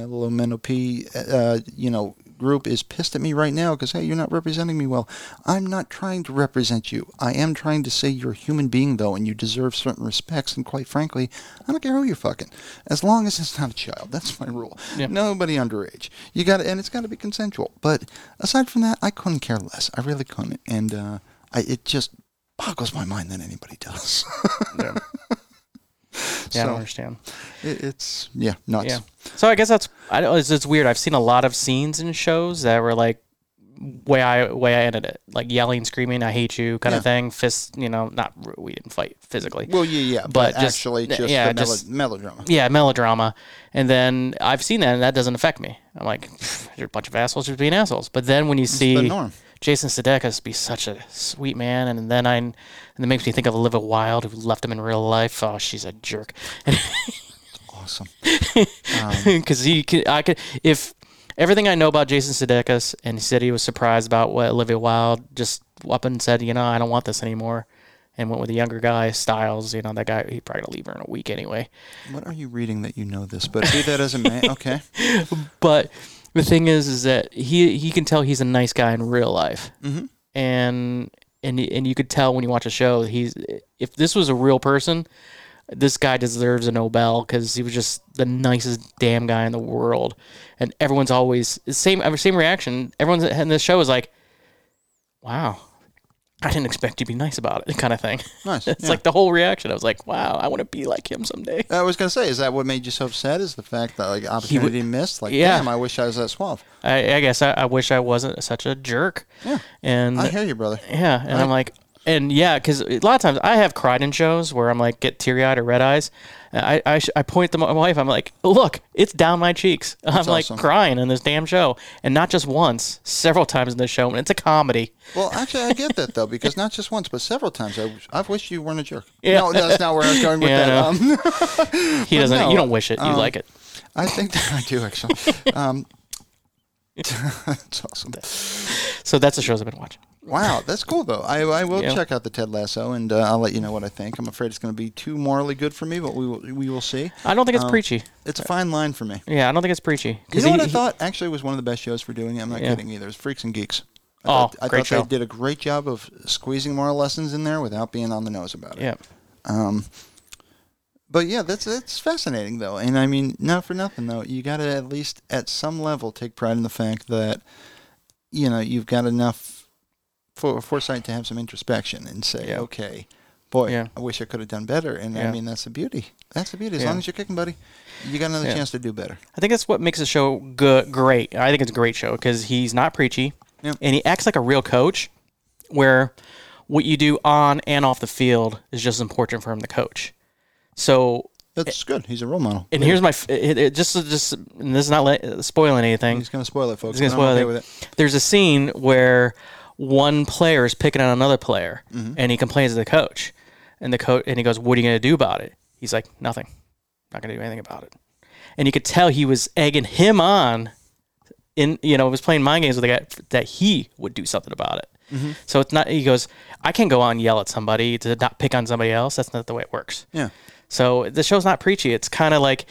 Speaker 1: uh, you know group is pissed at me right now because hey, you're not representing me well. I'm not trying to represent you. I am trying to say you're a human being though, and you deserve certain respects. And quite frankly, I don't care who you're fucking, as long as it's not a child. That's my rule.
Speaker 2: Yeah.
Speaker 1: Nobody underage. You got to and it's got to be consensual. But aside from that, I couldn't care less. I really couldn't. And uh, I, it just boggles my mind that anybody does.
Speaker 2: Yeah, yeah I don't understand.
Speaker 1: It, it's yeah, nuts.
Speaker 2: Yeah. So I guess that's I don't. It's, it's weird. I've seen a lot of scenes in shows that were like way I way I ended it, like yelling, screaming, "I hate you" kind
Speaker 1: Yeah.
Speaker 2: of thing. Fist, you know, not we didn't fight physically.
Speaker 1: Well, yeah, yeah, but,
Speaker 2: But just-
Speaker 1: actually, just
Speaker 2: yeah,
Speaker 1: the melo-
Speaker 2: just-
Speaker 1: melodrama.
Speaker 2: yeah, melodrama. And then I've seen that, and that doesn't affect me. I'm like, "Pfft, you're a bunch of assholes just being assholes. But then when you see
Speaker 1: the norm.
Speaker 2: Jason Sudeikis be such a sweet man, and then I, and it makes me think of Olivia Wilde, who left him in real life. Oh, she's a jerk.
Speaker 1: Awesome.
Speaker 2: because he could, I could if everything I know about Jason Sudeikis and he said he was surprised about what Olivia Wilde just up and said, you know, I don't want this anymore, and went with the younger guy Styles. You know, that guy he probably gonna leave her in a week anyway.
Speaker 1: What are you reading that you know this? But be that as it may, okay.
Speaker 2: But the thing is, is that he he can tell he's a nice guy in real life, mm-hmm. and and and you could tell when you watch a show he's if this was a real person. This guy deserves a Nobel because he was just the nicest damn guy in the world, and everyone's always same same reaction. Everyone's in this show is like, "Wow, I didn't expect you to be nice about it," kind of thing.
Speaker 1: Nice,
Speaker 2: it's
Speaker 1: yeah.
Speaker 2: like the whole reaction. I was like, "Wow, I want to be like him someday."
Speaker 1: I was gonna say, is that what made you so upset? Is the fact that like opportunity missed? Like,
Speaker 2: Yeah.
Speaker 1: damn, I wish I was that suave.
Speaker 2: I, I guess I, I wish I wasn't such a jerk.
Speaker 1: Yeah.
Speaker 2: and
Speaker 1: I hear you, brother.
Speaker 2: Yeah, and I'm like, and yeah, because a lot of times I have cried in shows where I'm like get teary eyed or red eyes. And I I, sh- I point to my wife. I'm like, look, it's down my cheeks. I'm like
Speaker 1: awesome.
Speaker 2: crying in this damn show, and not just once, several times in this show. And it's a comedy.
Speaker 1: Well, actually, I get that though, because not just once, but several times, I, I've wished you weren't a jerk.
Speaker 2: Yeah.
Speaker 1: No, that's not where I was going with
Speaker 2: Yeah, I
Speaker 1: that. Um,
Speaker 2: He doesn't.
Speaker 1: no, um,
Speaker 2: you don't wish it. You like it.
Speaker 1: I think that I do actually. Um, it's awesome.
Speaker 2: So that's the shows I've been watching.
Speaker 1: Wow, that's cool though. I, I will
Speaker 2: Yeah.
Speaker 1: check out the Ted Lasso, and uh, I'll let you know what I think. I'm afraid it's going to be too morally good for me, but we will we will see.
Speaker 2: I don't think it's
Speaker 1: Um,
Speaker 2: preachy.
Speaker 1: It's a fine line for me.
Speaker 2: Yeah, I don't think it's preachy.
Speaker 1: You
Speaker 2: 'Cause
Speaker 1: know
Speaker 2: he-
Speaker 1: what I
Speaker 2: he-
Speaker 1: thought actually was one of the best shows for doing it. I'm not
Speaker 2: Yeah.
Speaker 1: kidding either. It's Freaks and Geeks. I
Speaker 2: Oh,
Speaker 1: thought, I
Speaker 2: great
Speaker 1: thought
Speaker 2: show.
Speaker 1: they did a great job of squeezing moral lessons in there without being on the nose about it. Um,
Speaker 2: Yeah.
Speaker 1: But yeah, that's that's fascinating though, and I mean, not for nothing though. You got to at least at some level take pride in the fact that you know you've got enough for, foresight to have some introspection and say,
Speaker 2: Yeah.
Speaker 1: okay, boy,
Speaker 2: Yeah.
Speaker 1: I wish I could have done better. And I
Speaker 2: Yeah.
Speaker 1: mean, that's the beauty. That's the beauty. As
Speaker 2: Yeah.
Speaker 1: long as you're kicking, buddy, you got another
Speaker 2: Yeah.
Speaker 1: chance to do better.
Speaker 2: I think that's what makes the show good, great. I think it's a great show because he's not preachy,
Speaker 1: Yeah.
Speaker 2: and he acts like a real coach, where what you do on and off the field is just as important for him to coach. So,
Speaker 1: That's good. He's a role model.
Speaker 2: and here's my f- it, it, just just and this is not le- spoiling anything.
Speaker 1: He's gonna spoil it, folks.
Speaker 2: He's
Speaker 1: but I'm
Speaker 2: gonna spoil
Speaker 1: okay
Speaker 2: it.
Speaker 1: with it.
Speaker 2: There's a scene where one player is picking on another player,
Speaker 1: Mm-hmm.
Speaker 2: and he complains to the coach, and the coach and he goes, "What are you going to do about it?" He's like, "Nothing. Not going to do anything about it." And you could tell he was egging him on, in you know, was playing mind games with the guy that he would do something about it.
Speaker 1: Mm-hmm.
Speaker 2: So it's not. He goes, "I can't go out and yell at somebody to not pick on somebody else. That's not the way it works."
Speaker 1: Yeah.
Speaker 2: So the show's not preachy. It's kind of like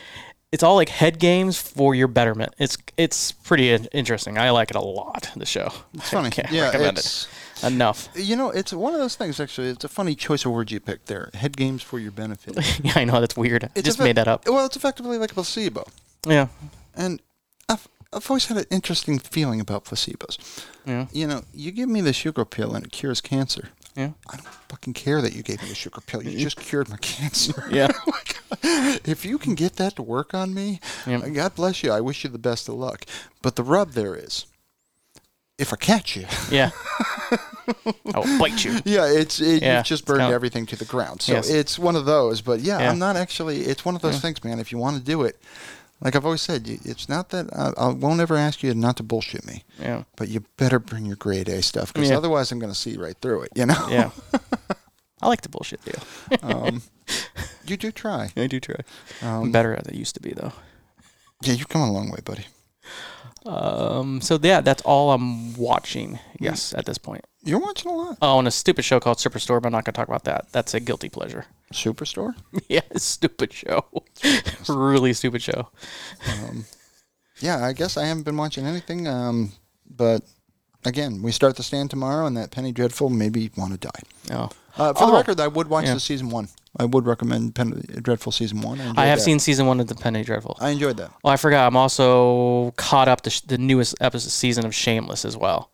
Speaker 2: it's all like head games for your betterment. It's it's pretty in- interesting. I like it a lot. The show.
Speaker 1: It's funny.
Speaker 2: I can't
Speaker 1: yeah,
Speaker 2: recommend
Speaker 1: it's-
Speaker 2: it enough.
Speaker 1: You know, it's one of those things. Actually, it's a funny choice of words you picked there. Head games for your benefit.
Speaker 2: yeah, I know that's weird. I
Speaker 1: It's
Speaker 2: just
Speaker 1: effect-
Speaker 2: made that up.
Speaker 1: Well, it's effectively like a placebo.
Speaker 2: Yeah,
Speaker 1: And I've, I've always had an interesting feeling about placebos.
Speaker 2: yeah,
Speaker 1: You know, you give me the sugar pill and it cures cancer.
Speaker 2: yeah,
Speaker 1: I don't fucking care that you gave me the sugar pill. You just cured my cancer.
Speaker 2: yeah.
Speaker 1: Like, Oh if you can get that to work on me,
Speaker 2: Yeah.
Speaker 1: God bless you. I wish you the best of luck. But the rub there is, if I catch you,
Speaker 2: yeah. I will bite you.
Speaker 1: yeah, it's it,
Speaker 2: Yeah,
Speaker 1: you've just
Speaker 2: it's
Speaker 1: burned
Speaker 2: kinda-
Speaker 1: everything to the ground. So
Speaker 2: Yes.
Speaker 1: it's one of those. But yeah,
Speaker 2: Yeah.
Speaker 1: I'm not actually. It's one of those things, man. If you want to do it, like I've always said, you- it's not that I, I won't ever ask you not to bullshit me.
Speaker 2: Yeah,
Speaker 1: But you better bring your grade A stuff because
Speaker 2: Yeah.
Speaker 1: otherwise I'm going to see right through it. You know.
Speaker 2: yeah. I like the bullshit deal.
Speaker 1: you do try.
Speaker 2: I do try. Um, I'm better at it than I used to be though.
Speaker 1: Yeah, you've come a long way, buddy.
Speaker 2: Um. So yeah, that's all I'm watching. Yes, at this point.
Speaker 1: You're watching a lot.
Speaker 2: Oh, and a stupid show called Superstore, but I'm not gonna talk about that. That's a guilty pleasure.
Speaker 1: Superstore.
Speaker 2: Yeah, stupid show. really stupid show.
Speaker 1: Yeah, I guess I haven't been watching anything. Um, but again, we start the stand tomorrow, and that Penny Dreadful maybe want to die.
Speaker 2: Oh.
Speaker 1: Uh, for the
Speaker 2: Oh.
Speaker 1: record, I would watch
Speaker 2: Yeah.
Speaker 1: the season one. I would recommend Penny Dreadful season one. enjoyed
Speaker 2: I have
Speaker 1: that.
Speaker 2: seen season one of The Penny Dreadful.
Speaker 1: I enjoyed that.
Speaker 2: Oh, I forgot. I'm also caught up to sh- the newest episode season of Shameless as well,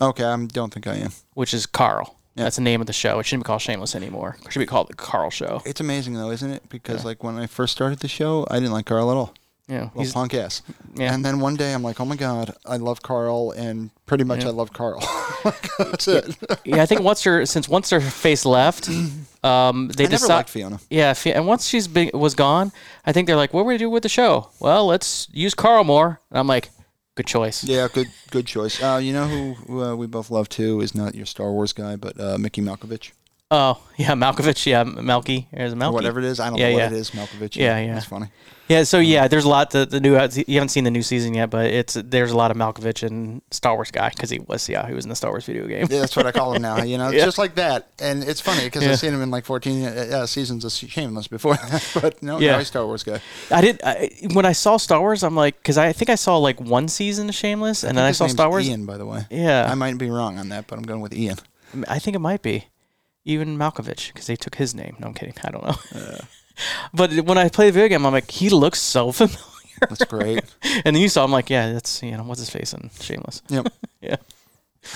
Speaker 1: Okay, I don't think I am.
Speaker 2: which is Carl. That's the name of the show. It shouldn't be called Shameless anymore. It should be called the Carl Show.
Speaker 1: It's amazing though, isn't it? Because like when I first started the show, I didn't like Carl at all.
Speaker 2: Yeah,
Speaker 1: Well,
Speaker 2: he's-
Speaker 1: punk ass.
Speaker 2: Yeah.
Speaker 1: And then one day I'm like, oh my god, I love Carl, and pretty much I love Carl. Like, That's it.
Speaker 2: yeah. I think once her since once her face left, um, they
Speaker 1: I never
Speaker 2: decided.
Speaker 1: liked Fiona.
Speaker 2: Yeah, Fi- and once she's been, was gone, I think they're like, "What are we gonna do with the show?" Well, let's use Carl more. And I'm like, "Good choice."
Speaker 1: Yeah, good, good choice. Uh, you know who, who uh, we both love too is not your Star Wars guy, but uh, Mickey Malkovich,
Speaker 2: Oh, yeah, Malkovich. Yeah, Malky. There's
Speaker 1: or
Speaker 2: Malky.
Speaker 1: whatever it is. I don't
Speaker 2: Yeah,
Speaker 1: know what
Speaker 2: yeah.
Speaker 1: it is. Malkovich.
Speaker 2: Yeah, yeah.
Speaker 1: That's funny.
Speaker 2: Yeah, so
Speaker 1: Mm.
Speaker 2: yeah, there's a lot. The, the new uh, you haven't seen the new season yet, but it's there's a lot of Malkovich and Star Wars guy because he was yeah he was in the Star Wars video game.
Speaker 1: Yeah, that's what I call him now. You know,
Speaker 2: Yeah.
Speaker 1: just like that. And it's funny because I've seen him in like 14 uh, uh, seasons of Shameless before, but no,
Speaker 2: Yeah.
Speaker 1: now he's Star Wars guy.
Speaker 2: I did I, when I saw Star Wars, I'm like because I think I saw like one season of Shameless, and then I
Speaker 1: His
Speaker 2: saw
Speaker 1: name's
Speaker 2: Star Wars.
Speaker 1: Ian, by the way.
Speaker 2: Yeah.
Speaker 1: I might be wrong on that, but I'm going with Ian.
Speaker 2: I think it might be even Malkovich because they took his name. No, I'm kidding. I don't know. but when I play the video game, I'm like he looks so familiar.
Speaker 1: That's great.
Speaker 2: and then you saw, I'm like, yeah, that's you know what's his face in Shameless.
Speaker 1: yep.
Speaker 2: Yeah,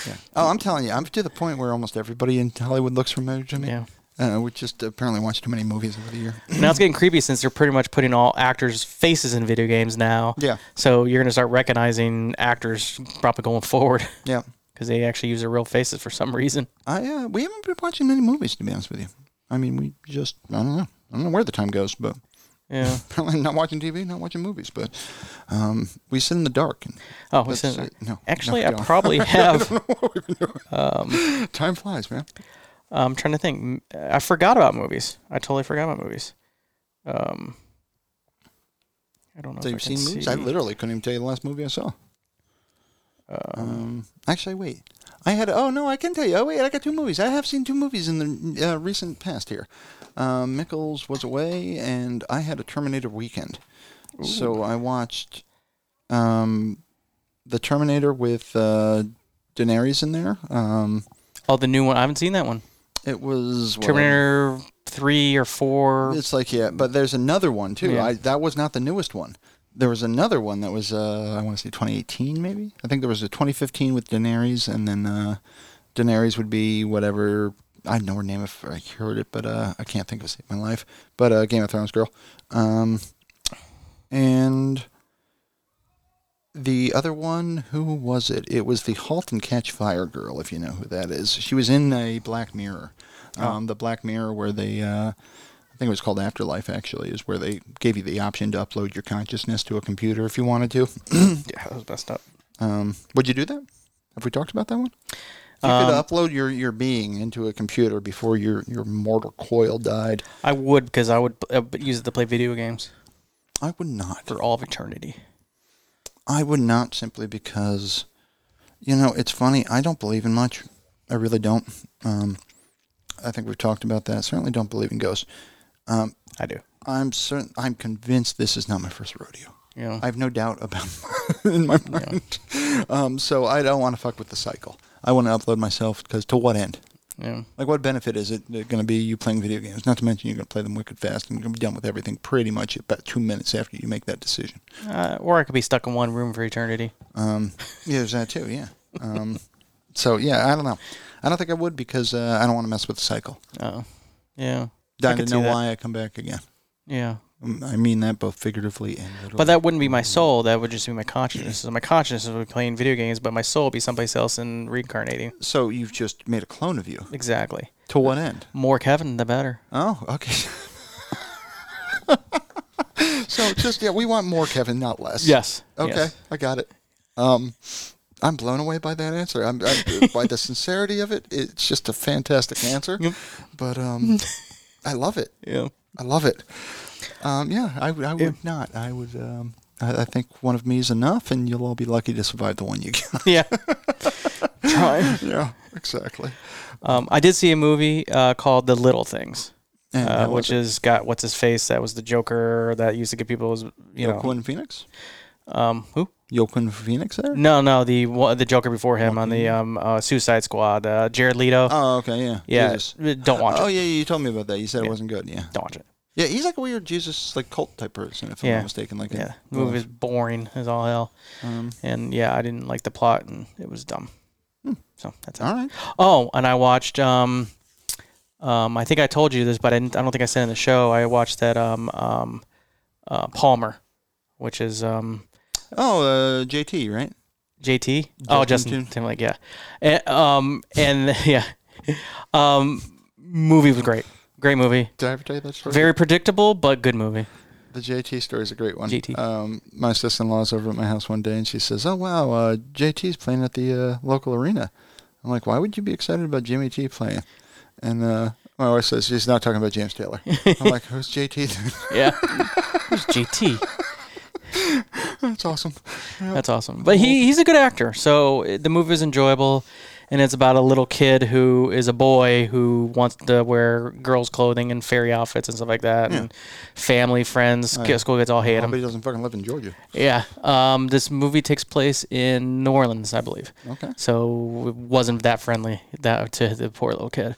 Speaker 1: Yeah. Oh, I'm telling you, I'm to the point where almost everybody in Hollywood looks familiar to me.
Speaker 2: yeah.
Speaker 1: Uh, we just apparently watched too many movies over the year.
Speaker 2: now it's getting creepy since they're pretty much putting all actors' faces in video games now.
Speaker 1: Yeah.
Speaker 2: So you're gonna start recognizing actors probably going forward
Speaker 1: Yeah.
Speaker 2: because they actually use their real faces for some reason.
Speaker 1: I uh, we haven't been watching many movies to be honest with you. I mean, we just I don't know. I don't know where the time goes, but
Speaker 2: Yeah.
Speaker 1: apparently not watching TV, not watching movies, but um, we sit in the dark. And
Speaker 2: Oh, we
Speaker 1: That's
Speaker 2: said
Speaker 1: it. No,
Speaker 2: Actually,
Speaker 1: no,
Speaker 2: I
Speaker 1: we don't.
Speaker 2: probably have. um,
Speaker 1: time flies, man.
Speaker 2: I'm trying to think. I forgot about movies. I totally forgot about movies. Um. I don't know.
Speaker 1: So
Speaker 2: if Oh, I
Speaker 1: you've
Speaker 2: can
Speaker 1: seen movies?
Speaker 2: see. uh,
Speaker 1: I literally couldn't even tell you the last movie I saw. Um, actually, wait. I had oh no, I can tell you. Oh wait, I got two movies. I have seen two movies in the uh, recent past here. Um, Mickles was away, and I had a Terminator weekend, so I watched um, the Terminator with uh, Daenerys in there. Um,
Speaker 2: Oh, the new one. I haven't seen that one.
Speaker 1: it was well,
Speaker 2: Terminator three or four.
Speaker 1: It's like yeah, but there's another one too.
Speaker 2: Yeah.
Speaker 1: I, that was not the newest one. There was another one that was uh, I want to say 2018 maybe. I think there was a 2015 with Daenerys, and then uh, Daenerys would be whatever I know her name if I heard it, but uh, I can't think of it save my life. But uh, Game of Thrones girl, um, and the other one who was it? It was the Halt and Catch Fire girl, if you know who that is. She was in a Black Mirror,
Speaker 2: Oh.
Speaker 1: um, the Black Mirror where they. Uh, I think it was called Afterlife, actually, is where they gave you the option to upload your consciousness to a computer if you wanted to.
Speaker 2: yeah, that was messed up.
Speaker 1: Um, would you do that? Have we talked about that one? You could upload your, your being into a computer before your, your mortal coil died.
Speaker 2: I would because I would uh, use it to play video games
Speaker 1: I would not.
Speaker 2: for all of eternity.
Speaker 1: I would not simply because, you know, it's funny. I don't believe in much. I really don't. Um, I think we've talked about that. certainly don't believe in ghosts.
Speaker 2: I do.
Speaker 1: I'm certain. I'm convinced this is not my first rodeo.
Speaker 2: You know,
Speaker 1: I have no doubt about in my mind. Um, so I don't want to fuck with the cycle. I want to upload myself because to what end?
Speaker 2: you know.
Speaker 1: Like, what benefit is it going to be you playing video games? Not to mention you're going to play them wicked fast and you're going to be done with everything pretty much about two minutes after you make that decision.
Speaker 2: Uh, or I could be stuck in one room for eternity.
Speaker 1: Um, yeah, there's that too. Yeah. Um, so yeah, I don't know. I don't think I would because uh, I don't want to mess with the cycle.
Speaker 2: Oh, yeah. I
Speaker 1: Dying
Speaker 2: could
Speaker 1: to
Speaker 2: see
Speaker 1: know
Speaker 2: that.
Speaker 1: why I come back again.
Speaker 2: Yeah.
Speaker 1: Mm, I mean that both figuratively and literally.
Speaker 2: But that wouldn't be my soul. That would just be my consciousness. So my consciousness would be playing video games, but my soul would be someplace else and reincarnating.
Speaker 1: so you've just made a clone of you.
Speaker 2: Exactly.
Speaker 1: To what end?
Speaker 2: More Kevin, the better.
Speaker 1: Oh, okay. so just yeah, we want more Kevin, not less.
Speaker 2: Yes.
Speaker 1: Okay,
Speaker 2: Yes.
Speaker 1: I got it. Um, I'm blown away by that answer. I'm, i by the sincerity of it. It's just a fantastic answer.
Speaker 2: Yep.
Speaker 1: But um, I love it.
Speaker 2: Yeah.
Speaker 1: I love it. Um, yeah, I, would- I would
Speaker 2: Yeah.
Speaker 1: not. I would. Um, I, I think one of me is enough, and you'll all be lucky to survive the one you got.
Speaker 2: Yeah. Try.
Speaker 1: yeah, exactly.
Speaker 2: Um, I did see a movie uh, called The Little Things,
Speaker 1: And
Speaker 2: uh,
Speaker 1: how was
Speaker 2: which
Speaker 1: it?
Speaker 2: is got what's his face that was the Joker that used to give people his, you know,
Speaker 1: Joaquin Phoenix.
Speaker 2: um, who?
Speaker 1: Joaquin Phoenix there.
Speaker 2: No, no, the one- the Joker before him on the um, uh, Suicide Squad, uh, Jared Leto.
Speaker 1: Oh, okay, yeah.
Speaker 2: yeah, Uh,
Speaker 1: Jesus.
Speaker 2: don't watch
Speaker 1: Oh
Speaker 2: it.
Speaker 1: yeah, you told me about that. You said it
Speaker 2: Yeah.
Speaker 1: wasn't good. Yeah,
Speaker 2: Don't watch it.
Speaker 1: yeah. He's like a weird Jesus like cult type person, if I'm
Speaker 2: Yeah.
Speaker 1: not mistaken. Like
Speaker 2: Yeah,
Speaker 1: a,
Speaker 2: the movie is boring as all hell,
Speaker 1: Um,
Speaker 2: and yeah, I didn't like the plot, and it was dumb.
Speaker 1: Hmm.
Speaker 2: So that's it.
Speaker 1: All right.
Speaker 2: Oh, and I watched. Um, um, I think I told you this, but I, didn't, I don't think I said in the show. I watched that um, um, uh, Palmer, which is um,
Speaker 1: Oh, uh, JT, right?
Speaker 2: JT. oh,
Speaker 1: Justin
Speaker 2: Justin Timberlake. Yeah. And, um, and yeah, um, movie was great. Great movie.
Speaker 1: Did I ever tell you that story?
Speaker 2: Very predictable, but good movie.
Speaker 1: The JT story is a great one.
Speaker 2: JT.
Speaker 1: Um, my sister in law's over at my house one day, and she says, "Oh wow, uh, JT's playing at the uh, local arena." I'm like, "Why would you be excited about Jimmy T playing?" And uh, my wife says, "She's not talking about James Taylor." I'm like, "Who's JT?"
Speaker 2: Yeah. Who's JT?
Speaker 1: That's awesome.
Speaker 2: That's awesome. But he, he's a good actor. So uh, the movie is enjoyable. And it's about a little kid who is a boy who wants to wear girls' clothing and fairy outfits and stuff like that. And family, friends, ki- school kids all hate
Speaker 1: But
Speaker 2: him.
Speaker 1: he doesn't fucking live in Georgia.
Speaker 2: Yeah. Um, this movie takes place in New Orleans, I believe.
Speaker 1: Okay.
Speaker 2: So it wasn't that friendly that to the poor little kid.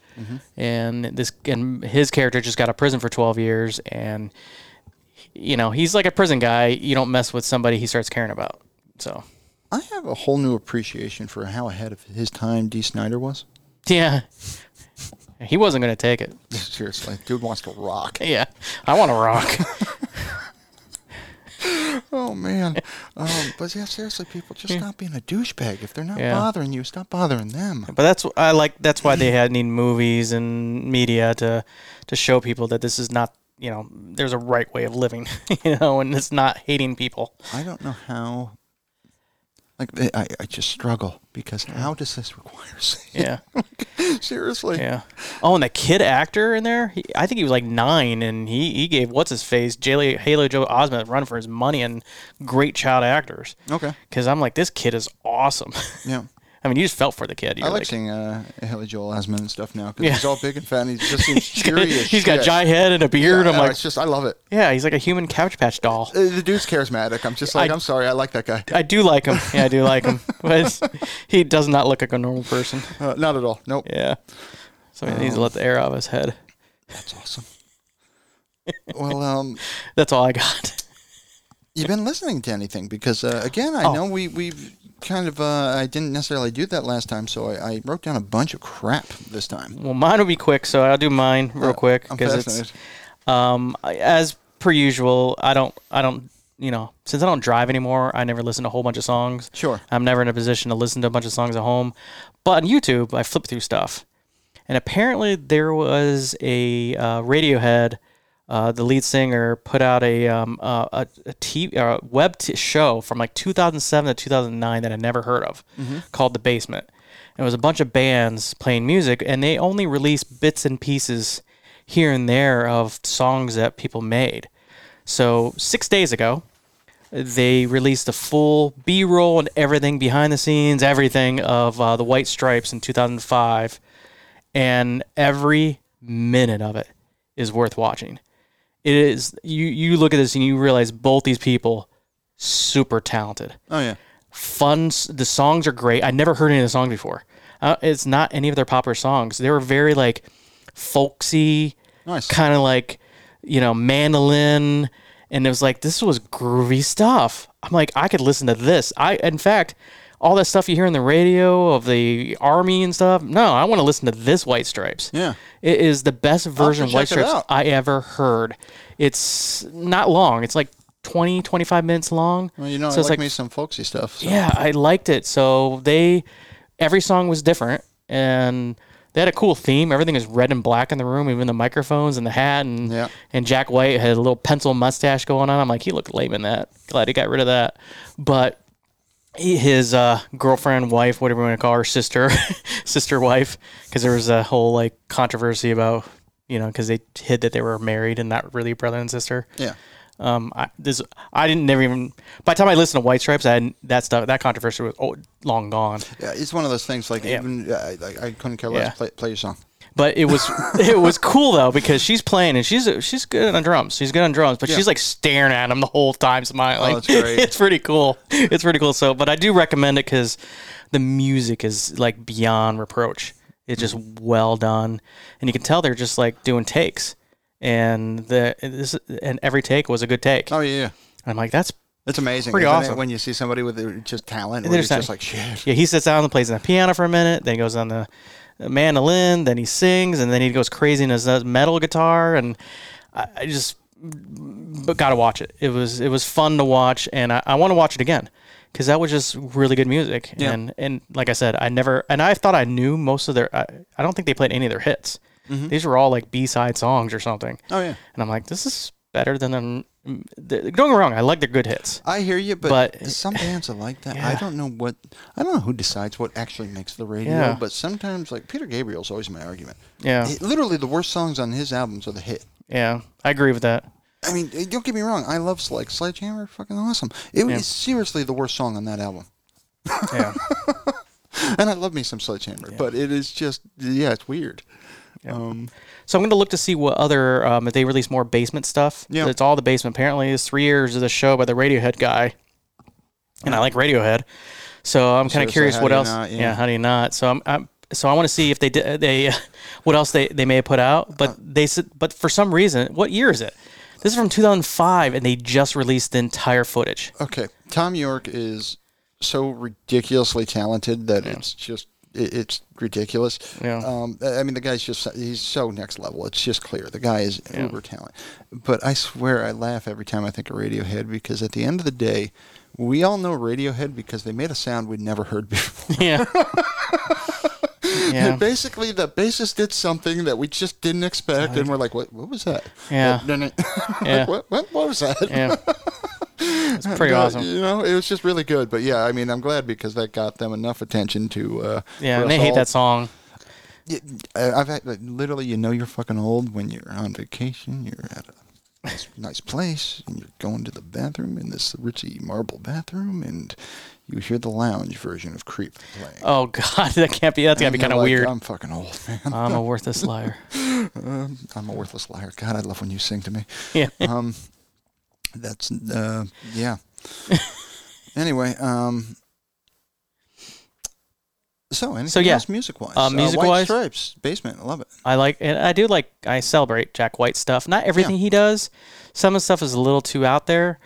Speaker 2: And this and his character just got out of prison for 12 years. And, you know, he's like a prison guy. You don't mess with somebody he starts caring about. So.
Speaker 1: I have a whole new appreciation for how ahead of his time D. Snyder was.
Speaker 2: Yeah. He wasn't going to take it.
Speaker 1: Seriously, dude wants to rock.
Speaker 2: Yeah. I want to rock.
Speaker 1: Oh man, um, but yeah, seriously, people, just stop being a douchebag. If they're not
Speaker 2: Yeah.
Speaker 1: bothering you, stop bothering them.
Speaker 2: but that's wh- I like that's why they had need movies and media to to show people that this is not, you know, there's a right way of living, you know, and it's not hating people.
Speaker 1: I don't know how. Like I- I, I just struggle because how does this require safety?
Speaker 2: Yeah.
Speaker 1: Seriously,
Speaker 2: Yeah. Oh, and the kid actor in there, he, I think he was like 9 and he he gave what's his face, Haley, Haley Joe Osment a run for his money and great child actors.
Speaker 1: Okay.
Speaker 2: Cuz I'm like this kid is awesome.
Speaker 1: yeah.
Speaker 2: I mean, you just felt for the kid.
Speaker 1: I
Speaker 2: You're
Speaker 1: like seeing uh, Haley Joel Osment and stuff now because
Speaker 2: Yeah.
Speaker 1: he's all big and fat. and He just seems
Speaker 2: He's got,
Speaker 1: cheery as
Speaker 2: he's got
Speaker 1: shit.
Speaker 2: giant head and a beard. I'm
Speaker 1: Uh,
Speaker 2: like,
Speaker 1: it's just I love it.
Speaker 2: yeah, he's like a human Couch Patch doll.
Speaker 1: Uh, The dude's charismatic. I'm just like I,
Speaker 2: I-
Speaker 1: am sorry. I like that guy.
Speaker 2: I do like him. Yeah, I do like him. But he does not look like a normal person.
Speaker 1: Uh, not at all. Nope.
Speaker 2: Yeah. So he needs to let the air out of his head.
Speaker 1: That's awesome. well, um,
Speaker 2: That's all I got.
Speaker 1: you've been listening to anything because uh, again i
Speaker 2: Oh.
Speaker 1: know we, we've kind of uh, i didn't necessarily do that last time so I, I wrote down a bunch of crap this time Uh,
Speaker 2: Well, mine will be quick, so I'll do mine real quick
Speaker 1: I'm
Speaker 2: because it's um I- as per usual. I don't I don't you know since I don't drive anymore, I never listen to a whole bunch of songs.
Speaker 1: Sure.
Speaker 2: I'm never in a position to listen to a bunch of songs at home, but on YouTube I flip through stuff, and apparently there was a uh, Radiohead. Uh, the lead singer put out a um, uh, a, a TV, uh, web t- show from like 2007 to 2009 that I never heard of, called The Basement. And it was a bunch of bands playing music, and they only released bits and pieces here and there of songs that people made. So six days ago, they released the full B-roll and everything behind the scenes, everything of uh, the White Stripes in 2005, and every minute of it is worth watching. It is you. You look at this and you realize both these people super talented
Speaker 1: oh yeah
Speaker 2: fun. s- The songs are great. I never heard any of the songs before. Uh, it's not any of their popular songs. They were very like folksy,
Speaker 1: Nice.
Speaker 2: kind of like you know mandolin, and it was like this was groovy stuff. I'm like I could listen to this. I in fact. All that stuff you hear on the radio of the army and stuff. No, I want to listen to this White Stripes.
Speaker 1: Yeah.
Speaker 2: it is the best version of
Speaker 1: check
Speaker 2: White
Speaker 1: it
Speaker 2: Stripes
Speaker 1: out.
Speaker 2: I ever heard. It's not long. It's like 20, 25 minutes long.
Speaker 1: well you know
Speaker 2: So
Speaker 1: i
Speaker 2: it's
Speaker 1: like,
Speaker 2: like
Speaker 1: me some folksy stuff so.
Speaker 2: yeah, I liked it. So they, every song was different, and they had a cool theme. Everything is red and black in the room, even the microphones and the hat. And
Speaker 1: Yeah.
Speaker 2: and Jack White had a little pencil mustache going on. I'm like, he looked lame in that. Glad he got rid of that. But he- his uh, girlfriend, wife, whatever you want to call her, sister, sister wife, because there was a whole like controversy about you know because they hid that they were married and not really brother and sister.
Speaker 1: yeah
Speaker 2: Um, I, this I didn't never even. By the time I listened to White Stripes, I hadn't, that stuff that controversy was oh, long gone.
Speaker 1: yeah it's one of those things like even uh, I, I couldn't care less
Speaker 2: Yeah.
Speaker 1: play, play your song
Speaker 2: But it was it was cool though because she's playing and she's she's good on drums. She's good on drums, but she's like staring at him the whole time, smiling.
Speaker 1: Oh, that's great.
Speaker 2: it's pretty cool. It's pretty cool. So, but I do recommend it because the music is like beyond reproach. It's just
Speaker 1: Mm-hmm.
Speaker 2: well done, and you can tell they're just like doing takes, and the this and every take was a good take.
Speaker 1: oh yeah yeah
Speaker 2: And I'm like, that's
Speaker 1: It's amazing.
Speaker 2: Pretty
Speaker 1: isn't it,
Speaker 2: awesome.
Speaker 1: when you see somebody with uh, just talent,
Speaker 2: And
Speaker 1: where
Speaker 2: there's
Speaker 1: you're just
Speaker 2: that-
Speaker 1: like, shit.
Speaker 2: Yeah, he sits down and plays the piano for a minute, then he goes on the mandolin, then he sings, and then he goes crazy in his uh, metal guitar, and I, I just but gotta watch it. It was it was fun to watch, and I, I want to watch it again because that was just really good music.
Speaker 1: Yeah.
Speaker 2: And and like I said, I never and I thought I knew most of their. I, I don't think they played any of their hits.
Speaker 1: Mm-hmm.
Speaker 2: These were all like B side songs or something.
Speaker 1: Oh yeah,
Speaker 2: And I'm like, this is better than them. Don't get me wrong, I like their good hits.
Speaker 1: I hear you, but,
Speaker 2: But-
Speaker 1: some bands are like that. I
Speaker 2: Yeah.
Speaker 1: don't know what I don't know who decides what actually makes the radio,
Speaker 2: Yeah.
Speaker 1: but sometimes like Peter Gabriel's always my argument.
Speaker 2: Yeah,
Speaker 1: It- literally, the worst songs on his albums are the hit.
Speaker 2: yeah, I agree with that.
Speaker 1: I mean, eh, don't get me wrong. I love Sledge. Sledgehammer, fucking awesome. It was
Speaker 2: Yeah.
Speaker 1: seriously the worst song on that album,
Speaker 2: Yeah.
Speaker 1: and I love me some Sledgehammer, but it is just yeah, it's weird. Um,
Speaker 2: So I'm going to look to see what other um, if they release more basement stuff.
Speaker 1: Yeah.
Speaker 2: it's all the basement. Apparently, it's three years of the show by the Radiohead guy, and I like Radiohead, so I'm
Speaker 1: So-
Speaker 2: kind of
Speaker 1: so
Speaker 2: curious
Speaker 1: how
Speaker 2: what
Speaker 1: do you
Speaker 2: else.
Speaker 1: not, yeah.
Speaker 2: yeah. how do you not? So I'm. I'm so I want to see if they did they what else they, they may have put out,
Speaker 1: Uh-huh.
Speaker 2: but they said but for some reason, what year is it? This is from 2005, and they just released the entire footage.
Speaker 1: Okay, Tom York is so ridiculously talented that it's just it, it's ridiculous.
Speaker 2: Yeah.
Speaker 1: Um, I I mean, the guy's just he's so next level. It's just clear the guy is uber talent. But I swear, I laugh every time I think of Radiohead because at the end of the day, we all know Radiohead because they made a sound we'd never heard before.
Speaker 2: Yeah, yeah,
Speaker 1: Basically, the bassist did something that we just didn't expect, and we're like, "What? What was that?"
Speaker 2: Yeah.
Speaker 1: Like,
Speaker 2: Yeah.
Speaker 1: What, what? What was that?
Speaker 2: yeah. It's pretty
Speaker 1: Yeah,
Speaker 2: awesome.
Speaker 1: You know, it was just really good. But yeah, I mean, I'm glad because that got them enough attention to. Uh,
Speaker 2: Yeah,
Speaker 1: for
Speaker 2: and they
Speaker 1: us
Speaker 2: hate
Speaker 1: all-
Speaker 2: that song.
Speaker 1: Yeah, I- uh, I've had, like, literally, you know, you're fucking old when you're on vacation. You're at a nice, nice place, and you're going to the bathroom in this ritzy marble bathroom, and you hear the lounge version of "Creep" playing.
Speaker 2: Oh God, that can't be. That's
Speaker 1: And you're
Speaker 2: gotta be kind of
Speaker 1: like,
Speaker 2: weird.
Speaker 1: I'm fucking old, man.
Speaker 2: I'm a worthless liar.
Speaker 1: I'm a worthless liar. God, I love when you sing to me.
Speaker 2: Yeah.
Speaker 1: Um, that's uh, yeah. anyway, um, so anything
Speaker 2: yeah.
Speaker 1: else music wise?
Speaker 2: Uh,
Speaker 1: White
Speaker 2: music-wise?
Speaker 1: Stripes, Basement, I love it.
Speaker 2: I like, and I do like, I celebrate Jack White stuff. Not everything he does. Some of the stuff is a little too out there,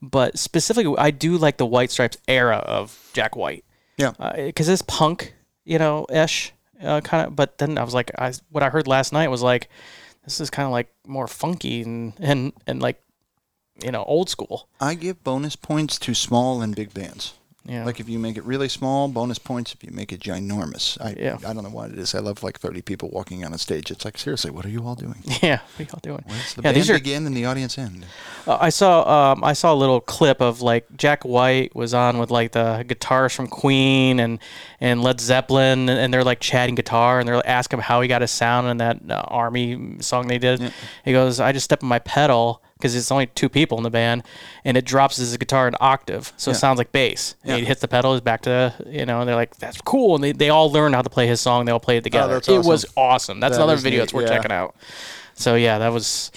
Speaker 2: but specifically, I do like the White Stripes era of Jack White
Speaker 1: Yeah,
Speaker 2: because it's punk, you know, ish uh, kind of. But then I was like, I what I heard last night was like, this is kind of like more funky and and and like, you know, old school.
Speaker 1: I give bonus points to small and big bands.
Speaker 2: Yeah.
Speaker 1: Like if you make it really small, bonus points. If you make it ginormous, I
Speaker 2: Yeah.
Speaker 1: I don't know what it is. I love like thirty people walking on a stage. It's like seriously, what are you all doing?
Speaker 2: yeah. What are y'all doing?
Speaker 1: It's the
Speaker 2: yeah,
Speaker 1: band
Speaker 2: these are
Speaker 1: begin and the audience end.
Speaker 2: Uh, I saw um, I saw a little clip of like Jack White was on with like the guitarists from Queen and and Led Zeppelin and, and they're like chatting guitar and they're asking him how he got his sound in that uh, army song they did. He goes, "I just stepped on my pedal because it's only two people in the band and it drops his guitar an octave, so it sounds like bass." And he
Speaker 1: Yeah.
Speaker 2: hits the pedal, it's back to you know, and they're like, "That's cool." And they, they all learn how to play his song. They all play it together.
Speaker 1: Oh, that's
Speaker 2: It was awesome. That's
Speaker 1: That
Speaker 2: another
Speaker 1: is
Speaker 2: video
Speaker 1: neat,
Speaker 2: that's worth
Speaker 1: yeah.
Speaker 2: checking out. So yeah, that was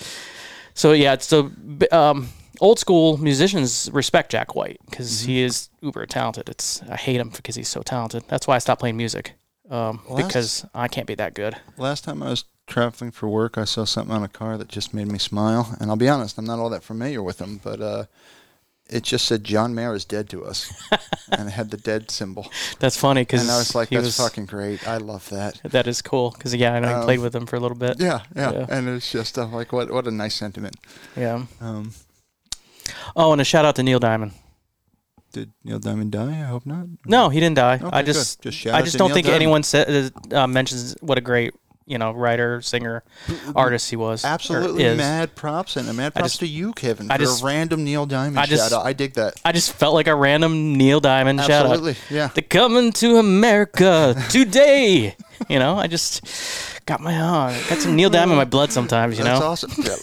Speaker 2: so yeah, it's so b- um, old school musicians respect Jack White because
Speaker 1: Mm-hmm.
Speaker 2: he is uber talented. It's I hate him because he's so talented. That's why I stopped playing music um,
Speaker 1: that's-
Speaker 2: because I can't be that good.
Speaker 1: Last time I was traveling for work, I saw something on a car that just made me smile. And I'll be honest, I'm not all that familiar with them, but uh, it just said John Mayer is dead to us, and it had the dead symbol.
Speaker 2: That's funny because
Speaker 1: And I was like,
Speaker 2: he
Speaker 1: that's
Speaker 2: was
Speaker 1: fucking great. I love that.
Speaker 2: that is cool because yeah, I know
Speaker 1: Um,
Speaker 2: he played with him for a little bit.
Speaker 1: Yeah, yeah,
Speaker 2: Yeah.
Speaker 1: and it's just uh, like what what a nice sentiment.
Speaker 2: Yeah.
Speaker 1: Um,
Speaker 2: Oh, and a shout out to Neil Diamond.
Speaker 1: did Neil Diamond die? I hope not.
Speaker 2: No, he didn't die. I
Speaker 1: Okay,
Speaker 2: just,
Speaker 1: good. Just shout
Speaker 2: I
Speaker 1: out
Speaker 2: just
Speaker 1: to
Speaker 2: don't
Speaker 1: Neil
Speaker 2: think
Speaker 1: Diamond.
Speaker 2: anyone sa- uh, mentions what a great you know writer, singer, artist he was. or
Speaker 1: Mm, Mm-hmm. Absolutely
Speaker 2: is.
Speaker 1: mad props and a mad props
Speaker 2: just-
Speaker 1: to you, Kevin,
Speaker 2: I
Speaker 1: for
Speaker 2: just-
Speaker 1: a random Neil Diamond
Speaker 2: I just-
Speaker 1: shout out. I dig that.
Speaker 2: I just felt like a random Neil Diamond shout out.
Speaker 1: Absolutely, yeah.
Speaker 2: They're coming to America today. you know, I just got my uh, got some Neil Diamond in my blood sometimes. You know,
Speaker 1: That's awesome. Yeah,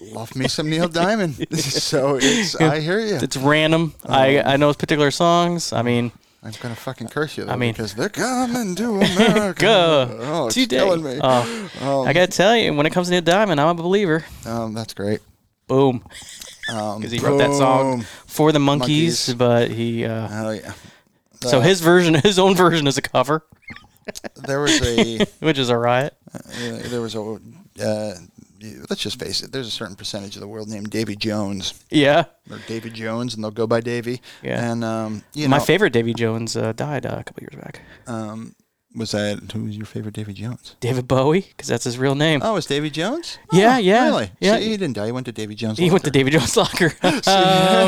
Speaker 1: love me some Neil Diamond. so it's I hear you.
Speaker 2: it's random. I I know particular songs. I mean,
Speaker 1: I'm gonna fucking curse you. Though,
Speaker 2: mean-
Speaker 1: because they're coming to America.
Speaker 2: go
Speaker 1: Oh, it's
Speaker 2: today.
Speaker 1: killing me.
Speaker 2: Oh, I gotta tell you, when it comes to Neil Diamond, I'm a believer.
Speaker 1: Um, that's great.
Speaker 2: Boom,
Speaker 1: Um,
Speaker 2: because he wrote that song
Speaker 1: boom.
Speaker 2: for the monkeys,
Speaker 1: Monkeys.
Speaker 2: but he. Uh,
Speaker 1: Oh yeah.
Speaker 2: so his version, his own version, is a cover,
Speaker 1: There was a
Speaker 2: which is a riot.
Speaker 1: uh, there was a uh, let's just face it. There's a certain percentage of the world named Davy Jones
Speaker 2: Yeah.
Speaker 1: or Davy Jones, and they'll go by Davy.
Speaker 2: Yeah.
Speaker 1: And um, you
Speaker 2: My
Speaker 1: know,
Speaker 2: favorite Davy Jones uh, died uh, a couple years back.
Speaker 1: um, was that who was your favorite Davy Jones?
Speaker 2: David Bowie, because that's his real name.
Speaker 1: Oh, it's Davy Jones.
Speaker 2: Yeah,
Speaker 1: Oh,
Speaker 2: yeah,
Speaker 1: Really?
Speaker 2: yeah.
Speaker 1: See, he didn't die. He went to Davy Jones.
Speaker 2: he went to
Speaker 1: locker.
Speaker 2: David Jones' locker. oh,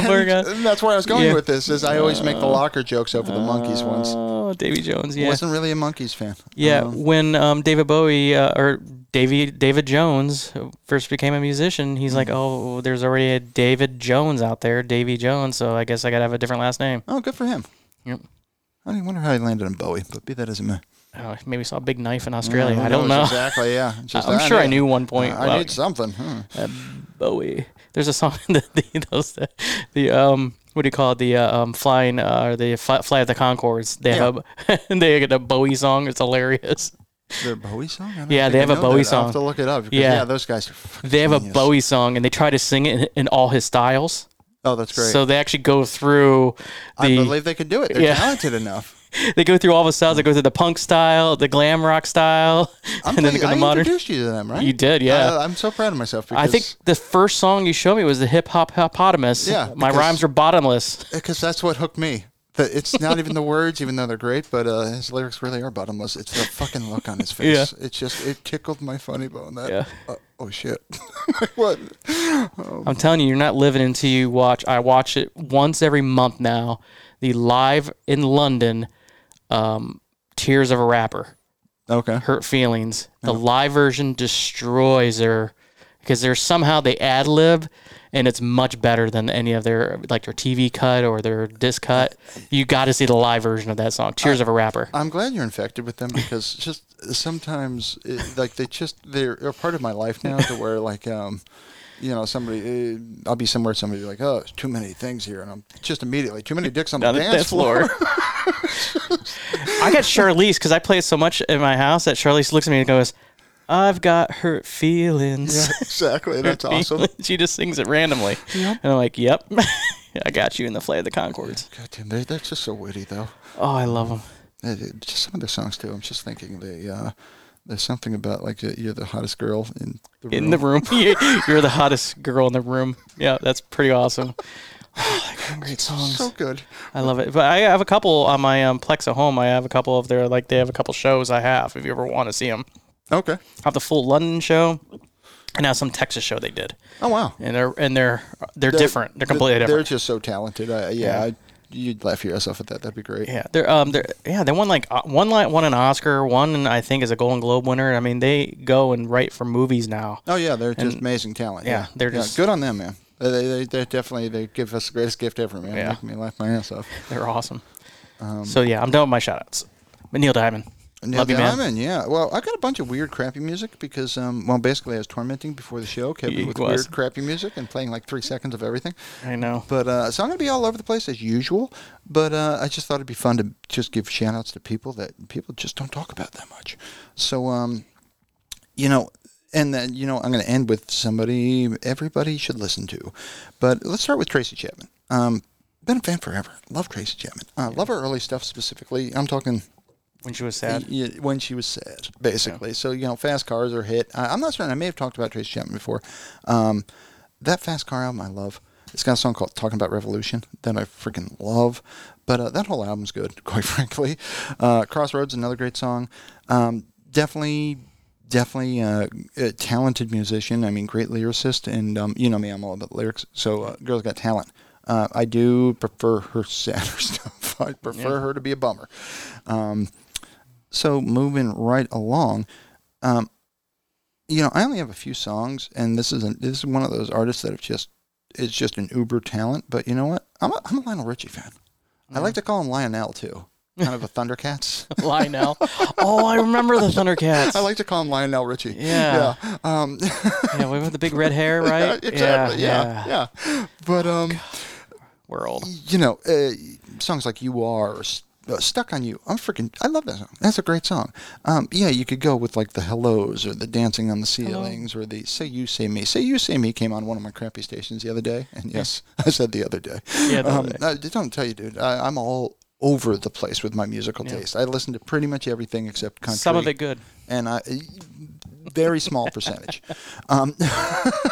Speaker 2: my God.
Speaker 1: And that's where I was going
Speaker 2: Yeah.
Speaker 1: with this. Is I always make the locker jokes over the monkeys once.
Speaker 2: Oh, Davy Jones, yeah.
Speaker 1: Wasn't really a monkeys fan.
Speaker 2: Yeah,
Speaker 1: Um,
Speaker 2: when um, David Bowie uh, or Davy David Jones first became a musician, he's
Speaker 1: Mm-hmm.
Speaker 2: like, "Oh, there's already a David Jones out there, Davy Jones, so I guess I gotta have a different last name."
Speaker 1: oh, good for him.
Speaker 2: Yep.
Speaker 1: I don't even wonder how he landed on Bowie, but be that as it may.
Speaker 2: Oh, maybe saw a big knife in Australia.
Speaker 1: who
Speaker 2: I don't
Speaker 1: knows
Speaker 2: know.
Speaker 1: exactly. Yeah, It's just,
Speaker 2: I'm sure I knew one
Speaker 1: Uh,
Speaker 2: point.
Speaker 1: I
Speaker 2: about
Speaker 1: need something. Hmm.
Speaker 2: uh, Bowie. There's a song that the, those the, the um what do you call it the uh, um flying uh or the fly, fly of the Concords. They have a they get a Bowie song. It's hilarious.
Speaker 1: Is there a Bowie song? I don't
Speaker 2: Yeah,
Speaker 1: think
Speaker 2: they
Speaker 1: I
Speaker 2: have a
Speaker 1: know
Speaker 2: Bowie
Speaker 1: that. I'll have
Speaker 2: song.
Speaker 1: to look it up. because,
Speaker 2: Yeah.
Speaker 1: yeah, those guys. Are fucking
Speaker 2: They have a
Speaker 1: genius.
Speaker 2: Bowie song and they try to sing it in, in all his styles.
Speaker 1: Oh, that's great.
Speaker 2: So they actually go through
Speaker 1: I
Speaker 2: the
Speaker 1: believe they can do it. They're
Speaker 2: Yeah.
Speaker 1: talented enough.
Speaker 2: they go through all the styles. They go through the punk style, the glam rock style,
Speaker 1: I'm
Speaker 2: and then they go
Speaker 1: telling
Speaker 2: to
Speaker 1: you, I
Speaker 2: modern.
Speaker 1: introduced you to them, right?
Speaker 2: You did, yeah.
Speaker 1: I, I'm so proud of myself. Because,
Speaker 2: I think the first song you showed me was the hip hop hippopotamus.
Speaker 1: Yeah,
Speaker 2: my
Speaker 1: because-
Speaker 2: rhymes are bottomless.
Speaker 1: because that's what hooked me. The, it's not even the words, even though they're great, but uh, his lyrics really are bottomless. It's the fucking look on his face.
Speaker 2: Yeah.
Speaker 1: It's just it tickled my funny bone. That
Speaker 2: Yeah.
Speaker 1: uh, oh shit, what?
Speaker 2: I'm telling you, you're not living until you watch. I watch it once every month now. The live in London, um, Tears of a Rapper,
Speaker 1: Okay.
Speaker 2: Hurt Feelings. The live version destroys their because they're somehow they ad lib, and it's much better than any of their like their TV cut or their disc cut. You got to see the live version of that song, Tears of a Rapper.
Speaker 1: I'm glad you're infected with them because just sometimes, it, like they just they're a part of my life now. To where like um, you know, somebody uh, I'll be somewhere, somebody be like, oh, there's too many things here, and I'm just immediately too many dicks on the
Speaker 2: on the
Speaker 1: dance, floor.
Speaker 2: I got Charlize because I play it so much in my house that Charlize looks at me and goes, "I've got hurt feelings."
Speaker 1: exactly, that's awesome.
Speaker 2: she just sings it randomly, and I'm like, "Yep, I got you in the Flight of the Concords."
Speaker 1: God damn, they, that's just so witty though.
Speaker 2: Oh, I love them.
Speaker 1: Uh, th- Just some of their songs too. I'm just thinking they uh, there's something about like uh, you're the hottest girl in the room. Oh,
Speaker 2: In the room, You- you're the hottest girl in the room. Yeah, that's pretty awesome. Oh, great songs.
Speaker 1: so good.
Speaker 2: I love it. But I have a couple on my um, Plex at home. I have a couple of their like they have a couple shows I have. If you ever want to see them,
Speaker 1: Okay.
Speaker 2: I have the full London show, and now some Texas show they did.
Speaker 1: Oh wow.
Speaker 2: and they're and they're they're, different. They're completely
Speaker 1: They're
Speaker 2: different.
Speaker 1: just so talented. I, yeah,
Speaker 2: Yeah.
Speaker 1: I, you'd laugh your ass off at that. That'd be great.
Speaker 2: yeah, they're um they're yeah they won like uh, one like won an Oscar, one I think is a Golden Globe winner. I mean they go and write for movies now.
Speaker 1: Oh yeah, they're just amazing talent.
Speaker 2: yeah, they're just-
Speaker 1: good on them, man. They, they, they they're definitely they give us the greatest gift ever, man.
Speaker 2: Yeah.
Speaker 1: Make me laugh my ass off.
Speaker 2: They're awesome. so yeah, I'm done with my shout outs. But Neil Diamond,
Speaker 1: Neil
Speaker 2: love you man.
Speaker 1: Diamond, yeah. Well, I got a bunch of weird, crappy music because, um, well, basically, I was tormenting before the show,
Speaker 2: He
Speaker 1: Kevin, with
Speaker 2: was.
Speaker 1: weird, crappy music and playing like three seconds of everything.
Speaker 2: I know.
Speaker 1: But uh, so I'm going to be all over the place as usual. But uh, I just thought it'd be fun to just give shout outs to people that people just don't talk about that much. So, um, you know, and then, you know, I'm going to end with somebody everybody should listen to. But let's start with Tracy Chapman. Um, been a fan forever. Love Tracy Chapman. Uh, Love her early stuff specifically. I'm talking
Speaker 2: When she was sad,
Speaker 1: y- y- when she was sad, basically. So you know, fast cars are hit. I, I'm not certain. I may have talked about Tracy Chapman before. Um, that fast car album, I love. It's got a song called "Talking About Revolution" that I freaking love. But uh, that whole album's good, quite frankly. Uh, Crossroads, another great song. Um, definitely, definitely uh, a talented musician. I mean, great lyricist, and um, you know me, I'm all about lyrics. So, uh, girl's got talent. Uh, I do prefer her sadder stuff. I prefer her to be a bummer. Um, so moving right along, um, you know, I only have a few songs, and this is an, this is one of those artists that have just it's just an uber talent. But you know what? I'm a, I'm a Lionel Richie fan. I like to call him Lionel too, kind of a Thundercats.
Speaker 2: Lionel. Oh, I remember the Thundercats.
Speaker 1: I like to call him Lionel Richie.
Speaker 2: Yeah.
Speaker 1: yeah. Um,
Speaker 2: yeah, with the big red hair, right? Oh,
Speaker 1: exactly. Yeah, yeah. But um,
Speaker 2: World.
Speaker 1: you know, uh, songs like "You Are" or S- uh, "Stuck on You." I'm freaking. I love that song. That's a great song. Um, yeah, you could go with like the "Hellos" or the "Dancing on the Ceilings" or the "Say You, Say Me." "Say You, Say Me" came on one of my crappy stations the other day, and yes, I said the other day.
Speaker 2: Yeah, the
Speaker 1: um,
Speaker 2: other
Speaker 1: I don't tell you, dude. I, I'm all over the place with my musical taste. I listen to pretty much everything except country.
Speaker 2: Some of it good.
Speaker 1: and I. very small percentage. Um,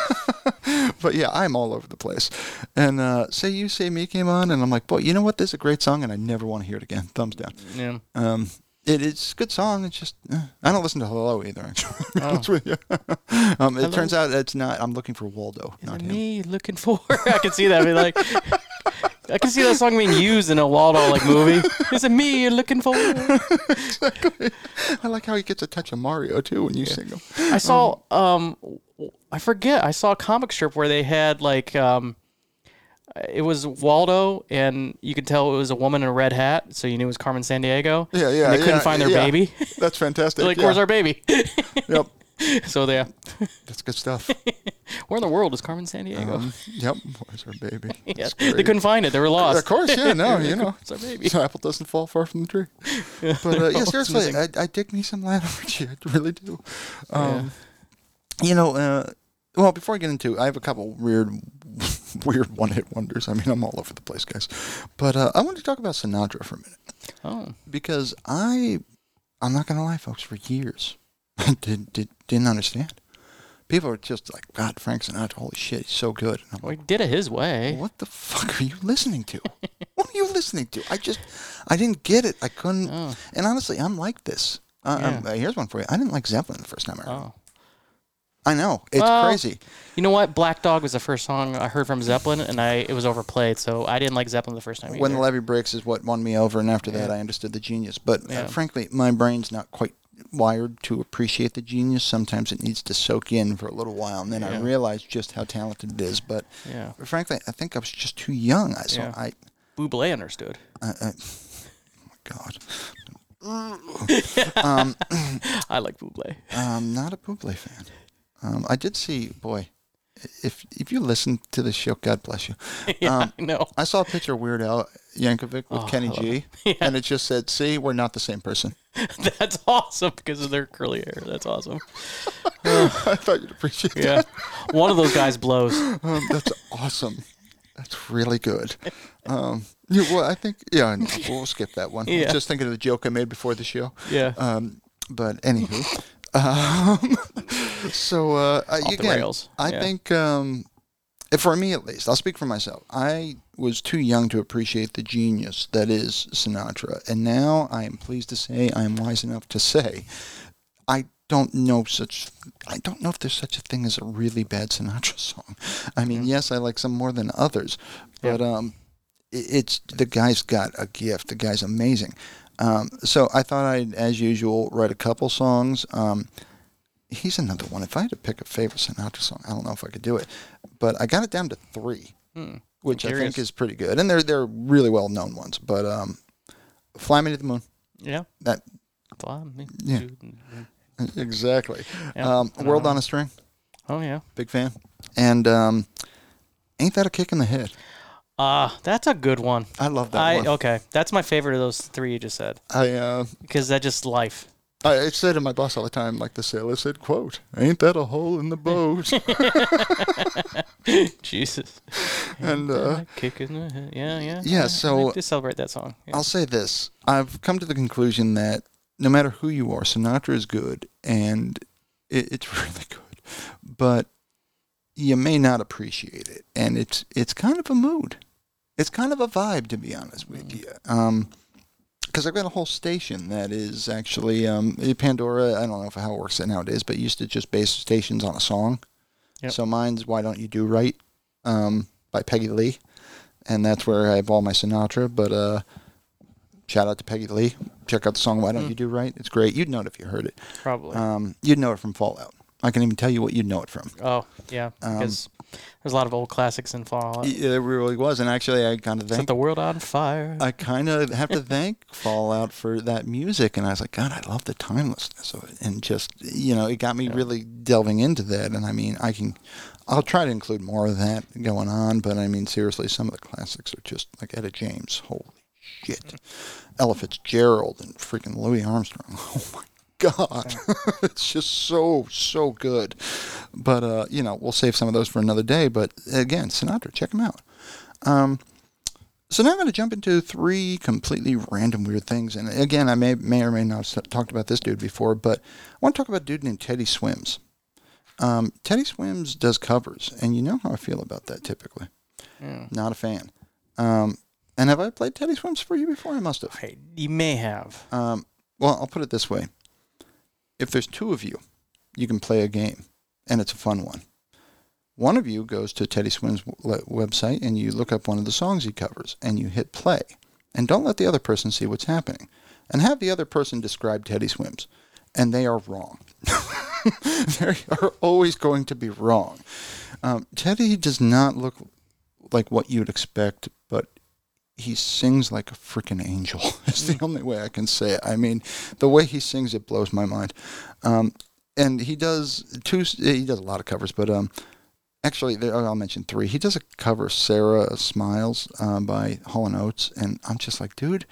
Speaker 1: but yeah, I'm all over the place. And uh, say you say me came on, and I'm like, boy, you know what? This is a great song, and I never want to hear it again. Thumbs down.
Speaker 2: Yeah.
Speaker 1: Um, it, it's a good song. It's just uh, I don't listen to Hello either. Actually, to be
Speaker 2: Oh.
Speaker 1: honest with you. um, it turns out it's not. I'm looking for Waldo, not him.
Speaker 2: Me looking for. I can see that. Be like. I can see that song being used in a Waldo like movie. Is it me you're looking for?
Speaker 1: I like how he gets a touch of Mario too when you sing him.
Speaker 2: I saw um I forget I saw a comic strip where they had like um it was Waldo and you could tell it was a woman in a red hat so you knew it was Carmen Sandiego.
Speaker 1: Yeah, yeah.
Speaker 2: And they
Speaker 1: yeah,
Speaker 2: couldn't find their
Speaker 1: yeah.
Speaker 2: baby.
Speaker 1: That's fantastic.
Speaker 2: like
Speaker 1: yeah.
Speaker 2: where's our baby?
Speaker 1: Yep.
Speaker 2: so yeah,
Speaker 1: That's good stuff.
Speaker 2: where in the world is Carmen Sandiego?
Speaker 1: Um, yep. Where's our baby?
Speaker 2: yeah.
Speaker 1: That's
Speaker 2: They
Speaker 1: great.
Speaker 2: couldn't find it. They were lost.
Speaker 1: Of course, yeah, no, you know,
Speaker 2: It's our baby.
Speaker 1: so apple doesn't fall far from the tree. But uh, yeah,
Speaker 2: it's
Speaker 1: seriously, I,
Speaker 2: missing.
Speaker 1: I dig me some Lionel Richie. I really do. Um, You know, uh, well, before I get into, I have a couple weird, weird one-hit wonders. I mean, I'm all over the place, guys. But uh, I want to talk about Sinatra for a minute
Speaker 2: Oh.
Speaker 1: because I, I'm not gonna lie, folks. For years, I did, did didn't understand. People are just like, God, Frank Sinatra, holy shit, he's so good. And I'm
Speaker 2: Well, he did it his way.
Speaker 1: what the fuck are you listening to? what are you listening to? I just, I didn't get it. I couldn't.
Speaker 2: Oh.
Speaker 1: And honestly, I'm like this. Uh, I'm- uh, here's one for you. I didn't like Zeppelin the first time I heard. them.
Speaker 2: Oh.
Speaker 1: I know it's
Speaker 2: Well-
Speaker 1: crazy.
Speaker 2: You know what? Black Dog was the first song I heard from Zeppelin, and I it was overplayed, so I didn't like Zeppelin the first time.
Speaker 1: When
Speaker 2: either.
Speaker 1: the levee breaks is what won me over, and after that, I understood the genius. But uh,
Speaker 2: Yeah.
Speaker 1: frankly, my brain's not quite wired to appreciate the genius. Sometimes it needs to soak in for a little while, and then I
Speaker 2: Yeah.
Speaker 1: realize just how talented it is. But
Speaker 2: yeah,
Speaker 1: frankly, I think I was just too young. I so
Speaker 2: Yeah.
Speaker 1: I.
Speaker 2: Buble understood.
Speaker 1: I, I oh my God,
Speaker 2: I like Buble.
Speaker 1: I'm not a Buble fan. Um, I did see, boy, if if you listen to this show, God bless you.
Speaker 2: yeah,
Speaker 1: Um,
Speaker 2: Oh, I know.
Speaker 1: I saw a picture of Weird Al Yankovic with Kenny G, and it just said, "See, we're not the same person."
Speaker 2: That's awesome because of their curly hair. That's awesome.
Speaker 1: I thought you'd appreciate that.
Speaker 2: Yeah, one of those guys blows.
Speaker 1: Um, that's awesome. That's really good. Um, you, well, I think yeah, no, we'll skip that one.
Speaker 2: Yeah.
Speaker 1: Just thinking of the joke I made before the show.
Speaker 2: Yeah,
Speaker 1: Um, but anywho, um, so uh, I-
Speaker 2: the
Speaker 1: again,
Speaker 2: rails.
Speaker 1: I
Speaker 2: Yeah.
Speaker 1: think um, for me at least, I'll speak for myself. I was too young to appreciate the genius that is Sinatra, and now I am pleased to say I am wise enough to say I don't know such. I don't know if there's such a thing as a really bad Sinatra song. I mean, yes, I like some more than others, but um, i- it's the guy's got a gift. The guy's amazing. Um, so I thought I'd, as usual, write a couple songs. Um, he's another one. If I had to pick a favorite Sinatra song, I don't know if I could do it, but I got it down to three,
Speaker 2: Hmm.
Speaker 1: which I think
Speaker 2: curious.
Speaker 1: is pretty good. And they're they're really well known ones. But um, "Fly Me to the Moon,"
Speaker 2: yeah.
Speaker 1: that Yeah. exactly.
Speaker 2: Yeah,
Speaker 1: um,
Speaker 2: I don't
Speaker 1: "World
Speaker 2: know.
Speaker 1: on a String."
Speaker 2: Oh yeah.
Speaker 1: Big fan. And um, ain't that a kick in the head?
Speaker 2: Ah, that's a good one.
Speaker 1: I love that
Speaker 2: I
Speaker 1: one.
Speaker 2: okay. That's my favorite of those three you just said
Speaker 1: I, uh,
Speaker 2: because that just life.
Speaker 1: I I say to my boss all the time, like the sailor said, "quote Ain't that a hole in the boat?"
Speaker 2: Jesus.
Speaker 1: and uh,
Speaker 2: Kick in the head. Yeah, yeah.
Speaker 1: Yeah, so-
Speaker 2: just celebrate that song. Yeah.
Speaker 1: I'll say this: I've come to the conclusion that no matter who you are, Sinatra is good, and it, it's really good, but you may not appreciate it, and it's it's kind of a mood. It's kind of a vibe, to be honest
Speaker 2: Mm.
Speaker 1: with you. Um, because I've got a whole station that is actually um, Pandora. I don't know if how it works nowadays, but used to just base stations on a song.
Speaker 2: Yep.
Speaker 1: So mine's "Why Don't You Do Right" um, by Peggy Lee, and that's where I have all my Sinatra. But uh, shout out to Peggy Lee. Check out the song "Why Don't You Do Right." It's great. You'd know it if you heard it.
Speaker 2: Probably.
Speaker 1: Um, you'd know it from Fallout. I can even tell you what you'd know it from.
Speaker 2: oh yeah,
Speaker 1: um,
Speaker 2: because there's a lot of old classics in Fallout.
Speaker 1: It it really was, and actually, I kind of
Speaker 2: Set
Speaker 1: think
Speaker 2: the world on fire.
Speaker 1: I kind of have to thank Fallout for that music, and I was like, God, I love the timelessness of it, and just you know, it got me really delving into that. And I mean, I can, I'll try to include more of that going on, but I mean, seriously, some of the classics are just like Etta James, holy shit, Ella Fitzgerald, and freaking Louis Armstrong. Oh my God, it's just so so good. But uh, Um, you know, we'll save some of those for another day. But again, Sinatra, check him out. So now I'm going to jump into three completely random weird things. And again, I may, may or may not have talked about this dude before, but I want to talk about a dude named Teddy Swims. Um, Teddy Swims does covers, and you know how I feel about that typically. Not a fan. Um, and have I played Teddy Swims for you before? I must have.
Speaker 2: Hey, you may have.
Speaker 1: Um, well, I'll put it this way: if there's two of you, you can play a game, and it's a fun one. One of you goes to Teddy Swim's w- website and you look up one of the songs he covers, and you hit play, and don't let the other person see what's happening, and have the other person describe Teddy Swims, and they are wrong. they are always going to be wrong. Um, Teddy does not look like what you'd expect, but he sings like a freaking angel. It's the only way I can say it. I mean, the way he sings it blows my mind. Um, and he does two. He does a lot of covers, but um, actually, there, I'll mention three. He does a cover "Sarah Smiles" um, by Hall and Oates, and I'm just like, dude.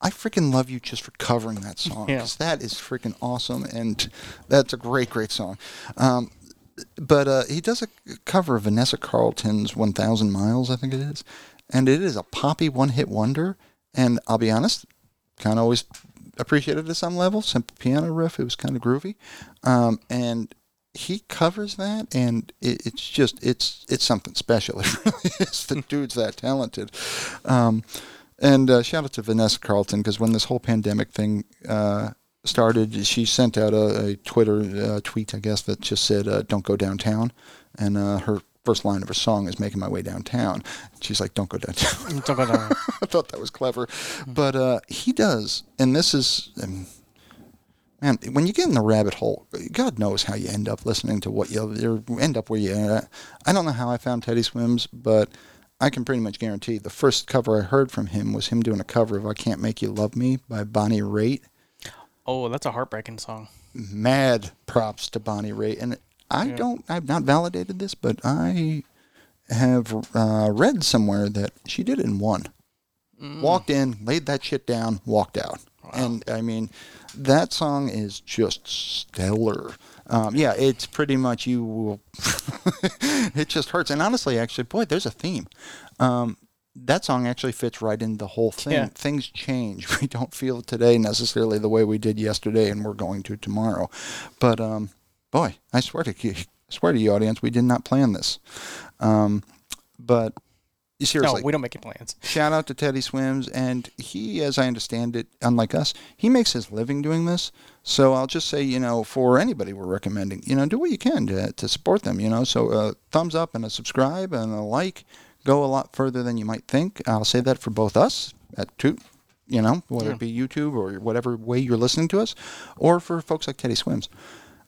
Speaker 1: I freaking love you just for covering that song
Speaker 2: Yeah.
Speaker 1: because that is freaking awesome and that's a great, great song. Um, but uh, he does a cover of Vanessa Carlton's 1,000 Miles, I think it is. And it is a poppy one hit wonder. And I'll be honest, kind of always appreciated it at some level. Simple piano riff, it was kind of groovy. Um, and he covers that, and it, it's just, it's it's something special. It really is. The dude's that talented. Um, and uh, shout out to Vanessa Carlton because when this whole pandemic thing uh, started, she sent out a, a Twitter uh, tweet, I guess, that just said, uh, "Don't go downtown," and uh, her first line of her song is "Making My Way Downtown." She's like, "Don't go downtown."
Speaker 2: Don't go down.
Speaker 1: I thought that was clever. But uh, he does, and this is, um, man, when you get in the rabbit hole, God knows how you end up listening to what you you end up where you. At. I don't know how I found Teddy Swims, but I can pretty much guarantee the first cover I heard from him was him doing a cover of "I Can't Make You Love Me" by Bonnie Raitt.
Speaker 2: Oh, that's a heartbreaking song.
Speaker 1: Mad props to Bonnie Raitt, and I don't, I've not validated this, but I have uh, read somewhere that she did it in one. Walked in, laid that shit down, walked out. And I mean, that song is just stellar. Um, yeah, it's pretty much you will. it just hurts. And honestly, actually, boy, there's a theme. Um, that song actually fits right in the whole thing.
Speaker 2: Yeah.
Speaker 1: Things change. We don't feel today necessarily the way we did yesterday, and we're going to tomorrow. But um, boy, I swear to you, I swear to you, audience, we did not plan this. Um, but you
Speaker 2: No,
Speaker 1: seriously,
Speaker 2: we don't make any plans.
Speaker 1: shout out to Teddy Swims, and he, as I understand it, unlike us, he makes his living doing this. So I'll just say, you know, for anybody we're recommending, you know, do what you can to, to support them, you know. So a thumbs up and a subscribe and a like go a lot further than you might think. I'll say that for both us at Toot, you know, whether it be YouTube or whatever way you're listening to us, or for folks like Teddy Swims.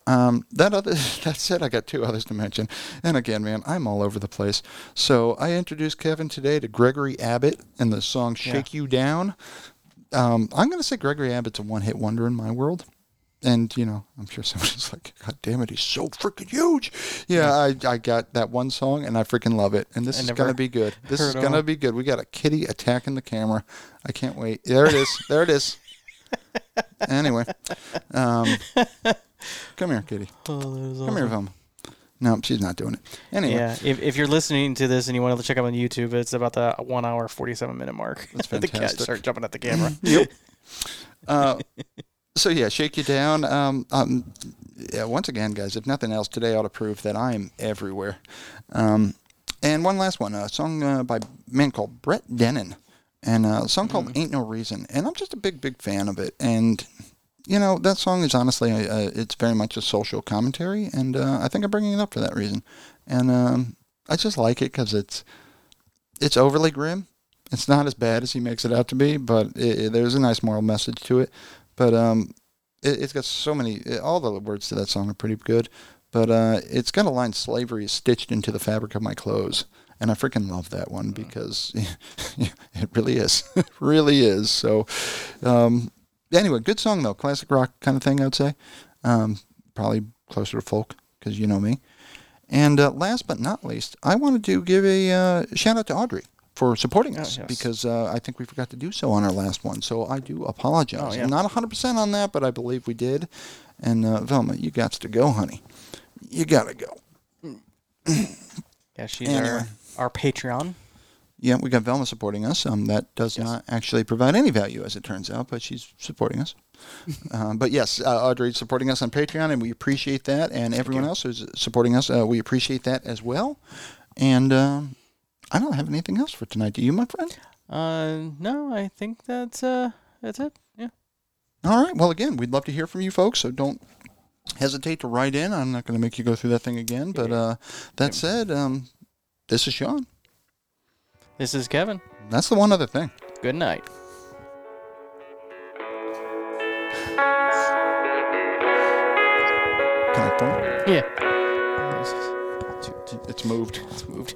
Speaker 1: Um, that other that said, I got two others to mention, and again, man, I'm all over the place. So I introduced Kevin today to Gregory Abbott and the song "Shake You Down." Um, I'm going to say Gregory Abbott's a one-hit wonder in my world, and you know, I'm sure somebody's like, "God damn it, he's so freaking huge!" Yeah, I, I got that one song, and I freaking love it. And this is
Speaker 2: never
Speaker 1: going to be good. This is
Speaker 2: heard of
Speaker 1: going to
Speaker 2: him.
Speaker 1: be good. We got a kitty attacking the camera. I can't wait. There it is. There it is. anyway, um, come here, kitty. Come here, Velma. No, she's not doing it. Anyway,
Speaker 2: Yeah, if, if you're listening to this and you want to check up on YouTube, it's about the one hour forty seven minute mark. That's the cat
Speaker 1: fantastic.
Speaker 2: start jumping at the camera.
Speaker 1: uh, so yeah, shake you down. Um, um, yeah, once again, guys, if nothing else, today ought to prove that I'm everywhere. Um, and one last one, a song uh, by a man called Brett Denon, and uh, a song called "Ain't No Reason." And I'm just a big, big fan of it. And you know that song is honestly, uh, it's very much a social commentary, and uh, I think I'm bringing it up for that reason. And um, I just like it because it's it's overly grim. It's not as bad as he makes it out to be, but it, it- there's a nice moral message to it. But um, it, it's got so many. It, all the words to that song are pretty good. But uh, it's got a line: "Slavery is stitched into the fabric of my clothes," and I freaking love that one because it really is, it really is. So, um, anyway, good song though, classic rock kind of thing. I'd say, um, probably closer to folk because you know me. And uh, last but not least, I wanted to give a uh, shout out to Audrey for supporting us
Speaker 2: yes.
Speaker 1: because uh, I think we forgot to do so on our last one. So I do apologize.
Speaker 2: Oh, yeah.
Speaker 1: I'm not 100% on that, but I believe we did. And uh, Velma, you got to go, honey. You got to go.
Speaker 2: Yeah, she's
Speaker 1: Anyway.
Speaker 2: our our Patreon.
Speaker 1: Yeah, we got Velma supporting us. Um, that does
Speaker 3: Yes.
Speaker 1: not actually provide any value, as it turns out, but she's supporting us. um, but yes, uh, Audrey's supporting us on Patreon, and we appreciate that. And everyone else who's supporting us, uh, we appreciate that as well. And um, I don't have anything else for tonight. Do you, my friend?
Speaker 2: Uh, no, I think that's uh, that's it. Yeah.
Speaker 1: All right. Well, again, we'd love to hear from you folks, so don't hesitate to write in. I'm not going to make you go through that thing again. But uh, that said, um, this is Sean.
Speaker 2: This is Kevin.
Speaker 1: That's the one other thing.
Speaker 2: Good night.
Speaker 1: Can I point?
Speaker 2: Yeah.
Speaker 1: It's moved.
Speaker 2: It's moved.